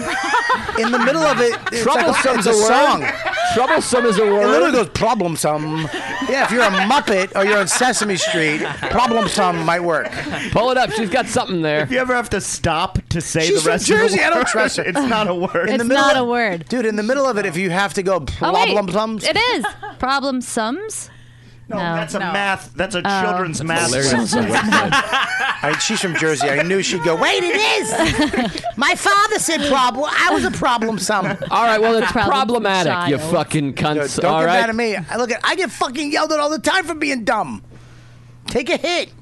S3: In the middle of it, it's like a,
S9: Troublesome's
S3: it's a
S9: a word.
S3: song.
S9: Troublesome is a word.
S3: It literally goes problemsome. Yeah, if you're a Muppet or you're on Sesame Street, problemsome might work.
S9: Pull it up. She's got something there. If
S10: you ever have to stop to say
S3: She's
S10: the rest
S3: from
S10: of
S3: Jersey.
S10: the word,
S3: I don't trust her.
S10: <laughs>
S3: <laughs>
S10: It's not a word.
S3: In the middle of- dude. In the middle of it, if you have to go
S11: Oh, wait.
S3: problemsums,
S11: It is. <laughs> Problem sums? No,
S10: that's a math. That's a
S11: Oh.
S10: children's
S11: That's
S10: math.
S3: hilarious.
S10: lesson.
S3: I, she's from Jersey. I knew she'd go. Wait, it is. My father said problem. I was a problem some.
S9: All right, well, it's problematic, you fucking
S3: Don't
S9: cunts.
S3: get
S9: All
S3: mad
S9: right.
S3: at me. I look at. I get fucking yelled at all the time for being dumb. Take a hit.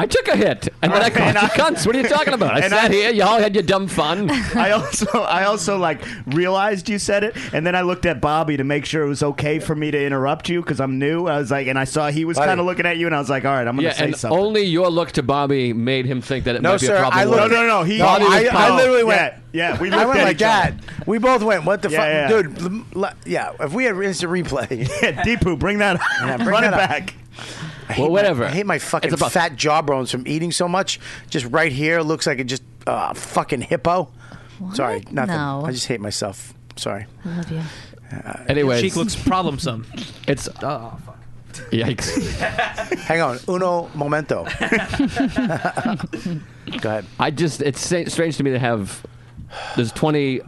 S9: I took a hit, and then I called you cunts. What are you talking about? I
S10: And
S9: sat
S10: I-
S9: here. You all had your
S3: <laughs>
S9: dumb fun.
S10: I also I also like realized you said it, and then I looked at Bobby to make sure it was okay for me to interrupt you because I'm new. I was like, and I saw he was
S9: Buddy.
S10: kind of looking at you, and I was like, all right, I'm gonna
S9: Yeah,
S10: say
S9: and
S10: something.
S9: only your look to Bobby made him think that it
S3: No,
S9: might be
S3: sir.
S9: a problem.
S3: I
S9: with
S3: looked.
S9: it. Bobby was
S3: I, I
S9: pumped.
S3: literally went.
S10: Yeah, yeah, we
S3: I
S10: looked
S3: went
S10: at
S3: like
S10: each
S3: that.
S10: other.
S3: We both went. What the
S10: Yeah,
S3: fuck,
S10: yeah.
S3: dude? l- l- Yeah, if we had instant replay.
S10: Yeah, Deepu, bring that. Run it back.
S9: Well, whatever.
S3: I hate my fucking
S9: about-
S3: fat jawbones from eating so much. Just right here looks like it just uh, fucking hippo. Sorry, nothing.
S14: No.
S3: I just hate myself. Sorry.
S14: I love you.
S3: Uh,
S14: Your cheek
S5: <laughs>
S14: looks problemsome.
S9: It's
S14: oh fuck.
S9: Yikes.
S3: Hang on. Uno momento. Go ahead.
S9: I just, it's sa- strange to me to have, there's 20,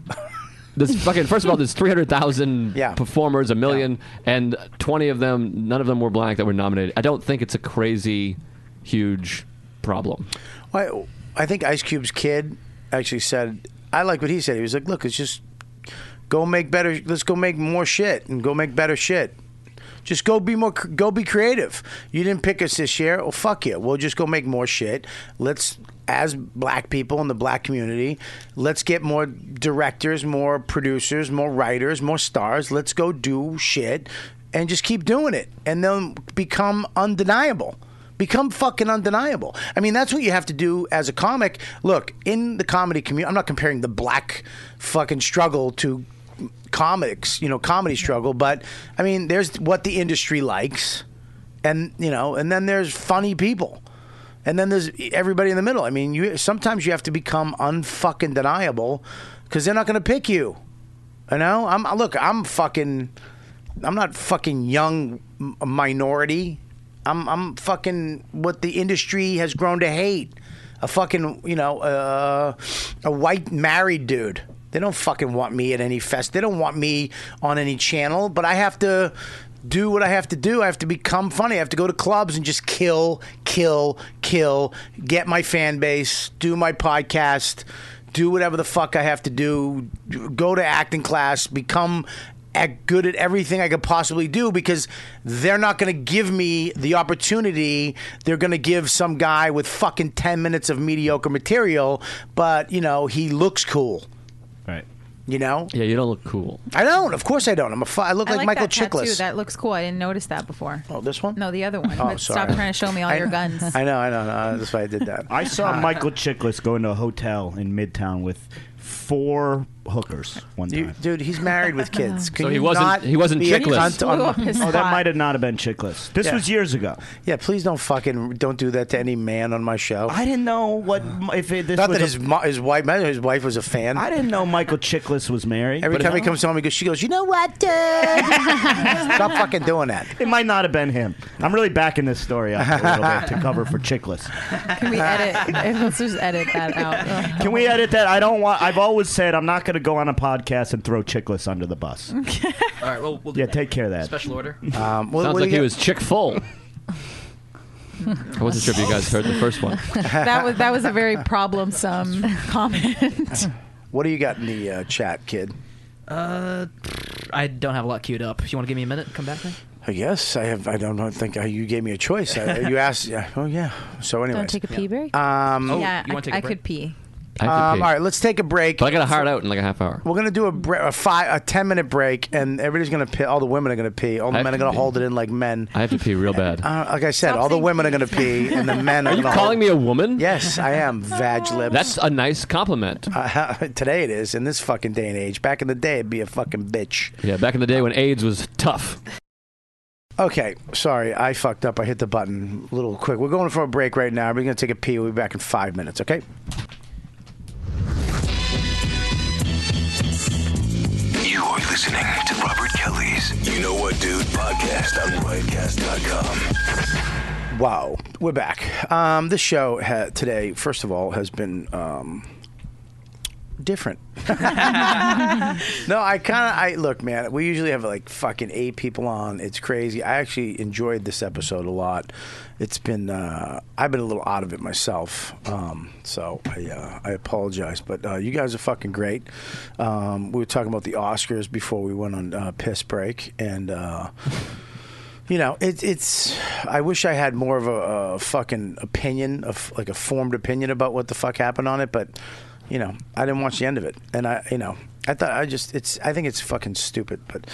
S9: there's fucking, first of all, there's 300,000 performers, a million, and 20 of them, none of them were black that were nominated. I don't think it's a crazy, huge problem.
S3: I, I think Ice Cube's kid actually said, I like what he said. He was like, look, it's just go make better. Let's go make more shit and go make better shit. Just go be more, go be creative. You didn't pick us this year. Well, fuck you. We'll just go make more shit. Let's, as black people in the black community, let's get more directors, more producers, more writers, more stars. Let's go do shit and just keep doing it and then become undeniable. Become fucking undeniable. I mean, that's what you have to do as a comic. Look, in the comedy community, I'm not comparing the black fucking struggle to comics, you know, comedy struggle, but I mean, there's what the industry likes, and, you know, and then there's funny people. And then there's everybody in the middle. I mean, you sometimes you have to become unfucking deniable because they're not going to pick you. You know, I'm look, I'm fucking, I'm not fucking young m- minority. I'm I'm fucking what the industry has grown to hate. A fucking you know uh, a white married dude. They don't fucking want me at any fest. They don't want me on any channel. But I have to do what I have to do. I have to become funny. I have to go to clubs and just kill, kill, kill. Get my fan base. Do my podcast do whatever the fuck I have to do, go to acting class, become at good at everything I could possibly do because they're not going to give me the opportunity. They're going to give some guy with fucking 10 minutes of mediocre material, but, you know, he looks cool.
S9: Right.
S3: You know?
S9: Yeah, you don't look cool.
S3: I don't. Of course I don't. I'm a fu- I look
S7: I
S3: like, Michael
S7: that tattoo.
S3: Chiklis.
S7: That looks cool. I didn't notice that before.
S3: Oh, this one?
S7: No, the other one.
S3: Oh,
S7: but
S3: sorry.
S7: Stop trying to show me all
S3: I-
S7: your guns.
S3: <laughs> I know, I know, I know. That's why I did that.
S10: I saw
S3: Uh,
S10: Michael Chiklis go into a hotel in Midtown with four hookers one time.
S3: dude, he's married with kids. Can you not be a cunt on-
S10: Oh, that might have not have been Chickless. This
S3: Yeah.
S10: was years ago.
S3: Yeah, please don't fucking don't do that to any man on my show.
S10: I didn't know what if it, this
S3: Uh, Not
S10: was
S3: that
S10: a-
S3: his mo- his wife his wife was a fan.
S10: I didn't know Michael Chiklis was married.
S3: Every
S10: But
S3: time he
S10: no.
S3: comes home, he goes. She goes. You know what, dude? Stop fucking doing that.
S10: It might not have been him. I'm really backing this story up a
S3: <laughs>
S10: little bit to cover for Chickless.
S7: Can we edit? Let's just edit that
S3: <laughs>
S7: out.
S10: Can we edit that? I don't want. I've always said I'm not going to go on a podcast and throw Chickless under
S5: <laughs>
S10: the bus.
S5: All right, well, we'll do
S10: yeah,
S5: that.
S10: take care of that.
S5: Special order.
S10: Um,
S9: Sounds like he was
S3: <laughs>
S9: chick full. I wasn't sure if you guys heard the first one.
S3: Um,
S7: that was that was a very problemsome comment.
S3: What do you got in the uh, chat, kid?
S5: Uh, I don't have a lot queued up. You want to give me a minute? Come back then.
S3: I guess I have. I don't, know, I think uh, you gave me a choice. I, <laughs> you asked. Yeah. Oh yeah. So anyway.
S7: Don't take a pee break.
S3: Um,
S7: yeah, I, I could pee.
S9: I have to
S3: Um,
S9: pee.
S3: all right, let's take a break.
S9: But I got a hard out in like a half hour.
S3: We're gonna do a, bre- a five, a ten minute break, and everybody's gonna pee. All the women are gonna pee. All the
S9: I-
S3: men are gonna hold it in like men.
S9: I have to pee real bad.
S3: <laughs> Uh, like I said, all the women are gonna pee, and the
S9: <laughs>
S3: men are.
S9: Are you
S3: gonna
S9: calling me a woman?
S3: Yes, I am. Vag lips.
S9: That's a nice compliment.
S3: Uh, <laughs> today it is in this fucking day and age. Back in the day, it'd be a fucking bitch.
S9: Yeah, back in the day when AIDS was tough.
S3: Okay, sorry, I fucked up. I hit the button a little quick. We're going for a break right now. We're gonna take a pee. We'll be back in five minutes. Okay.
S15: You are listening to Robert Kelly's You Know What Dude podcast on riotcast.com.
S3: Wow, we're back. Um, this show ha- today, first of all, has been um, different. <laughs> no, I kind of I look, man. We usually have like fucking eight people on. It's crazy. I actually enjoyed this episode a lot. It's been uh, I've been a little out of it myself, um, so I uh, I apologize. But uh, you guys are fucking great. Um, we were talking about the Oscars before we went on uh, piss break, and. Uh, you know, it, it's. I wish I had more of a, a fucking opinion, of like a formed opinion about what the fuck happened on it, but you know, I didn't watch the end of it, and I, you know, I thought I just, it's. I think it's fucking stupid, but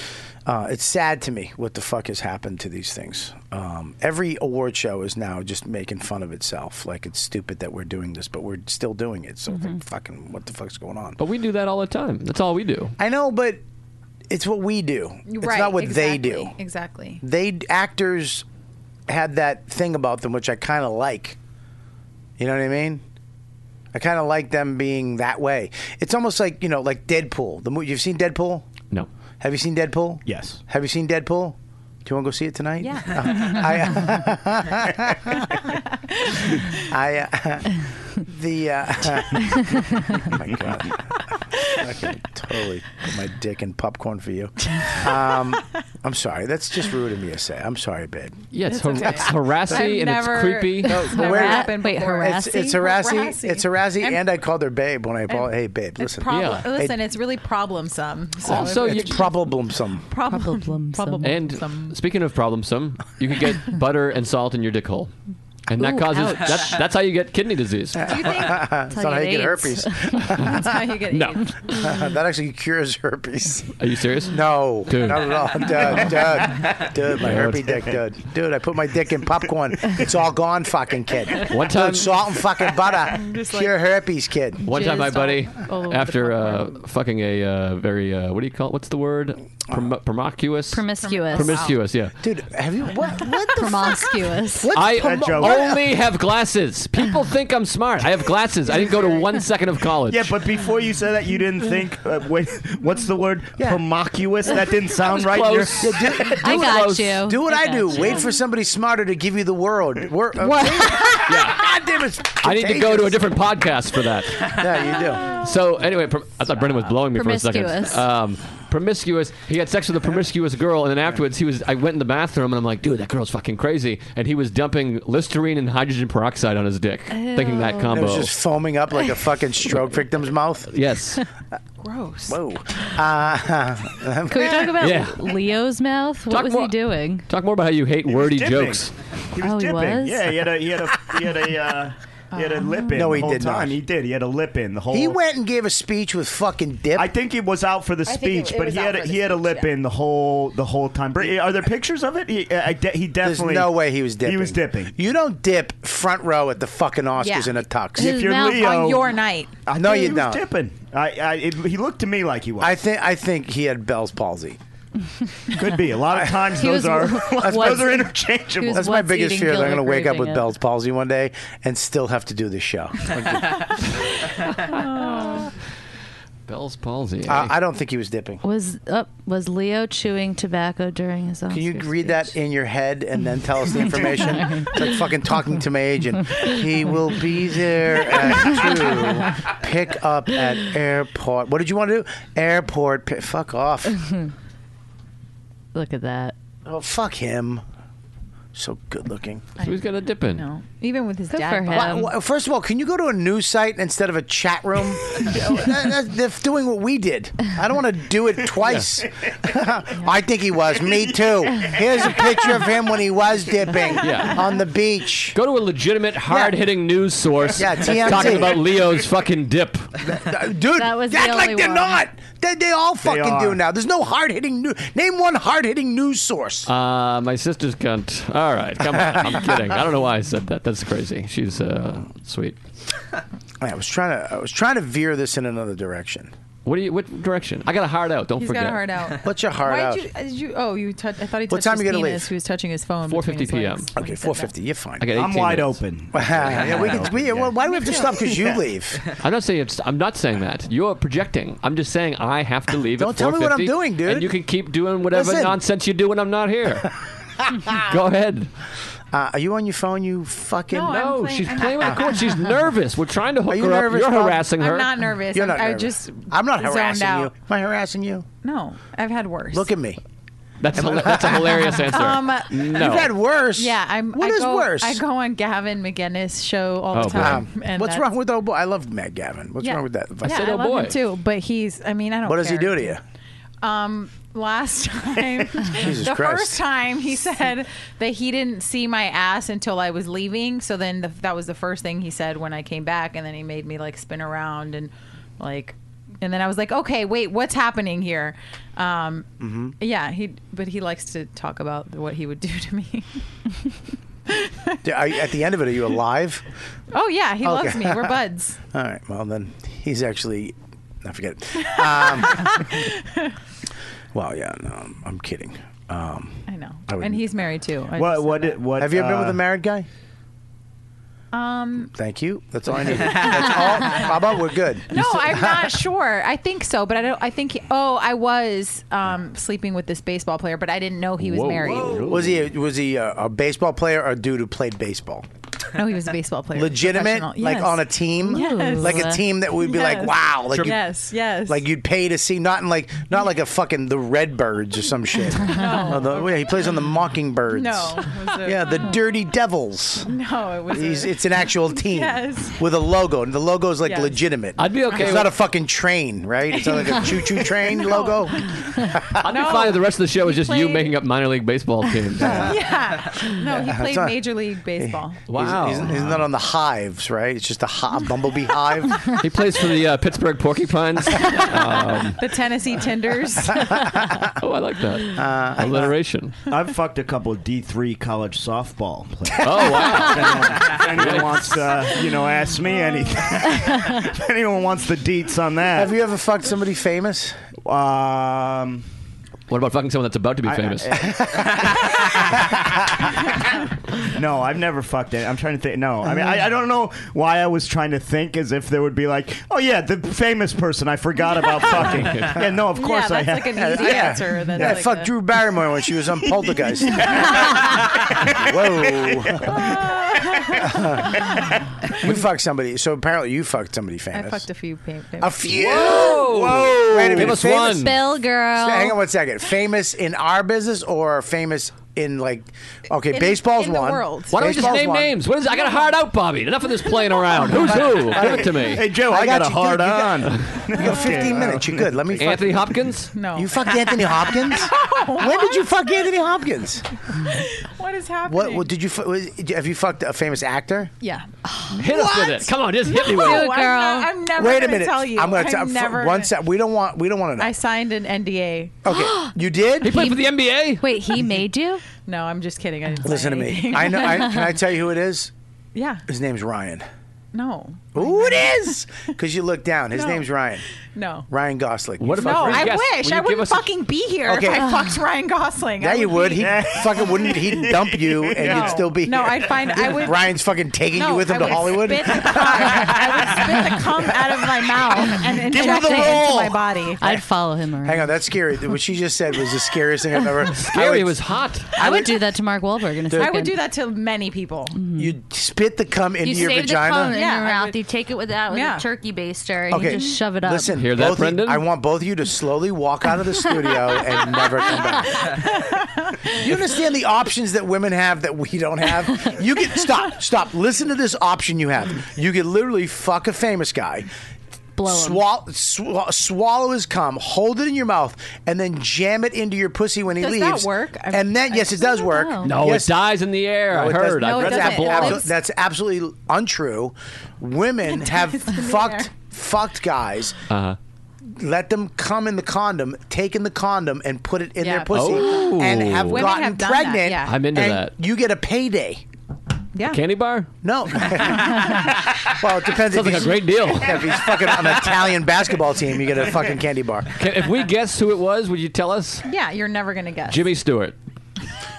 S3: uh, it's sad to me what the fuck has happened to these things. Um, every award show is now just making fun of itself, like it's stupid that we're doing this, but we're still doing it. So
S7: Mm-hmm.
S3: like, fucking, what the fuck's going on?
S9: But we do that all the time. That's all we do.
S3: I know, but it's what we do. It's
S7: right,
S3: not what they
S7: exactly,
S3: do
S7: Exactly.
S3: they actors had that thing about them which I kind of like. You know what I mean? I kind of like them being that way. It's almost like you know, like Deadpool. The movie you've seen Deadpool?
S9: No.
S3: Have you seen Deadpool?
S10: Yes.
S3: Have you seen Deadpool? Do you want to go see it tonight? Oh,
S7: Yeah.
S3: I, I
S7: <laughs>
S3: uh, the uh, oh my god, I can totally put my dick in popcorn for you. Um, I'm sorry, that's just rude of me to say. I'm sorry, babe.
S9: Yeah, it's,
S7: It's
S9: har-
S7: okay.
S9: it's harassing
S7: I've
S9: and it's
S7: never-
S9: creepy.
S7: No, it's but never wait a minute. happened
S3: Wait,
S7: before.
S3: It's, it's harassing. It's harassing, and, I called her babe when I bought. Hey, babe, listen.
S7: Problem. Listen, it's really problemsome. So
S9: Also,
S7: if-
S9: you-
S3: it's problemsome.
S7: problem. Problem.
S9: And speaking of problemsome, you can
S7: <laughs>
S9: get butter and salt in your dick hole. And that
S7: Ooh,
S9: causes
S7: ouch. Uh,
S9: that's that's how you get kidney disease.
S7: Do you think-
S3: That's
S7: how
S3: not how
S7: you
S3: you get
S7: get
S3: herpes. <laughs>
S7: That's how you get
S9: No.
S7: AIDS.
S9: <laughs>
S3: that actually cures herpes.
S9: Are you
S3: <laughs>
S9: serious?
S3: No,
S9: Dude.
S3: not at all. Dude, dude, dude, my
S9: Dude.
S3: herpes dick, dude. Dude, I put my dick in popcorn. It's all gone, fucking kid.
S9: One time-
S3: salt and fucking
S9: <laughs>
S3: butter,
S7: just like-
S3: cure herpes, kid.
S9: One time, my
S7: Jizzed
S9: buddy,
S7: all over Oh, the
S9: after uh, fucking a uh, very uh, what do you call it? What's the word? Prom-
S10: Uh,
S9: promiscuous.
S11: Promiscuous.
S9: Promiscuous. Yeah.
S3: Dude, have you what? What the <laughs>
S11: Promiscuous.
S3: What's
S9: I
S3: promo- <laughs>
S9: oh only have glasses. People think I'm smart. I have glasses. I didn't go to one second of college.
S10: Yeah, but before you said that, you
S5: <laughs>
S10: didn't think. Uh, wait, what's the word? Promiscuous.
S5: <laughs>
S10: That didn't sound right. in your-
S3: what- Do what I, do. Wait for somebody smarter to give you the world. Wor- uh,
S9: <laughs>
S3: God damn it.
S9: I need to go to a different podcast for that.
S3: <laughs> yeah,
S9: you do. So anyway, prom- I thought Brendan was blowing me for a second.
S3: Promiscuous.
S9: Um, promiscuous. He had sex with a promiscuous girl, and then afterwards, he was. I went in the bathroom, and I'm like, dude, that girl's fucking crazy. And he was dumping Listerine and hydrogen peroxide on his dick, thinking that
S3: And
S9: combo.
S3: It was just foaming up like a fucking stroke victim's
S10: <laughs>
S3: mouth.
S9: Yes.
S7: Gross.
S3: Whoa. Uh,
S11: Can we talk about
S9: Yeah.
S11: Leo's mouth? What
S9: Talk
S11: was
S9: more-
S11: he doing?
S9: Talk more about how you hate wordy
S11: dipping.
S9: jokes.
S10: He was
S11: Oh, he
S10: dipping.
S11: was?
S10: Yeah, he had a he had a he had a uh, he had a
S5: <laughs>
S10: lip in.
S3: No,
S10: the
S3: he
S10: whole
S3: did not.
S10: time. He did. He had a lip in the whole.
S3: He went and gave a speech with fucking dip.
S10: Oh. <laughs> I think he was out for the
S3: I think it-
S10: speech,
S3: it
S10: but
S3: was
S10: he
S3: out
S10: had a,
S3: for
S10: he
S3: the
S10: had a lip in the whole the whole time. Br- Are there pictures of it? He, I de- he definitely.
S3: no way he was dipping.
S10: He was dipping.
S3: You don't dip front row at the fucking Oscars
S7: Yeah.
S3: in a tux.
S7: His mouth on your night.
S10: I
S3: no,
S10: think
S3: you
S10: he
S3: don't.
S10: Was dipping. I, I it, he looked to me like he was.
S3: I think I think he had Bell's palsy.
S10: Could be. A lot <laughs> of times He those was- are- <laughs> those was- are interchangeable. he was
S3: That's my
S10: once
S3: biggest
S10: eating
S3: fear. That I'm
S10: Gilbert
S3: going to wake up
S10: Grape,
S3: with
S10: yeah.
S3: Bell's palsy one day and still have to do this show.
S9: Bell's palsy.
S3: Uh, I don't think he was dipping.
S11: Was up? was Leo chewing tobacco during his?
S3: Can you read that in your head and then tell us the information? it's like fucking talking to my agent. He will be there at two. Pick up at airport. What did you want to do? Airport. Pi- fuck off.
S11: Look at that.
S3: Oh fuck him. So good looking.
S9: So he's gonna dip in. No.
S7: Even with his
S11: Good
S7: dad.
S11: for
S7: bod.
S11: him.
S3: Why- why- first of all, can you go to a news site instead of a chat room? <laughs> That- that- They're doing what we did. I don't want to do it twice. <laughs> I think he was. Me too. Here's a picture of him when he was dipping
S9: Yeah.
S3: on the beach.
S9: Go to a legitimate, hard-hitting news source
S3: Yeah,
S9: that's
S3: TMZ.
S9: <laughs> talking about Leo's fucking dip.
S3: Uh, Dude,
S11: That was the
S3: act
S11: only
S3: like they're
S11: one.
S3: not. They, they all fucking do
S9: are.
S3: now. There's no hard hitting news. Name one hard hitting news source.
S9: Uh, my sister's cunt. All right, come on. I'm kidding. I don't know why I said that. That's crazy. She's uh, sweet.
S3: I was trying to. I was trying to veer this in another direction.
S9: What do you? What direction? I got a hard out. Don't
S7: He's
S9: forget.
S7: got a
S3: <laughs>
S7: hard out.
S3: What's your hard
S7: Why
S3: out?
S7: Did you, did you, oh, you touched. I thought he touched
S3: What time
S7: his
S3: you gonna
S7: penis.
S3: leave?
S7: He was touching his phone. between
S9: 4:50
S7: his
S9: p.m.
S7: legs.
S3: Okay, four fifty. You're fine. <laughs>
S9: I got
S10: I'm
S9: 18
S10: wide
S9: minutes.
S10: <laughs> open.
S3: yeah, we can. We, Why do we have to
S7: too.
S3: stop because
S9: <laughs>
S3: you
S7: Yeah.
S3: leave?
S9: I'm not saying it's, I'm not saying that. You're projecting. I'm just saying I have to
S3: <laughs>
S9: leave.
S3: Don't
S9: at
S3: tell me what I'm
S9: 4:50,
S3: doing, dude.
S9: And you can keep doing whatever
S3: Listen.
S9: nonsense you do when I'm not
S3: <laughs>
S9: here. Go ahead.
S3: Uh, are you on your phone? You fucking.
S7: No, I'm
S9: No,
S7: playing-
S9: she's
S7: I'm-
S9: playing with the
S7: <laughs>
S9: cord. She's nervous. We're trying to hook her up. You're
S3: Bob?
S9: harassing her.
S7: I'm not nervous.
S3: You're
S7: I'm-
S3: not
S7: I
S3: nervous.
S7: just
S3: I'm not
S7: zoned
S3: harassing you.
S7: out.
S3: Am I harassing you?
S7: No, I've had worse.
S3: Look at me.
S9: That's, hila- that's a
S7: <laughs>
S9: hilarious answer.
S7: Um,
S9: no.
S3: You've had worse.
S7: Yeah, I'm.
S3: What
S7: I
S3: is
S7: go-
S3: worse?
S7: I go on Gavin McGinnis show all
S9: Oh,
S7: the
S9: boy.
S7: time.
S3: Um,
S7: and
S3: what's
S7: that's-
S3: wrong with old boy? I love Matt Gavin. What's
S7: Yeah.
S3: wrong with that?
S7: Yeah, I, love him too. But he's. I mean, I don't.
S3: What does he do
S7: care.
S3: to you?
S7: Um, last <laughs>
S3: <laughs>
S7: time,
S3: Jesus
S7: the
S3: Christ.
S7: first time he said that he didn't see my ass until I was leaving. So then the, that was the first thing he said when I came back, and then he made me like spin around and like, and then I was like, okay, wait, what's happening here? Um,
S3: Mhm.
S7: yeah, he. But he likes to talk about what he would do to me. <laughs>
S3: Do- Are you, at the end of it, are you
S7: <laughs>
S3: alive?
S7: oh yeah, he
S3: Okay.
S7: loves me.
S3: <laughs>
S7: We're buds.
S3: All right. Well, then he's actually. I forget.
S7: <laughs>
S3: it. Um, well, yeah. No, I'm- I'm kidding. Um,
S7: I know.
S3: I would-
S7: and he's married too. I
S10: What
S7: just-
S10: what what?
S3: have you ever been with
S10: uh,
S3: a married guy?
S7: um.
S3: Thank you. That's all I
S7: <laughs>
S3: need. That's all. How about we're good?
S7: No,
S3: <laughs>
S7: I'm not sure. I think so, but I don't. I think. oh, I was um, sleeping with this baseball player, but I didn't know he was married.
S3: Was he a, was he a, a baseball player or a dude who played baseball?
S7: No, he was a baseball player.
S3: Legitimate,
S7: Professional.
S3: like
S7: Yes.
S3: on a team,
S7: Yes.
S3: like a team that would be like,
S7: Yes.
S3: wow, like you'd-
S7: yes, yes.
S3: like you'd pay to see, not in like not like a fucking the Redbirds or some shit.
S7: <laughs> No.
S3: Or the- yeah, he plays on the Mockingbirds. <laughs>
S7: No, it was a-
S3: yeah, the Dirty Devils.
S7: no, it was.
S3: He's,
S7: A,
S3: it's an actual team
S7: Yes.
S3: with a logo, and the logo is like
S7: Yes.
S3: legitimate.
S9: I'd be okay
S3: It's not a
S9: with-
S3: fucking train, right? It's
S7: <laughs>
S3: not like a choo-choo train logo.
S9: I'd be fine if the rest of the show is just you
S7: played-
S9: making up minor
S7: <laughs>
S9: league baseball
S7: <laughs>
S9: teams.
S7: yeah. No, he
S3: Yeah,
S7: played
S3: it's not-
S7: Major League Baseball.
S3: <laughs>
S7: Oh.
S9: Wow.
S3: He's, he's, he's not on the hives, right? It's just a, hi- bumblebee
S7: <laughs>
S3: hive.
S9: he plays for the uh,
S3: <laughs>
S9: Pittsburgh Porcupines. Um,
S7: The Tennessee Tenders.
S9: oh, I like that
S3: Uh,
S9: alliteration.
S10: I've fucked a couple D three college softball players.
S9: Oh wow!
S10: if anyone wants to, uh, you know, ask me
S7: <laughs>
S10: anything. if anyone wants the deets on that.
S3: Have you ever fucked somebody famous?
S10: Um,
S9: What about fucking someone that's about to be
S10: I-
S9: famous?
S10: No, I've never fucked it. I'm trying to think. No, I mean, I, I don't know why I was trying to think as if there would be like, oh yeah, the famous person I forgot about fucking. Yeah, no, of course I have. <laughs>
S3: yeah, I fucked Drew Barrymore when she was on
S7: <laughs>
S3: Poltergeist. Whoa. <laughs> we fucked somebody. So apparently you fucked somebody
S7: I
S3: famous.
S7: fucked a few pa-
S3: A few.
S7: Whoa!
S3: Whoa. Wait a minute.
S7: Give us
S3: famous?
S7: one. Bill girl.
S3: So hang on one second. Famous in our business or famous in like? Okay,
S9: In-
S3: baseball's
S9: in the
S3: one.
S9: world. Why don't we just
S3: Baseball's
S9: name
S3: one.
S9: names? What is- I got a hard out, Bobby. Enough of this playing around. Who's who? Give it to me. Hey, Joe, I got a
S3: you,
S9: hard
S3: dude. You
S9: on.
S3: got- You got 15 minutes. You're good. Let me.
S9: Anthony
S3: Hopkins.
S7: No.
S3: You fucked Anthony Hopkins.
S9: <laughs>
S3: When did you fuck Anthony Hopkins?
S7: What is happening?
S3: What, what did you? fu- was- Have you fucked a famous actor?
S7: Yeah.
S3: Hit us with it. Come on, just
S7: hit me No,
S9: <laughs>
S7: with it. I'm not- I'm never
S3: Wait a
S7: gonna
S3: minute.
S7: tell you.
S3: I'm going to
S7: I'm
S3: tell.
S7: never
S3: One
S7: gonna-
S3: sec. Oh. We don't want. We don't want to know.
S7: I signed an NDA. <gasps>
S3: okay. You did. He
S9: played for the NBA.
S7: Wait, he made you? No, I'm just kidding. I didn't
S3: Listen to
S7: sign
S3: me.
S7: anything. <laughs>
S3: I know. I, can I tell you who it is?
S7: Yeah.
S3: His name's Ryan.
S7: No.
S3: Who it is? Because you look down. His
S7: No.
S3: name's Ryan.
S7: No.
S3: Ryan Gosling. What
S7: No, I wish I wouldn't fucking be here
S3: Okay.
S7: if I fucked Ryan Gosling.
S3: Yeah,
S7: I
S3: you would.
S7: be-
S3: He
S7: <laughs>
S3: fucking wouldn't. He'd dump you, and
S7: No.
S3: you'd still be.
S7: No,
S3: here.
S7: I'd find- I would-
S3: Ryan's fucking taking
S7: No,
S3: you with him
S7: I
S3: to
S7: would
S3: Hollywood.
S7: spit the cum- I would spit the cum out of my mouth and
S3: <laughs> Give her
S7: inject
S3: the
S7: it into
S3: roll.
S7: my body.
S11: I'd follow him around.
S3: Hang on, that's scary. What she just said was the scariest thing I've ever.
S11: Scary, it
S9: was hot.
S11: I would do that to Mark Wahlberg in a second.
S7: I would do that to many people.
S3: You spit the cum into
S11: You
S3: your
S11: save
S3: vagina.
S11: the cum in
S7: Yeah,
S11: your
S7: I
S11: mouth. You take it with out with
S7: Yeah.
S11: a turkey baster and you just shove it up.
S3: Listen, both of- I want both of you to slowly walk out of the
S7: <laughs>
S3: studio and never come back. You understand the options that women have that we don't have? You can stop, stop. Listen to this option you have. You could literally fuck a famous guy.
S11: Blow
S3: swallow, swa- swallow his cum, hold it in your mouth, and then jam it into your pussy when he
S7: Does
S3: leaves.
S7: that work? I-
S3: and then, yes, it does work.
S9: No,
S3: yes,
S9: it dies in the air. I
S3: it
S9: heard.
S3: doesn't.
S9: I read that blog.
S3: abso- that's absolutely untrue. <laughs> Women have fucked fucked guys.
S9: Uh-huh.
S3: Let them come in the condom, taken the condom, and put it in
S7: Yeah.
S3: their pussy,
S9: Oh.
S3: and have
S7: Women
S3: gotten
S7: have done that,
S3: pregnant.
S7: yeah.
S9: I'm into
S3: and
S9: that.
S3: You get a payday.
S7: Yeah.
S9: Candy bar?
S3: No. <laughs> well, it depends.
S9: Sounds
S3: if
S9: like
S3: he's-
S9: a great deal.
S3: <laughs> If he's fucking on an Italian basketball team, you get a fucking candy bar.
S9: Can, if we guessed who it was, would you tell us?
S7: Yeah, you're never gonna guess.
S9: Jimmy Stewart.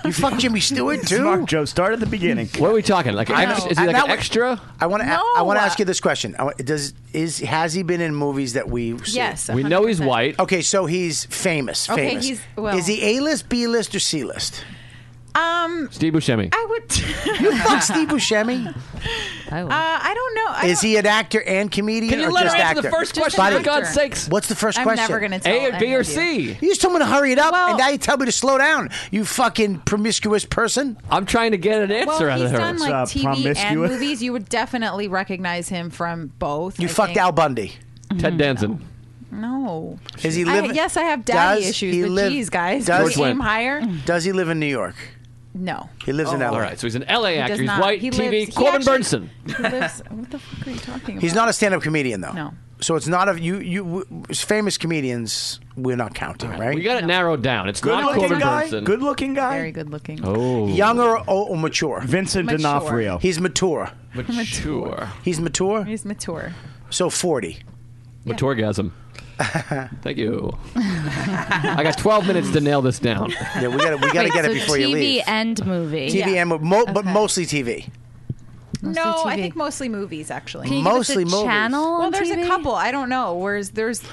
S3: You fuck Jimmy Stewart too?
S10: Joe, start at the beginning.
S9: What are we talking? Like,
S3: I
S9: ex-
S3: know.
S9: is he like
S3: That
S9: an
S3: wa-
S9: extra?
S3: I want to. I
S9: No.
S3: want to ask you this question. I wa- Does is has he been in movies that we? See?
S9: Yes, We know he's 100%. white.
S3: Okay, so he's famous.
S7: Okay,
S3: famous.
S7: he's- well-
S3: is he A list, B list, or C
S7: <laughs>
S3: list?
S7: Um,
S9: Steve Buscemi.
S7: I would. <laughs>
S3: you fuck Steve Buscemi?
S7: Uh, I don't know. I
S3: Is
S7: don't-
S3: he an actor and comedian?
S7: Can you
S3: or
S7: let her
S3: just
S7: answer
S3: actor?
S7: the first Just question, an for actor. God's sakes?
S3: What's the first
S7: I'm
S3: question?
S7: never gonna tell A or B any or of you. C?
S3: You just told me to hurry it up, and now you tell me to slow down. You fucking promiscuous person.
S9: I'm trying to get an
S7: Well, he's done like
S3: uh,
S7: TV and movies. You would definitely recognize him from both.
S3: You
S7: I
S3: fucked
S7: think.
S3: Al Bundy.
S7: Hmm.
S9: Ted Danson.
S7: No.
S3: Is he
S7: I-
S3: living?
S7: yes, I have daddy
S3: Does
S7: issues,
S3: he
S7: but
S3: live-
S7: geez, guys,
S3: does-
S7: can we George aim Wendt. higher?
S3: Does he live in New York?
S7: No.
S3: He lives in
S9: Oh.
S3: LA.
S9: All right, so he's an LA
S7: He
S9: actor.
S7: does
S9: he's
S7: not.
S9: white
S7: He
S9: TV.
S7: lives- he
S9: Corbin
S7: actually- <laughs>
S3: <laughs>
S9: Burnson.
S7: He lives. What the fuck are you talking about?
S3: He's not a stand-up comedian though.
S7: No.
S3: So it's not a you you w- famous comedians. We're not counting, right?
S9: We got it narrowed down. It's not Corbin Burnson.
S10: looking guy.
S7: Very good looking. <laughs>
S9: Oh.
S3: Young or, or, or mature?
S10: Vincent
S7: Mature. D'Onofrio.
S3: Oh. He's mature.
S9: Mature.
S3: He's mature.
S7: He's mature.
S3: So forty. <laughs>
S9: Maturegasm. Thank you. I got 12 minutes to nail this down.
S3: Yeah, we got to we got to
S11: Wait,
S3: get
S11: so
S3: it before
S11: TV
S3: you leave.
S11: and movie.
S3: TV and mo- mo- but mostly TV.
S7: No, I think mostly movies actually.
S3: Can you give us a Mostly movies. channel
S7: Well,
S3: on
S7: there's a couple. I don't know. Whereas there's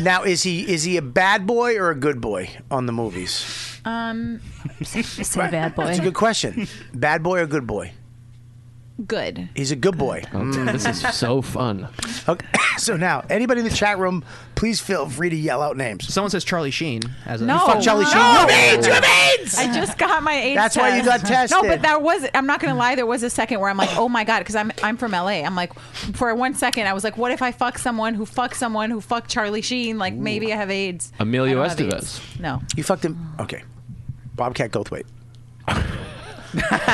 S3: Now is he is he a bad boy or a good boy on the movies?
S7: um
S11: say bad boy.
S3: That's a good question. Bad boy or good boy?
S7: good.
S3: He's a good boy. Mm.
S9: This is so fun.
S3: Okay, <laughs> so now anybody in the chat room, please feel free to yell out names.
S5: Someone says Charlie Sheen. As a
S7: No,
S3: fuck Charlie
S7: no.
S3: Sheen. You're AIDS, you're AIDS!
S7: I just got my AIDS.
S3: That's why you
S7: test.
S3: got tested.
S7: No, but that was. I'm not gonna lie. There was a second where I'm like, oh my god, because I'm I'm from LA. I'm like, for one second, I was like, what if I fuck someone who fucked someone who fucked Charlie Sheen? Like maybe I have AIDS.
S9: Emilio
S7: I don't have
S9: Estevez.
S7: No.
S3: You fucked him. Okay. Bobcat Goldthwait.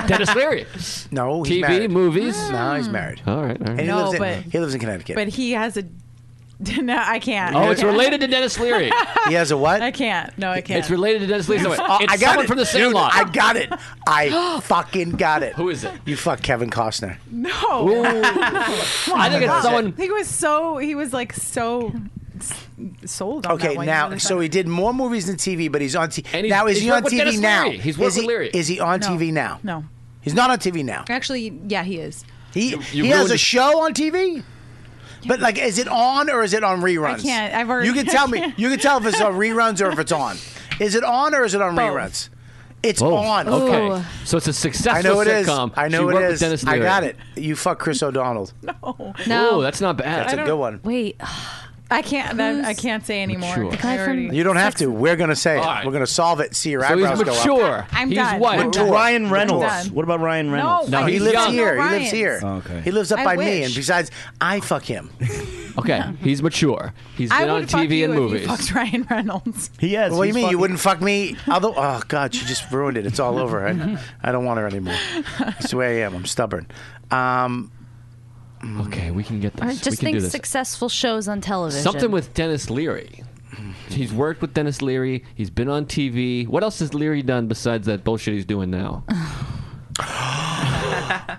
S9: Dennis
S3: <laughs>
S9: Leary.
S3: No, he's
S9: TV,
S3: married.
S9: movies.
S3: No, he's married.
S9: All right. All right.
S3: And he,
S7: No,
S3: lives in,
S7: but-
S3: he lives in Connecticut.
S7: But he has a. <laughs> No, I can't.
S9: Oh, it's related to Dennis Leary.
S3: <laughs> he has a what?
S7: I can't. No, I can't.
S9: It's related to Dennis Leary. No, wait,
S3: Oh,
S9: it's someone from the
S3: Dude,
S9: Sandlot.
S3: I got it.
S7: <gasps>
S3: I fucking got it.
S9: Who
S3: <laughs>
S9: is it?
S3: You fuck Kevin Costner.
S7: No.
S9: I think it's someone.
S7: He was so. He was like so. sold on
S3: Okay,
S7: that one.
S3: now so he did more movies than TV, but he's on TV now. Is
S7: he's
S3: he
S7: worked
S3: on
S7: with
S3: TV
S7: Dennis
S3: now?
S7: Leary. He's
S3: Is
S7: worked with
S3: he-
S7: Leary.
S3: Is he on
S7: No.
S3: TV now?
S7: No.
S3: he's not on TV now.
S7: Actually, yeah, he is.
S3: He
S7: you
S3: he has
S7: ruined
S3: a
S7: it.
S3: show on TV. But like, is it on or is it on reruns?
S7: can't. I've already-
S3: You can
S7: <laughs> I
S3: tell me.
S7: can't.
S3: You can tell if it's on reruns or if it's on. Is it on or is it on reruns? It's
S9: Both.
S3: on.
S7: Oh.
S9: Okay. So it's a successful
S3: I know it is.
S9: sitcom.
S3: I know
S9: She
S3: it
S9: worked with
S3: is.
S9: Dennis
S3: I
S9: Leary.
S3: got it. You fuck Chris O'Donnell.
S7: <laughs>
S11: No.
S7: Oh.
S9: Ooh, that's not bad.
S3: That's a good one.
S11: Wait. <laughs>
S7: I can't. That, I can't say anymore.
S3: Sure.
S7: I already-
S3: You don't have to. We're gonna say it. We're gonna solve it. See your
S9: So he's
S3: eyebrows go
S9: mature.
S3: up.
S7: I'm He's done. white. I'm done.
S10: Ryan
S3: Mature.
S10: Reynolds. What about Ryan Reynolds?
S3: No, he lives here. He lives
S7: Ryan's.
S3: here.
S10: Okay.
S3: He lives up
S7: I
S3: by me,
S7: wish.
S3: and besides, I fuck
S5: <laughs>
S3: him.
S9: Okay. He's mature. He's
S7: I
S9: been on
S7: would fuck
S9: TV
S7: you
S9: and
S7: if you
S9: movies.
S7: fucked Ryan Reynolds.
S10: He has.
S3: What do you
S10: he's
S3: mean you
S10: fucking-
S3: wouldn't fuck me? Although, oh god, she just ruined it. It's all over. I, I don't want her anymore. That's the way I am. I'm stubborn. Um,
S9: okay, we can get
S11: All right, just think successful shows on television.
S9: Something with Dennis Leary. He's worked with Dennis Leary. He's been on TV. What else has Leary done besides that bullshit he's
S7: <laughs>
S9: doing now?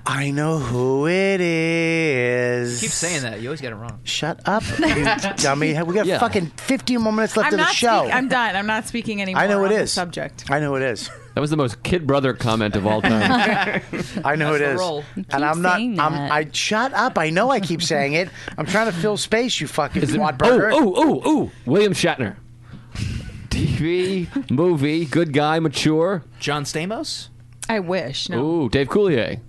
S3: I know who it is.
S5: Keep saying that. You always get it wrong.
S3: Shut up,
S7: <laughs>
S3: you dummy. We got
S5: Yeah.
S3: fucking 15 more minutes left
S7: I'm
S3: of the
S7: not.
S3: show.
S7: Speak, I'm done. I'm not speaking anymore.
S3: I know
S7: on
S3: it
S7: the
S3: is.
S7: Subject.
S3: I know it is.
S9: That was the most kid brother comment of
S3: <laughs>
S9: all time.
S3: I know
S9: That's
S3: it
S9: the
S3: is.
S9: role. You
S3: And I'm not.
S9: saying
S3: I'm.
S9: that.
S3: I shut up. I know I keep saying it. I'm trying to fill space. You fucking
S9: Is it-
S3: quad
S9: oh,
S3: burger.
S9: oh, oh, oh! William Shatner. TV, movie, good guy, mature.
S5: John Stamos.
S7: I wish. No.
S9: Ooh, Dave Coulier.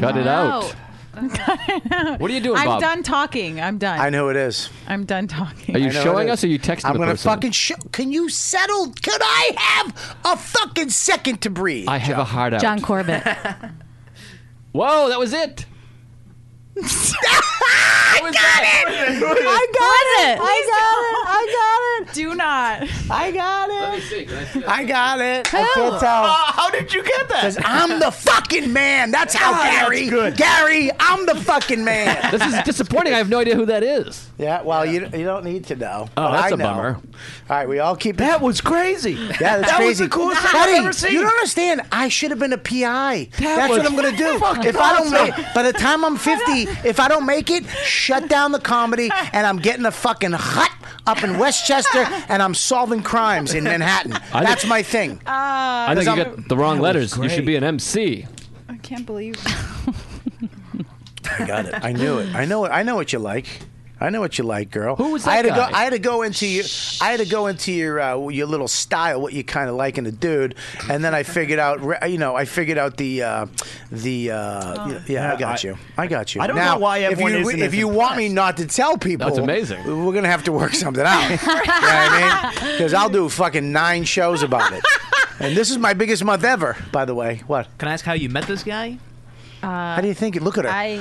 S9: Cut it out.
S7: what
S9: <laughs> are you doing,
S7: I'm
S9: Bob?
S7: done talking. I'm done.
S3: I know it is.
S7: I'm done talking.
S9: Are you
S3: I know
S9: showing
S3: it
S9: us
S3: is.
S9: or are you texting
S3: I'm
S9: the
S3: gonna
S9: person?
S3: fucking show. Can you settle? Can I have a fucking second to breathe?
S9: I have a heart out.
S11: John Corbett.
S3: <laughs>
S9: Whoa, that was it.
S3: I
S9: got
S3: it. I
S11: got it.
S3: I got it. I got it.
S7: Do not.
S3: I got it. I got it. I
S10: Who?
S3: can't tell.
S10: Uh, how did you get that?
S3: Because I'm the fucking man. That's how
S10: Ah, that's
S3: Gary. Gary, I'm the fucking man.
S9: <laughs> This is disappointing. I have no idea who that is.
S3: Yeah, well, you you don't need to know.
S9: Oh,
S3: but
S9: that's
S3: I
S9: a
S3: know.
S9: bummer.
S3: All right, we all keep.
S10: That was crazy.
S3: Yeah, that's
S10: that
S3: crazy.
S10: was the coolest thing
S3: Buddy,
S10: I've ever seen.
S3: You don't understand. I should have been a PI. that's
S10: was
S3: what I'm gonna do.
S10: fucking
S3: If I don't
S10: awesome.
S3: make, by the time
S10: <laughs>
S3: I'm 50, if I don't make it, shut down the comedy, and I'm getting a fucking hut up in Westchester, and I'm solving crimes in Manhattan.
S9: I
S3: that's
S9: think-
S3: my thing.
S9: I think you got the wrong
S3: That was
S9: letters. You
S3: great.
S9: should be an MC.
S7: I
S3: <laughs>
S7: can't believe.
S3: I got it. I knew it. I know it. I know what you like. I know what you like, girl. Who
S9: was
S3: I had to
S9: that
S3: go.
S9: guy?
S3: I had to go into your. I had to go into your uh, your little style, what you kind of like in a dude, and then I figured out. re- You know, I figured out the uh, the. Uh, yeah, I got
S10: I-
S3: you. I got you.
S10: I don't
S3: now,
S10: know why everyone
S3: if you,
S10: isn't
S3: If
S10: as
S3: you want me not to tell people,
S9: That's amazing.
S3: We're gonna have to work something out. <laughs> you know what I mean?
S9: <laughs>
S3: Because I'll do fucking nine shows about it. And this is my biggest month ever, by the way. What?
S5: Can I ask how you met this guy?
S3: How do you think it? Look at her.
S7: I.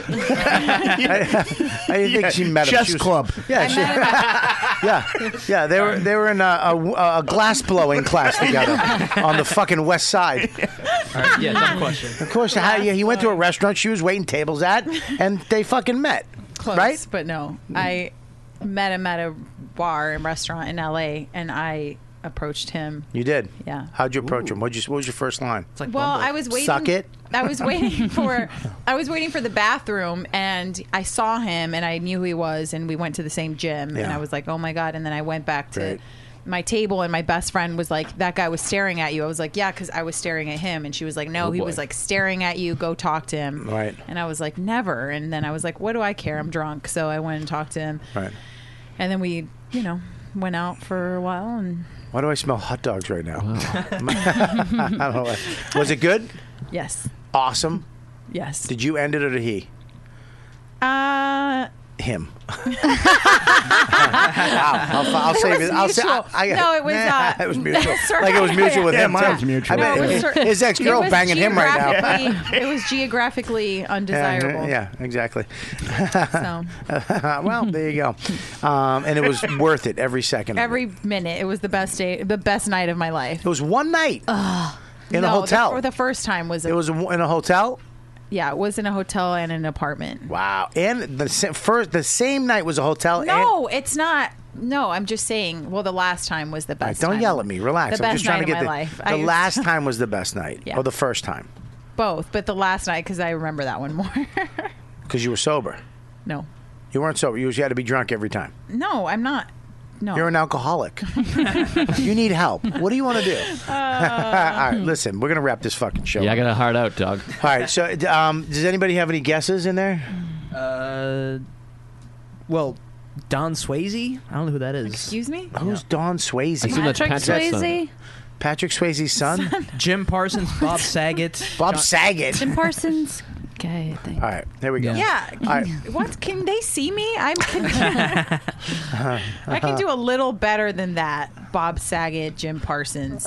S3: I
S10: <laughs>
S3: didn't think she met him.
S10: Chess
S3: She was-
S10: club.
S3: Yeah, she, yeah, yeah. They were they were in a, a, a glass blowing class together on the fucking west side.
S5: All right, yeah, dumb question.
S3: Of course, how, yeah, he went to a restaurant she was waiting tables at, and they fucking met.
S7: Close,
S3: Right?
S7: But no, I met him at a bar and restaurant in L.A. and I approached him.
S3: You did.
S7: Yeah.
S3: How'd you approach him? What'd you, what was your first line?
S5: like
S7: well, I was waiting.
S3: Suck it.
S7: I
S3: <laughs>
S7: was waiting for. I was waiting for the bathroom, and I saw him, and I knew who he was, and we went to the same gym, and
S3: Yeah.
S7: I was like, "Oh my god!" And then I went back to.
S3: Right.
S7: My table and my best friend was like, "That guy was staring at you." I was like, "Yeah," because I was staring at him, and she was like, "No,
S9: Oh,
S7: he
S9: boy.
S7: was like staring at you. Go talk to him."
S3: Right.
S7: And I was like, "Never." And then I was like, "What do I care? I'm drunk." So I went and talked to him,
S3: Right.
S7: and then we, you know, went out for a while, and
S3: Why do I smell hot dogs right now? <laughs> I don't know. why. Was it good?
S7: yes,
S3: Awesome.
S7: yes.
S3: Did you end it or did he?
S7: Uh.
S3: Him. <laughs> wow. I'll, I'll
S7: It
S3: save
S7: was
S3: it. I'll say,
S7: mutual.
S3: I, I,
S7: No, it was,
S3: Nah,
S7: uh,
S3: <laughs> it
S7: <laughs>
S3: was mutual.
S7: sorry.
S3: Like it was mutual with
S10: Yeah,
S3: him.
S10: mine
S3: too.
S10: was mutual.
S3: I bet
S7: No, it was cer-
S3: his ex girl
S7: it was
S3: banging him right now. <laughs>
S7: geographically- it was geographically undesirable.
S3: Yeah, yeah, exactly. Uh,
S7: So
S3: <laughs> well, there you go. Um, and it
S7: <laughs>
S3: was worth it every second. of it.
S7: every minute, it was the best day, the best night of my life.
S3: It was one night in
S7: No,
S3: a hotel.
S7: The, or the first time was a,
S3: it was a- in a hotel.
S7: yeah, it was in a hotel and an apartment.
S3: Wow. And the sa- first, the same night was a hotel. and,
S7: No, it's not. No, I'm just saying. Well, the last time was the
S3: All
S7: best.
S3: right, don't
S7: time.
S3: yell at me. Relax.
S7: The
S3: I'm
S7: best
S3: just trying
S7: night
S3: to get
S7: of
S3: the
S7: my life.
S3: the
S7: I used-
S3: last time was the best night,
S7: Yeah.
S3: or the first time,
S7: <laughs> both, but the last night because I remember that one more. <laughs>
S3: because you were sober.
S7: no,
S3: You weren't sober. You, you had to be drunk every time.
S7: no, I'm not. No.
S3: You're an alcoholic. you need help. What do you want to do? <laughs> All right, listen, we're gonna wrap this fucking show.
S9: Yeah, I
S3: up.
S9: got a hard out, dog.
S3: All right, so um, does anybody have any guesses in there?
S5: Uh, well, Don Swayze. I don't know who that is.
S7: Excuse me.
S3: Who's Don Swayze?
S5: I assume that's Patrick Patrick's son. Swayze?
S3: Patrick Swayze's son.
S5: Jim Parsons, <laughs> Bob Saget,
S3: Bob Saget. <laughs>
S11: Jim Parsons. Okay.
S3: All right, there we go.
S7: Yeah.
S3: All right.
S7: <laughs> What can they see me?
S3: <laughs>
S7: I'm. I can do a little better than that. Bob Saget,
S3: <laughs>
S7: Jim Parsons,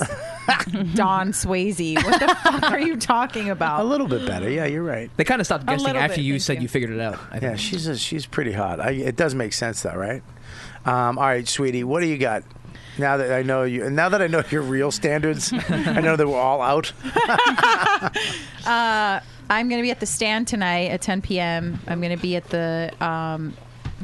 S7: Don Swayze. What the fuck are you talking about? A
S3: little bit better. Yeah, you're right.
S5: They kind of stopped
S7: A
S5: guessing
S7: little
S5: after
S7: bit,
S5: you said you. figured it out. I
S3: yeah, she's a, she's pretty hot. I, it does make sense though, right? Um, all right, sweetie, what do you got? Now that I know you, now that I know your real standards, I know that we're all out.
S7: Uh, I'm going to be at the stand tonight at 10 p.m. I'm going to be at the um,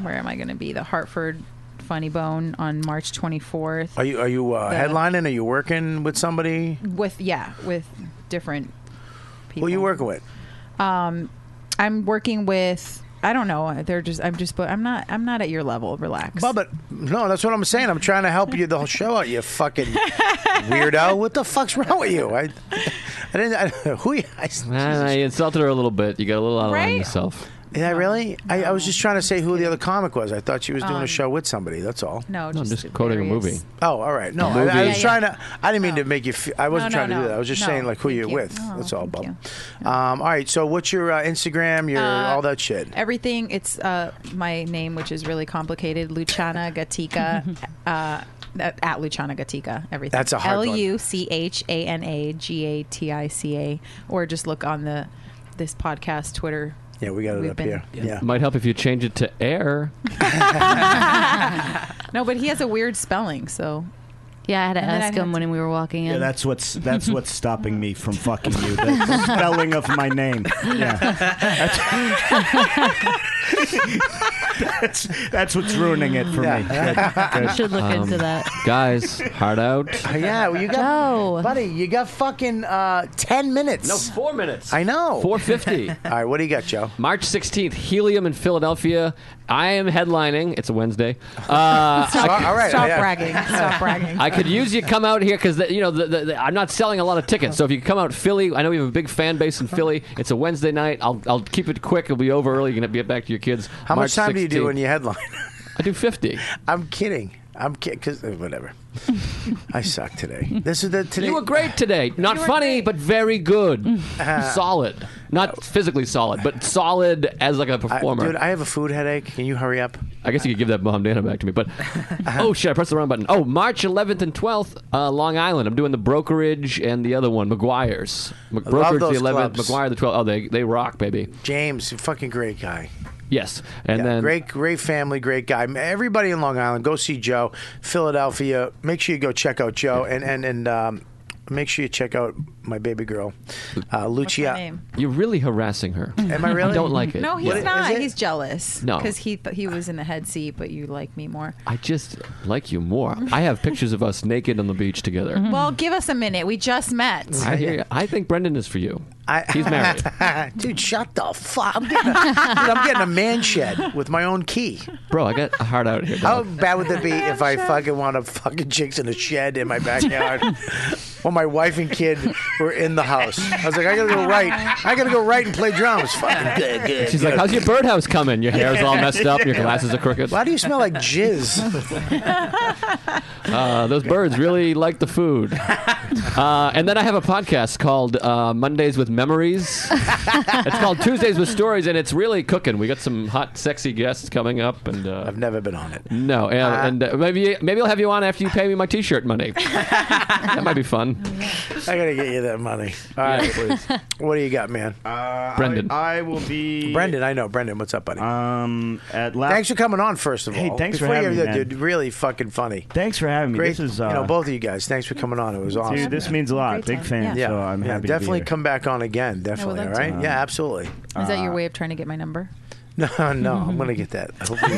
S7: where am I going to be? The Hartford Funny Bone on March 24th.
S3: Are you are you uh,
S7: The-
S3: headlining? Are you working with somebody?
S7: with yeah with different people.
S3: Who you working with?
S7: Um, I'm working with I don't know. They're just I'm just but I'm not I'm not at your level. Relax.
S3: Bubba, no, that's what I'm saying. I'm trying to help you the whole show out. You <laughs> fucking weirdo. What the fuck's wrong with you? I, I didn't. I, <laughs> who you? I,
S9: Nah, you insulted her a little bit. You got a little out of line yourself.
S3: Did I really? I, I was just trying to say who the other comic was. I thought she was doing
S7: Um,
S3: a show with somebody. That's all.
S7: No,
S9: No, I'm just quoting a movie.
S3: Oh, all right. No,
S9: A
S3: I, I
S9: movie.
S3: was
S9: Yeah,
S3: trying to. I didn't mean to make you. Fe- I wasn't
S7: No, no,
S3: trying to
S7: no.
S3: do that. I was just
S7: No,
S3: saying like who
S7: thank
S3: you're
S7: you.
S3: with.
S7: No,
S3: That's all, Bob. Um, all right. So what's your uh, Instagram? Your
S7: Uh,
S3: all that shit.
S7: Everything. It's uh, my name, which is really complicated. Luciana Gatica.
S3: <laughs>
S7: uh, at at Luciana Gatica, everything.
S3: That's a hard one.
S7: L U C H A N A G A T I C A, or just look on the this podcast Twitter.
S3: Yeah, we got it
S7: We've
S3: up
S7: been-
S3: here. Yeah.
S9: Might help if you change it to air.
S7: No, but he has a weird spelling, so
S11: Yeah, I had to
S7: And then I
S11: ask him when we were walking in.
S10: Yeah, that's what's that's what's stopping me <laughs> from fucking you. The spelling of my name. <laughs> Yeah. That's, that's, that's what's ruining it for me. Good, good.
S3: Um,
S9: Guys,
S3: <laughs>
S9: hard out.
S3: Uh, yeah, well, you got, buddy, you got fucking uh, ten minutes.
S9: No, four minutes.
S3: I know. <laughs>
S9: 450. All
S3: right, what do you got, Joe?
S9: March 16th, Helium in Philadelphia. I am headlining. It's a Wednesday. Uh,
S7: Stop-
S9: I-
S7: all right, Stop yeah. bragging.
S3: <laughs>
S7: Stop bragging.
S9: I could use you to come out here because you know the, the, the, I'm not selling a lot of tickets. So if you come out Philly, I know we have a big fan base in Philly. It's a Wednesday night. I'll, I'll keep it quick. It'll be over early. You're gonna get back to your kids.
S3: How much
S9: March
S3: time do you
S9: 16th.
S3: do when you headline? <laughs>
S9: I do fifty.
S3: I'm kidding. I'm kidding. Cause uh, <laughs> whatever. I suck today. This is the today.
S9: You were great today. Not funny, but
S3: <laughs>
S9: very good. solid. Not physically solid, but solid as like a performer.
S3: uh, dude, I have a food headache. Can you hurry up?
S9: I guess you could give that bomb Dana back to
S3: <laughs>
S9: me, but oh shit, I pressed the wrong button. Oh, March 11th and 12th, uh, Long Island. I'm doing the brokerage and the other one, McGuire's. Mc-
S3: I love
S9: brokerage
S3: those
S9: the 11th,
S3: clubs.
S9: McGuire the 12th. Oh, they they rock, baby.
S3: James, fucking great guy.
S9: Yes, and then
S3: Great, great family, great guy. Everybody in Long Island, go see Joe. Philadelphia, make sure you go check out Joe, and and and um, make sure you check out my baby girl, uh, Lucia.
S9: You're really harassing her.
S3: Am I really?
S9: I don't like it.
S7: No, he's
S9: Yeah.
S7: not. He's jealous.
S9: No.
S7: because he th- he was in the head seat, but you like me more.
S9: I just like you more. I have pictures of us naked on the beach together.
S7: Mm-hmm. Well, give us a minute. We just met.
S9: I hear you. I think Brendan is for you. He's
S3: <laughs>
S9: married.
S3: Dude, shut the fuck! I'm getting, a, <laughs> dude, I'm getting a man shed with my own key.
S9: Bro, I got a heart out here.
S3: How
S9: Dog.
S3: bad would it
S9: <laughs>
S3: be if I fucking wound up fucking chicks in a shed in my backyard <laughs> while my wife and kid were in the house? I was like, I gotta go right. I gotta go right and play drums.
S9: <laughs>
S3: Fucking good, good.
S9: She's like,
S3: good.
S9: "How's your birdhouse coming? Your hair's all
S3: <laughs>
S9: messed up. Your glasses are crooked."
S3: Why do you smell like
S9: <laughs>
S3: jizz?
S9: Uh, those birds really like the <laughs> food. Uh, and then I have a podcast called uh, Mondays with <laughs> Memories. it's called Tuesdays with Stories, and it's really cooking. We got some hot, sexy guests coming up, and uh, I've
S3: never been on it.
S9: No, and, and uh, maybe maybe I'll have you on after you pay me my T-shirt money. <laughs> that might be fun.
S3: Oh, I gotta get you that money. All
S9: Yeah,
S3: right,
S9: please.
S3: What do you got, man?
S10: <laughs> Uh,
S3: Brendan.
S10: I, I will be
S3: Brendan, I know. Brendan, what's up, buddy?
S10: Um, at la-
S3: thanks for coming on. First of all,
S10: Hey, thanks for
S3: Before you
S10: having
S3: go,
S10: me, man.
S3: dude. Really fucking funny.
S10: Thanks for having me.
S3: Great,
S10: This is uh,
S3: you know both of you guys. Thanks for coming on. It was awesome.
S10: Dude, this
S3: man.
S10: means a lot. Big fan.
S3: Yeah,
S10: So I'm
S3: yeah,
S10: happy. to be
S3: Definitely
S10: here.
S3: come back on again. Definitely. All
S7: love
S3: right.
S7: to.
S3: Yeah, absolutely. <laughs>
S7: Is that your way of trying to get my number?
S3: No, no, I'm gonna get that. Hopefully,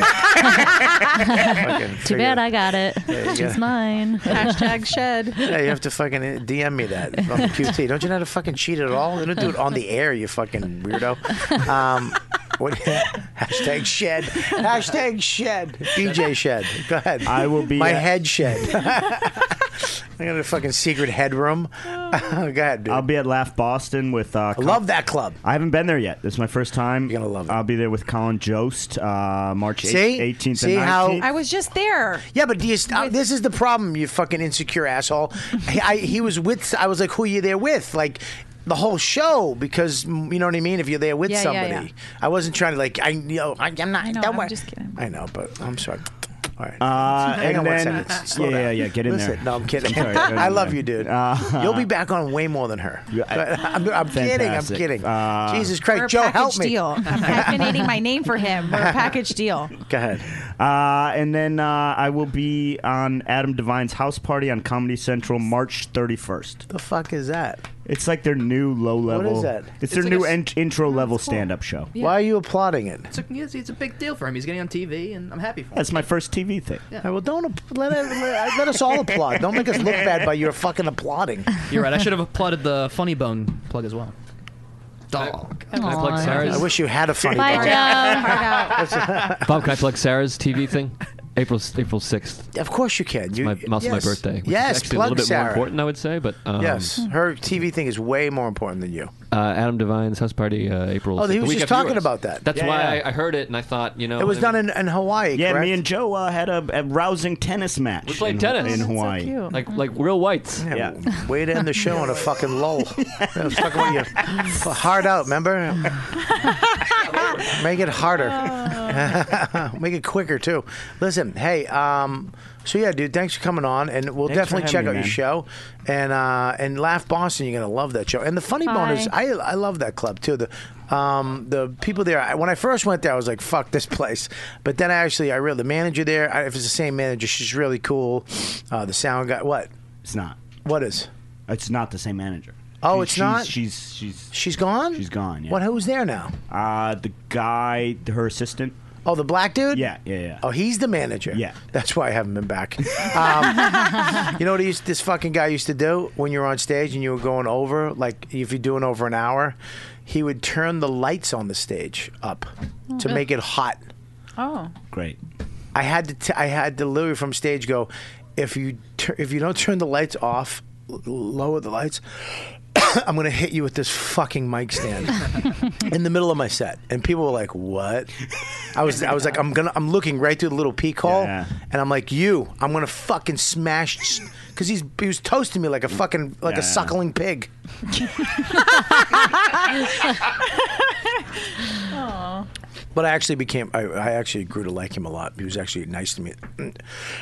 S11: <laughs> Too bad I got it.
S3: Yeah, you
S11: She's
S3: got-
S11: mine. <laughs>
S7: Hashtag shed.
S3: yeah, you have to fucking DM me that on QT. Don't you know how to fucking cheat at all? You don't do it on the air, you fucking weirdo. Um, What, <laughs> hashtag shed. Hashtag shed. DJ shed. Go ahead.
S10: I will be
S3: my
S10: at-
S3: head shed. <laughs> I got a fucking secret headroom. <laughs> Go ahead, dude.
S10: I'll be at Laugh Boston with. Uh,
S3: love that club.
S10: I haven't been there yet. This is my first time. You're gonna love it. I'll be there with Colin Jost, uh, March
S3: See?
S10: 8th, 18th
S3: See
S10: and
S3: how
S10: 19th.
S7: I was just there.
S3: Yeah, but do you st- uh, this is the problem, you fucking insecure
S7: <laughs>
S3: asshole. he, I, he was with. I was like, who you there with? Like. The whole show, because mm, you know what I mean. If you're there with
S7: Yeah, yeah,
S3: somebody,
S7: yeah.
S3: I wasn't trying to like. I you know I, I'm not.
S7: I know,
S3: don't
S7: I'm
S3: worry.
S7: just kidding.
S3: I know, but I'm sorry. All <laughs> right.
S10: Uh,
S3: Hang
S10: and
S3: on
S10: then-
S3: one second. Slow
S10: yeah,
S3: down.
S10: yeah, yeah, get in
S3: Listen,
S10: there.
S3: No, I'm kidding.
S10: I'm
S3: <laughs>
S10: sorry.
S3: I love you, dude.
S10: <laughs>
S3: You'll be back on way more than her.
S10: Yeah, I-
S3: But <laughs> I'm, I'm kidding. I'm
S10: Fantastic.
S3: kidding.
S10: Uh,
S3: Jesus
S7: We're a
S3: Christ, Joe,
S7: package
S3: help me.
S7: deal. I'm hyphenating my name for him. We're a package deal.
S3: Go ahead.
S10: Uh, and then uh, I will be on Adam Devine's house party on Comedy Central March 31st.
S3: The fuck is that?
S10: It's like their new low level.
S3: is that?
S10: It's,
S3: It's
S10: their
S3: like
S10: new
S3: a s- Oh,
S10: ent- intro level stand up show.
S3: Why are you applauding it?
S5: It's a, it's- it's a big deal for him. He's getting on TV, and I'm happy for him.
S10: That's my first TV thing.
S3: Hey, well, don't app- let, it- let, let us all applaud. Don't make us look bad by your fucking applauding.
S5: You're right. I should have applauded the Funny Bone plug as well. Dog.
S9: Can I plug Sarah's?
S3: I wish you had a funny.
S9: Bye,
S3: bone.
S9: Bob, can I plug Sarah's TV
S3: <laughs>
S9: thing? April April sixth.
S3: Of course you can. You,
S9: My, also
S3: yes.
S9: my birthday. which is
S3: Yes,
S9: actually a
S3: plug
S9: little bit
S3: Sarah.
S9: more important, I would say. But um,
S3: yes, her TV thing is way more important than you.
S9: uh, Adam Devine's house party, uh, April.
S3: Oh, he
S9: the
S3: was
S9: week
S3: just
S9: after
S3: talking
S9: yours.
S3: about that.
S9: That's
S3: Yeah,
S9: why
S3: yeah.
S9: I, I heard it and I thought, you know,
S3: It was done in, in Hawaii.
S10: Yeah,
S3: correct?
S10: me and Joe uh, had a, a rousing tennis match.
S9: We played
S10: in,
S9: tennis
S10: in Hawaii.
S9: like like real whites.
S10: Yeah.
S3: Way to end the show on a fucking
S10: <laughs>
S3: lull. I was talking about you. Hard out, remember? Make it harder.
S10: Uh.
S3: <laughs> Make it quicker, too. Listen, hey, um, so yeah, dude, thanks for coming on. And we'll
S10: Thanks for
S3: definitely
S10: having
S3: check
S10: me,
S3: out your
S10: man.
S3: show. And uh, and Laugh Boston, you're going to love that show. And the funny
S13: Hi.
S3: bonus, I, I love that club, too. The um, the people there, I, when I first went there, I was like, fuck this place. But then I actually, I realized the manager there, I, if it's the same manager, she's really cool. Uh, the sound guy, what?
S10: It's not.
S3: What is?
S10: It's not the same manager.
S3: Oh,
S10: She-
S3: it's
S10: she's,
S3: not?
S10: She's she's
S3: she's gone.
S10: She's gone. Yeah.
S3: What? Who's there now?
S10: Uh, the guy, her assistant.
S3: Oh, the black dude.
S10: Yeah, yeah, yeah.
S3: Oh, he's the manager.
S10: Yeah.
S3: That's why I haven't been back. Um, <laughs> you know what he used, this fucking guy used to do when you were on stage and you were going over, like if you're doing over an hour, he would turn the lights on the stage up to
S7: Oh.
S3: make it hot.
S7: Oh.
S10: Great.
S3: I had to. T- I had to literally from stage go. If you tur- if you don't turn the lights off, l- lower the lights. <coughs> I'm gonna hit you with this fucking mic stand in the middle of my set, and people were like, "What?" I was I was like, "I'm gonna I'm looking right through the little peak hole, and I'm like, you, I'm gonna fucking smash." Because he's he was toasting me like a fucking like
S10: Yeah.
S3: a suckling pig.
S7: Oh.
S3: But I actually became, I, I actually grew to like him a lot. He was actually nice to me <clears throat>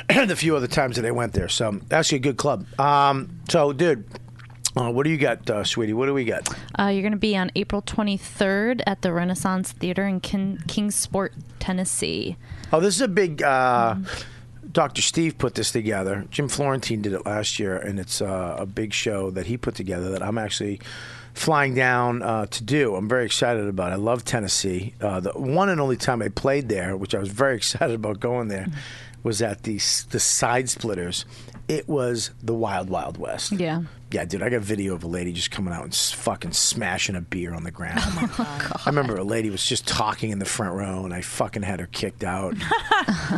S3: the few other times that I went there. So, actually, a good club. Um, so, dude, uh, what do you got, uh, sweetie? What do we got?
S11: Uh, you're going to be on April 23rd at the Renaissance Theater in Kin- Kingsport, Tennessee.
S3: Oh, this is a big. Uh, Dr. Steve put this together. Jim Florentine did it last year, and it's uh, a big show that he put together that I'm actually flying down uh, to do. I'm very excited about. it. I love Tennessee. Uh, the one and only time I played there, which I was very <laughs> excited about going there, was at the the Side Splitters. It was the Wild Wild West.
S11: Yeah.
S3: Yeah, dude, I got video of a lady just coming out and s- fucking smashing a beer on the ground. I remember a lady was just talking in the front row, and I fucking had her kicked out.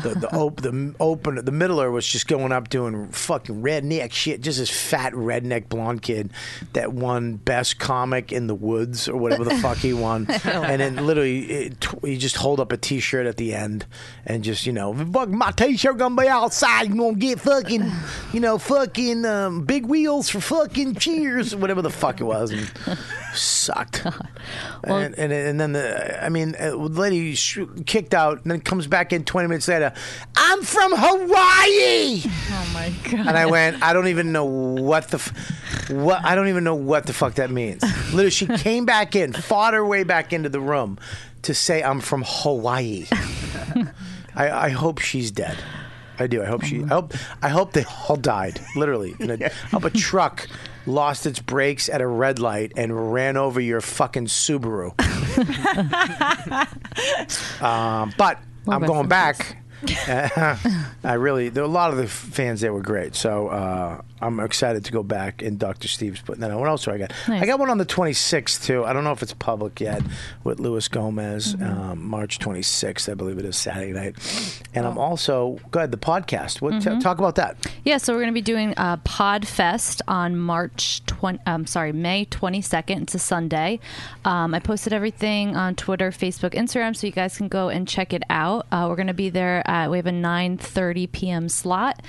S3: the the, op- the open the middler was just going up doing fucking redneck shit. Just this fat redneck blonde kid that won best comic in the woods or whatever the fuck he won, and then literally it, tw- he just hold up a t-shirt at the end and just you know fuck my t-shirt gonna be outside. You gonna get fucking you know fucking um, big wheels for fucking cheers whatever the fuck it was. And, Sucked. and, and and then the I mean, uh, the lady sh- kicked out, and then comes back in twenty minutes later. I'm from Hawaii,
S7: Oh my god.
S3: and I went. I don't even know what the f- what I don't even know what the fuck that means. Literally, she came back in, fought her way back into the room to say I'm from Hawaii. I, I hope she's dead. I do. I hope she. I hope. I hope they all died. Literally, in a, I hope a truck lost its brakes at a red light and ran over your fucking Subaru. um, but I'm
S11: about
S3: going back I really, there, a lot of the f- fans there were great. So uh, I'm excited to go back and Dr. Steve's putting that on. What else do I got? I got one on the 26th, too. I don't know if it's public yet with Luis Gomez, um, March 26th, I believe it is Saturday night. And I'm also, go ahead, the podcast. What, t-
S11: Mhm.
S3: talk about that.
S11: Yeah, so we're going to be doing uh, Podfest on March 20, um, sorry, May 22nd. It's a Sunday. Um, I posted everything on Twitter, Facebook, Instagram, so you guys can go and check it out. Uh, we're going to be there. At, we have a 9.30 p.m. slot.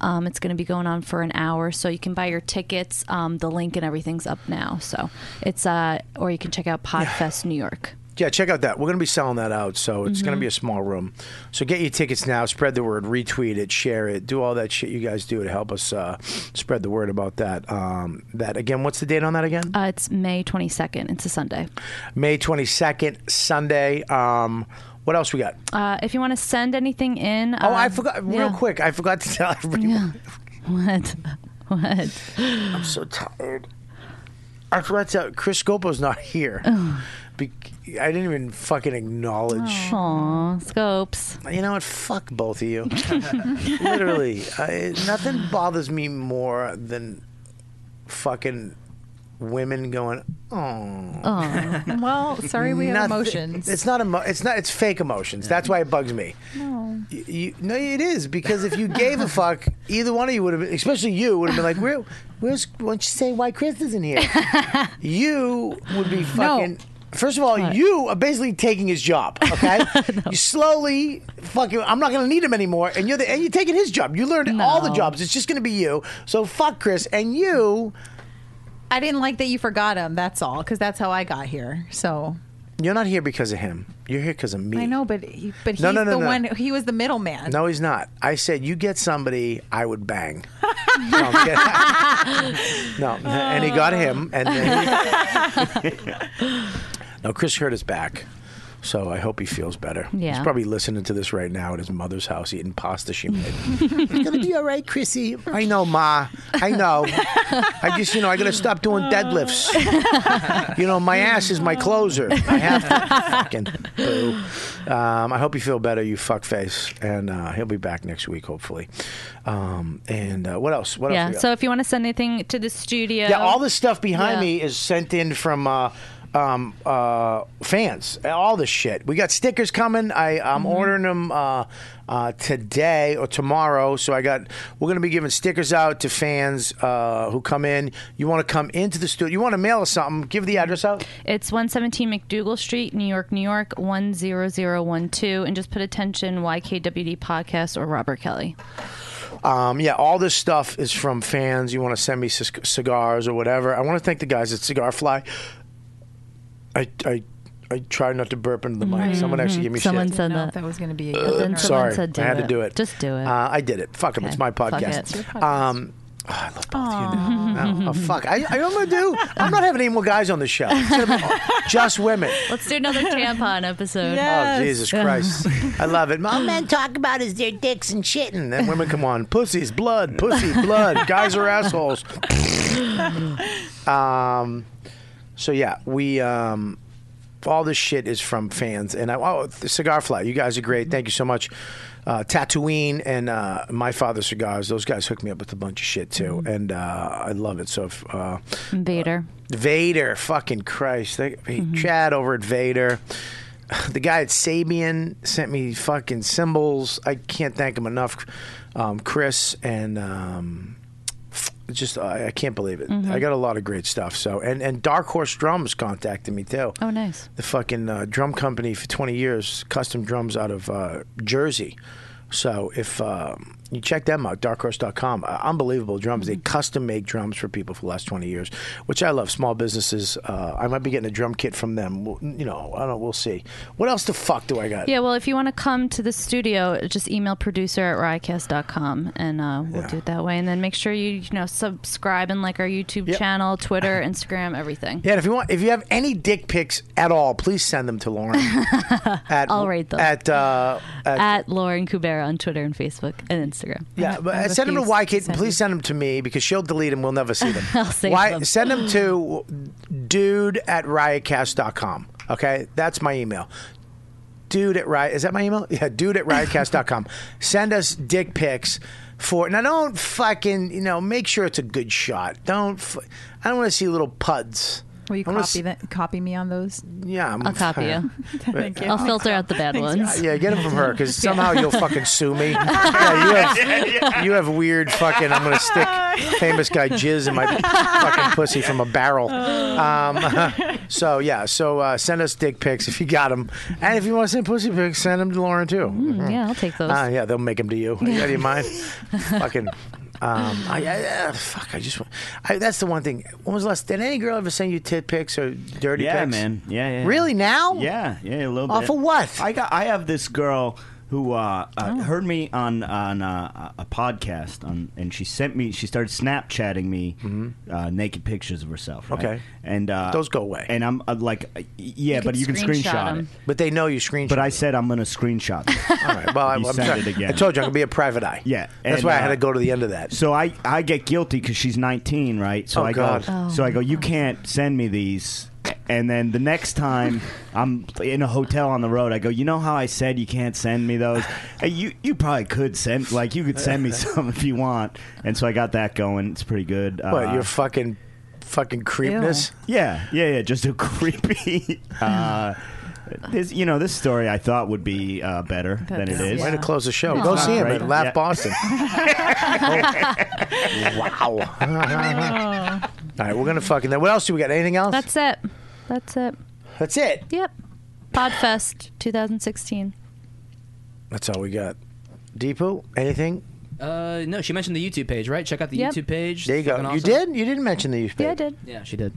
S11: Um, it's going to be going on for an hour, so you can buy your tickets. Um, the link and everything's up now. So it's, uh, or you can check out Podfest New York.
S3: Yeah, check out that. We're going to be selling that out, so it's going to
S11: Mhm.
S3: be a small room. So get your tickets now. Spread the word. Retweet it. Share it. Do all that shit you guys do to help us uh, spread the word about that. Um, that again. What's the date on that again?
S11: Uh, it's May 22nd. It's a Sunday.
S3: May twenty second, Sunday. Um, what else we got?
S11: Uh, if you want to send anything in.
S3: Oh,
S11: uh,
S3: I forgot. Real
S11: yeah.
S3: quick, I forgot to tell everybody.
S11: <laughs> What? What?
S3: I'm so tired. I forgot to. Chris Scopo's not here. Be- I didn't even fucking acknowledge.
S11: Aw, scopes.
S3: You know what? Fuck both
S11: <laughs>
S3: of you. Literally, I, nothing bothers me more than fucking women going, "Oh."
S7: well, sorry we have
S3: Nothing-
S7: emotions.
S3: It's not emo- It's not. It's fake emotions. That's why it bugs me.
S7: no.
S3: You, you, no, it is because if you gave a fuck, either one of you would have, been, especially you, would have been like, "Where, where's? Why don't you say why Chris isn't
S7: <laughs>
S3: here?" you would be fucking. First of all, you are basically taking his job.
S7: <laughs>
S3: Okay, you slowly fucking. I'm not going to need him anymore, and you're the, and you're taking his job. You learned all the jobs. It's just going to be you. So fuck Chris and you.
S7: I didn't like that you forgot him. That's all, because that's how I got here. So
S3: You're not here because of him. You're here because of me.
S7: I know, but he, but he's
S3: No, no, no,
S7: the
S3: no.
S7: one. He was the middleman.
S3: No, he's not. I said you get somebody I would bang. no, I'm kidding. <laughs> No, and he got him, and then- <laughs> no, Chris hurt his back, so I hope he feels better.
S16: Yeah.
S3: he's probably listening to this right now at his mother's house eating pasta she made. <laughs>
S16: It's gonna be all right, Chrissy.
S3: I know, Ma. I know. I just, you know, I gotta stop doing deadlifts. you know, my ass is my closer. I have to. Fucking boo. Um, I hope you feel better, you fuckface. And uh, he'll be back next week, hopefully. Um, and uh, what else? What
S11: yeah.
S3: else? we got?
S11: So if you want to send anything to the studio,
S3: yeah, all the stuff behind
S11: Yeah.
S3: me is sent in from. Uh, um, uh, fans, all this shit. We got stickers coming. I
S11: Mm-hmm.
S3: I'm ordering them uh, uh, today or tomorrow. So I got we're gonna be giving stickers out to fans uh, who come in. You want to come into the studio? You want to mail us something? Give the address out.
S11: it's 117 McDougal Street, New York, New York 10012, and just put attention YKWd podcast or Robert Kelly.
S3: Um, yeah, all this stuff is from fans. You want to send me c- cigars or whatever. I want to thank the guys at Cigar Fly. I I I try not to burp into the mic. Someone actually gave me
S11: Someone
S3: shit.
S11: said
S7: No,
S11: that.
S7: that was going to be.
S3: Uh,
S11: But then someone
S3: sorry,
S11: said do
S3: I had to
S11: it.
S3: do it.
S11: Just do it.
S3: Uh, I did it. Fuck them. It's my
S11: Fuck
S3: podcast.
S11: it. It's your podcast.
S3: Um, oh, I love both of you now.
S11: <laughs>
S3: No, oh, fuck. I, I don't know what I'm gonna do. I'm not having any more guys on the show. It's gonna be all- just women.
S11: Let's do <laughs> another tampon episode.
S3: Oh Jesus Christ! I love it. All men talk about is their dicks and shit, and then women come on. Pussy's blood. <laughs> Pussy blood. guys are <laughs> assholes. um, so yeah, we um, all this shit is from fans, and I, oh, the Cigar Fly, you guys are great. Thank you so much. Uh, Tatooine and uh, my father cigars; those guys hooked me up with a bunch of shit too, and uh, I love it. So if, uh,
S11: Vader.
S3: Vader, fucking Christ. They, hey, Chad over at Vader. <sighs> The guy at Sabian sent me fucking symbols. I can't thank him enough. Um, Chris and um, just I, I can't believe it.
S11: Mhm.
S3: I got a lot of great stuff. So and and Dark Horse Drums contacted me too.
S11: Oh, nice.
S3: The fucking uh, drum company for 20 years, custom drums out of uh, Jersey. So if um, you check them out, darkhorse.com, uh, unbelievable drums. They custom make drums for people for the last 20 years, which I love. Small businesses. Uh, I might be getting a drum kit from them. We'll, you know, I don't. We'll see. What else the fuck do I got?
S11: Yeah, well, if you want to come to the studio, just email producer at riotcast.com and uh, we'll
S3: Yeah.
S11: do it that way. And then make sure you, you know, subscribe and like our YouTube channel, Twitter, Instagram, everything.
S3: Yeah, and if you want, if you have any dick pics at all, please send them to
S11: <laughs>
S3: Lauren. at,
S11: I'll read them.
S3: At, uh, at,
S11: At Lauren Kubera on Twitter and Facebook and Instagram.
S3: Yeah, but uh, send them to YK. please send them to me because she'll delete them. We'll never see them.
S11: <laughs> I'll save them.
S3: Send them
S11: <laughs>
S3: to dude at riotcast.com. Okay, that's my email. dude at riot. Is that my email? <laughs> Yeah, dude at
S11: <laughs>
S3: riotcast.com. Send us dick pics for. Now, don't fucking, you know, make sure it's a good shot. Don't. F- I don't want to see little puds.
S7: Will you
S3: I wanna
S7: copy that? Copy me on those? <laughs>
S3: Yeah, I'm- <laughs>
S11: I'll copy you.
S7: Thank you.
S11: I'll filter out the bad ones.
S3: Uh, Yeah, get them from her because somehow you'll fucking sue me. Yeah, you, have, you have weird fucking. I'm gonna stick famous guy jizz in my fucking pussy from a barrel. Um, <laughs> so yeah, so uh, send us dick pics if you got them, and if you want to send pussy pics, send them to Lauren too. Mhm.
S11: yeah, I'll take those.
S3: Ah, yeah, they'll make them to you. Out of your mind. fucking. Um, I, I, uh, fuck. I just. want- I, that's the one thing. When was the last? Did any girl ever send you tit pics or dirty
S10: yeah,
S3: pics?
S10: man. Yeah, yeah. yeah.
S3: Really now?
S10: Yeah, yeah, a little
S3: Oh,
S10: bit.
S3: for what? Oh.
S10: I got. I have this girl who uh, uh, heard me on on uh, a podcast, on, and she sent me. She started Snapchatting me uh, naked pictures of herself. Right?
S3: Mm-hmm. Okay.
S10: and uh,
S3: Those go away.
S10: And I'm uh, like, uh, yeah,
S11: You
S10: but
S11: can
S10: you can
S11: screenshot
S10: screenshot, it.
S11: them.
S3: But they know you screenshot.
S10: But I said I'm gonna
S3: <laughs>
S10: screenshot. Them.
S3: All right. Well, I,
S10: <laughs> You
S3: I'm
S10: send
S3: sorry.
S10: it again.
S3: I told you I could be a private eye.
S10: Yeah,
S3: That's
S10: and,
S3: why I
S10: uh,
S3: had to go to the end of that.
S10: So I, I get guilty because she's 19, right? So
S3: Oh,
S10: I
S3: God.
S10: go,
S11: Oh.
S10: so I go, you can't send me these. And then the next time I'm in a hotel on the road, I go, you know how I said you can't send me those? Uh, You you probably could send, like you
S3: <laughs>
S10: could send me some if you want. And so I got that going. It's pretty good. Uh,
S3: What your fucking fucking creepness?
S10: yeah, yeah, yeah. Just a <laughs> creepy. Uh, this, you know, this story I thought would be uh, better than it
S3: That's-
S10: is.
S3: Way to close the show.
S10: It's
S3: Go
S10: not
S3: see him
S10: great.
S3: at Laugh
S10: Yeah.
S11: <laughs>
S10: <laughs>
S3: Boston. Oh, wow. All right, we're gonna fucking. What else do we got? Anything else?
S11: That's it. That's it.
S3: That's it.
S11: Yep. Podfest 2016.
S3: That's all we got. Deepu, anything?
S13: Uh, no, she mentioned the YouTube page, right? Check out the
S11: Yep.
S13: YouTube page.
S3: There you go.
S13: Fucking
S3: You
S13: awesome.
S3: did? You didn't mention the youth
S11: Yeah, I
S3: page.
S11: did.
S13: Yeah, she did.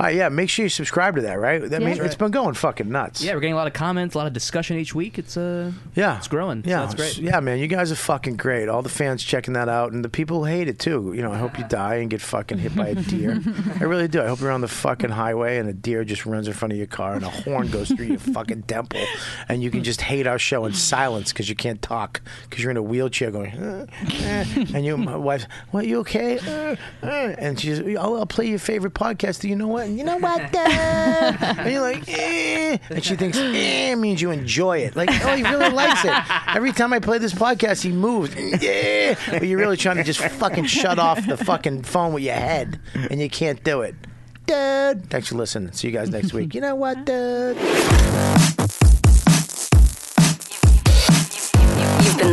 S3: All right, yeah. Make sure you subscribe to that. Right? That
S13: Yeah.
S3: means
S13: That's right.
S3: it's been going fucking nuts.
S13: Yeah, we're getting a lot of comments, a lot of discussion each week. It's uh,
S3: Yeah.
S13: it's growing. so
S3: Yeah,
S13: that's great.
S3: s- Yeah, man, you guys are fucking great. All the fans checking that out, and the people who hate it too. You know, I hope you die and get fucking hit by
S13: <laughs>
S3: a deer. I really do. I hope you're on the fucking highway and a deer just runs in front of your car and a horn goes through your fucking temple, and you can just hate our show in silence because you can't talk because you're in a wheelchair going, "Uh, uh," and you, my wife, what, you okay? Uh, uh," and she's, oh, I'll play your favorite podcast. You know what? You know what? uh," and you're like, eh, and she thinks eh means you enjoy it. Like, oh, he really likes it. Every time I play this podcast, he moves. Eh. But you're really trying to just fucking shut off the fucking phone with your head, and you can't do it. Dude, thanks for listening. See you guys next week. You know what, dude?
S14: You've been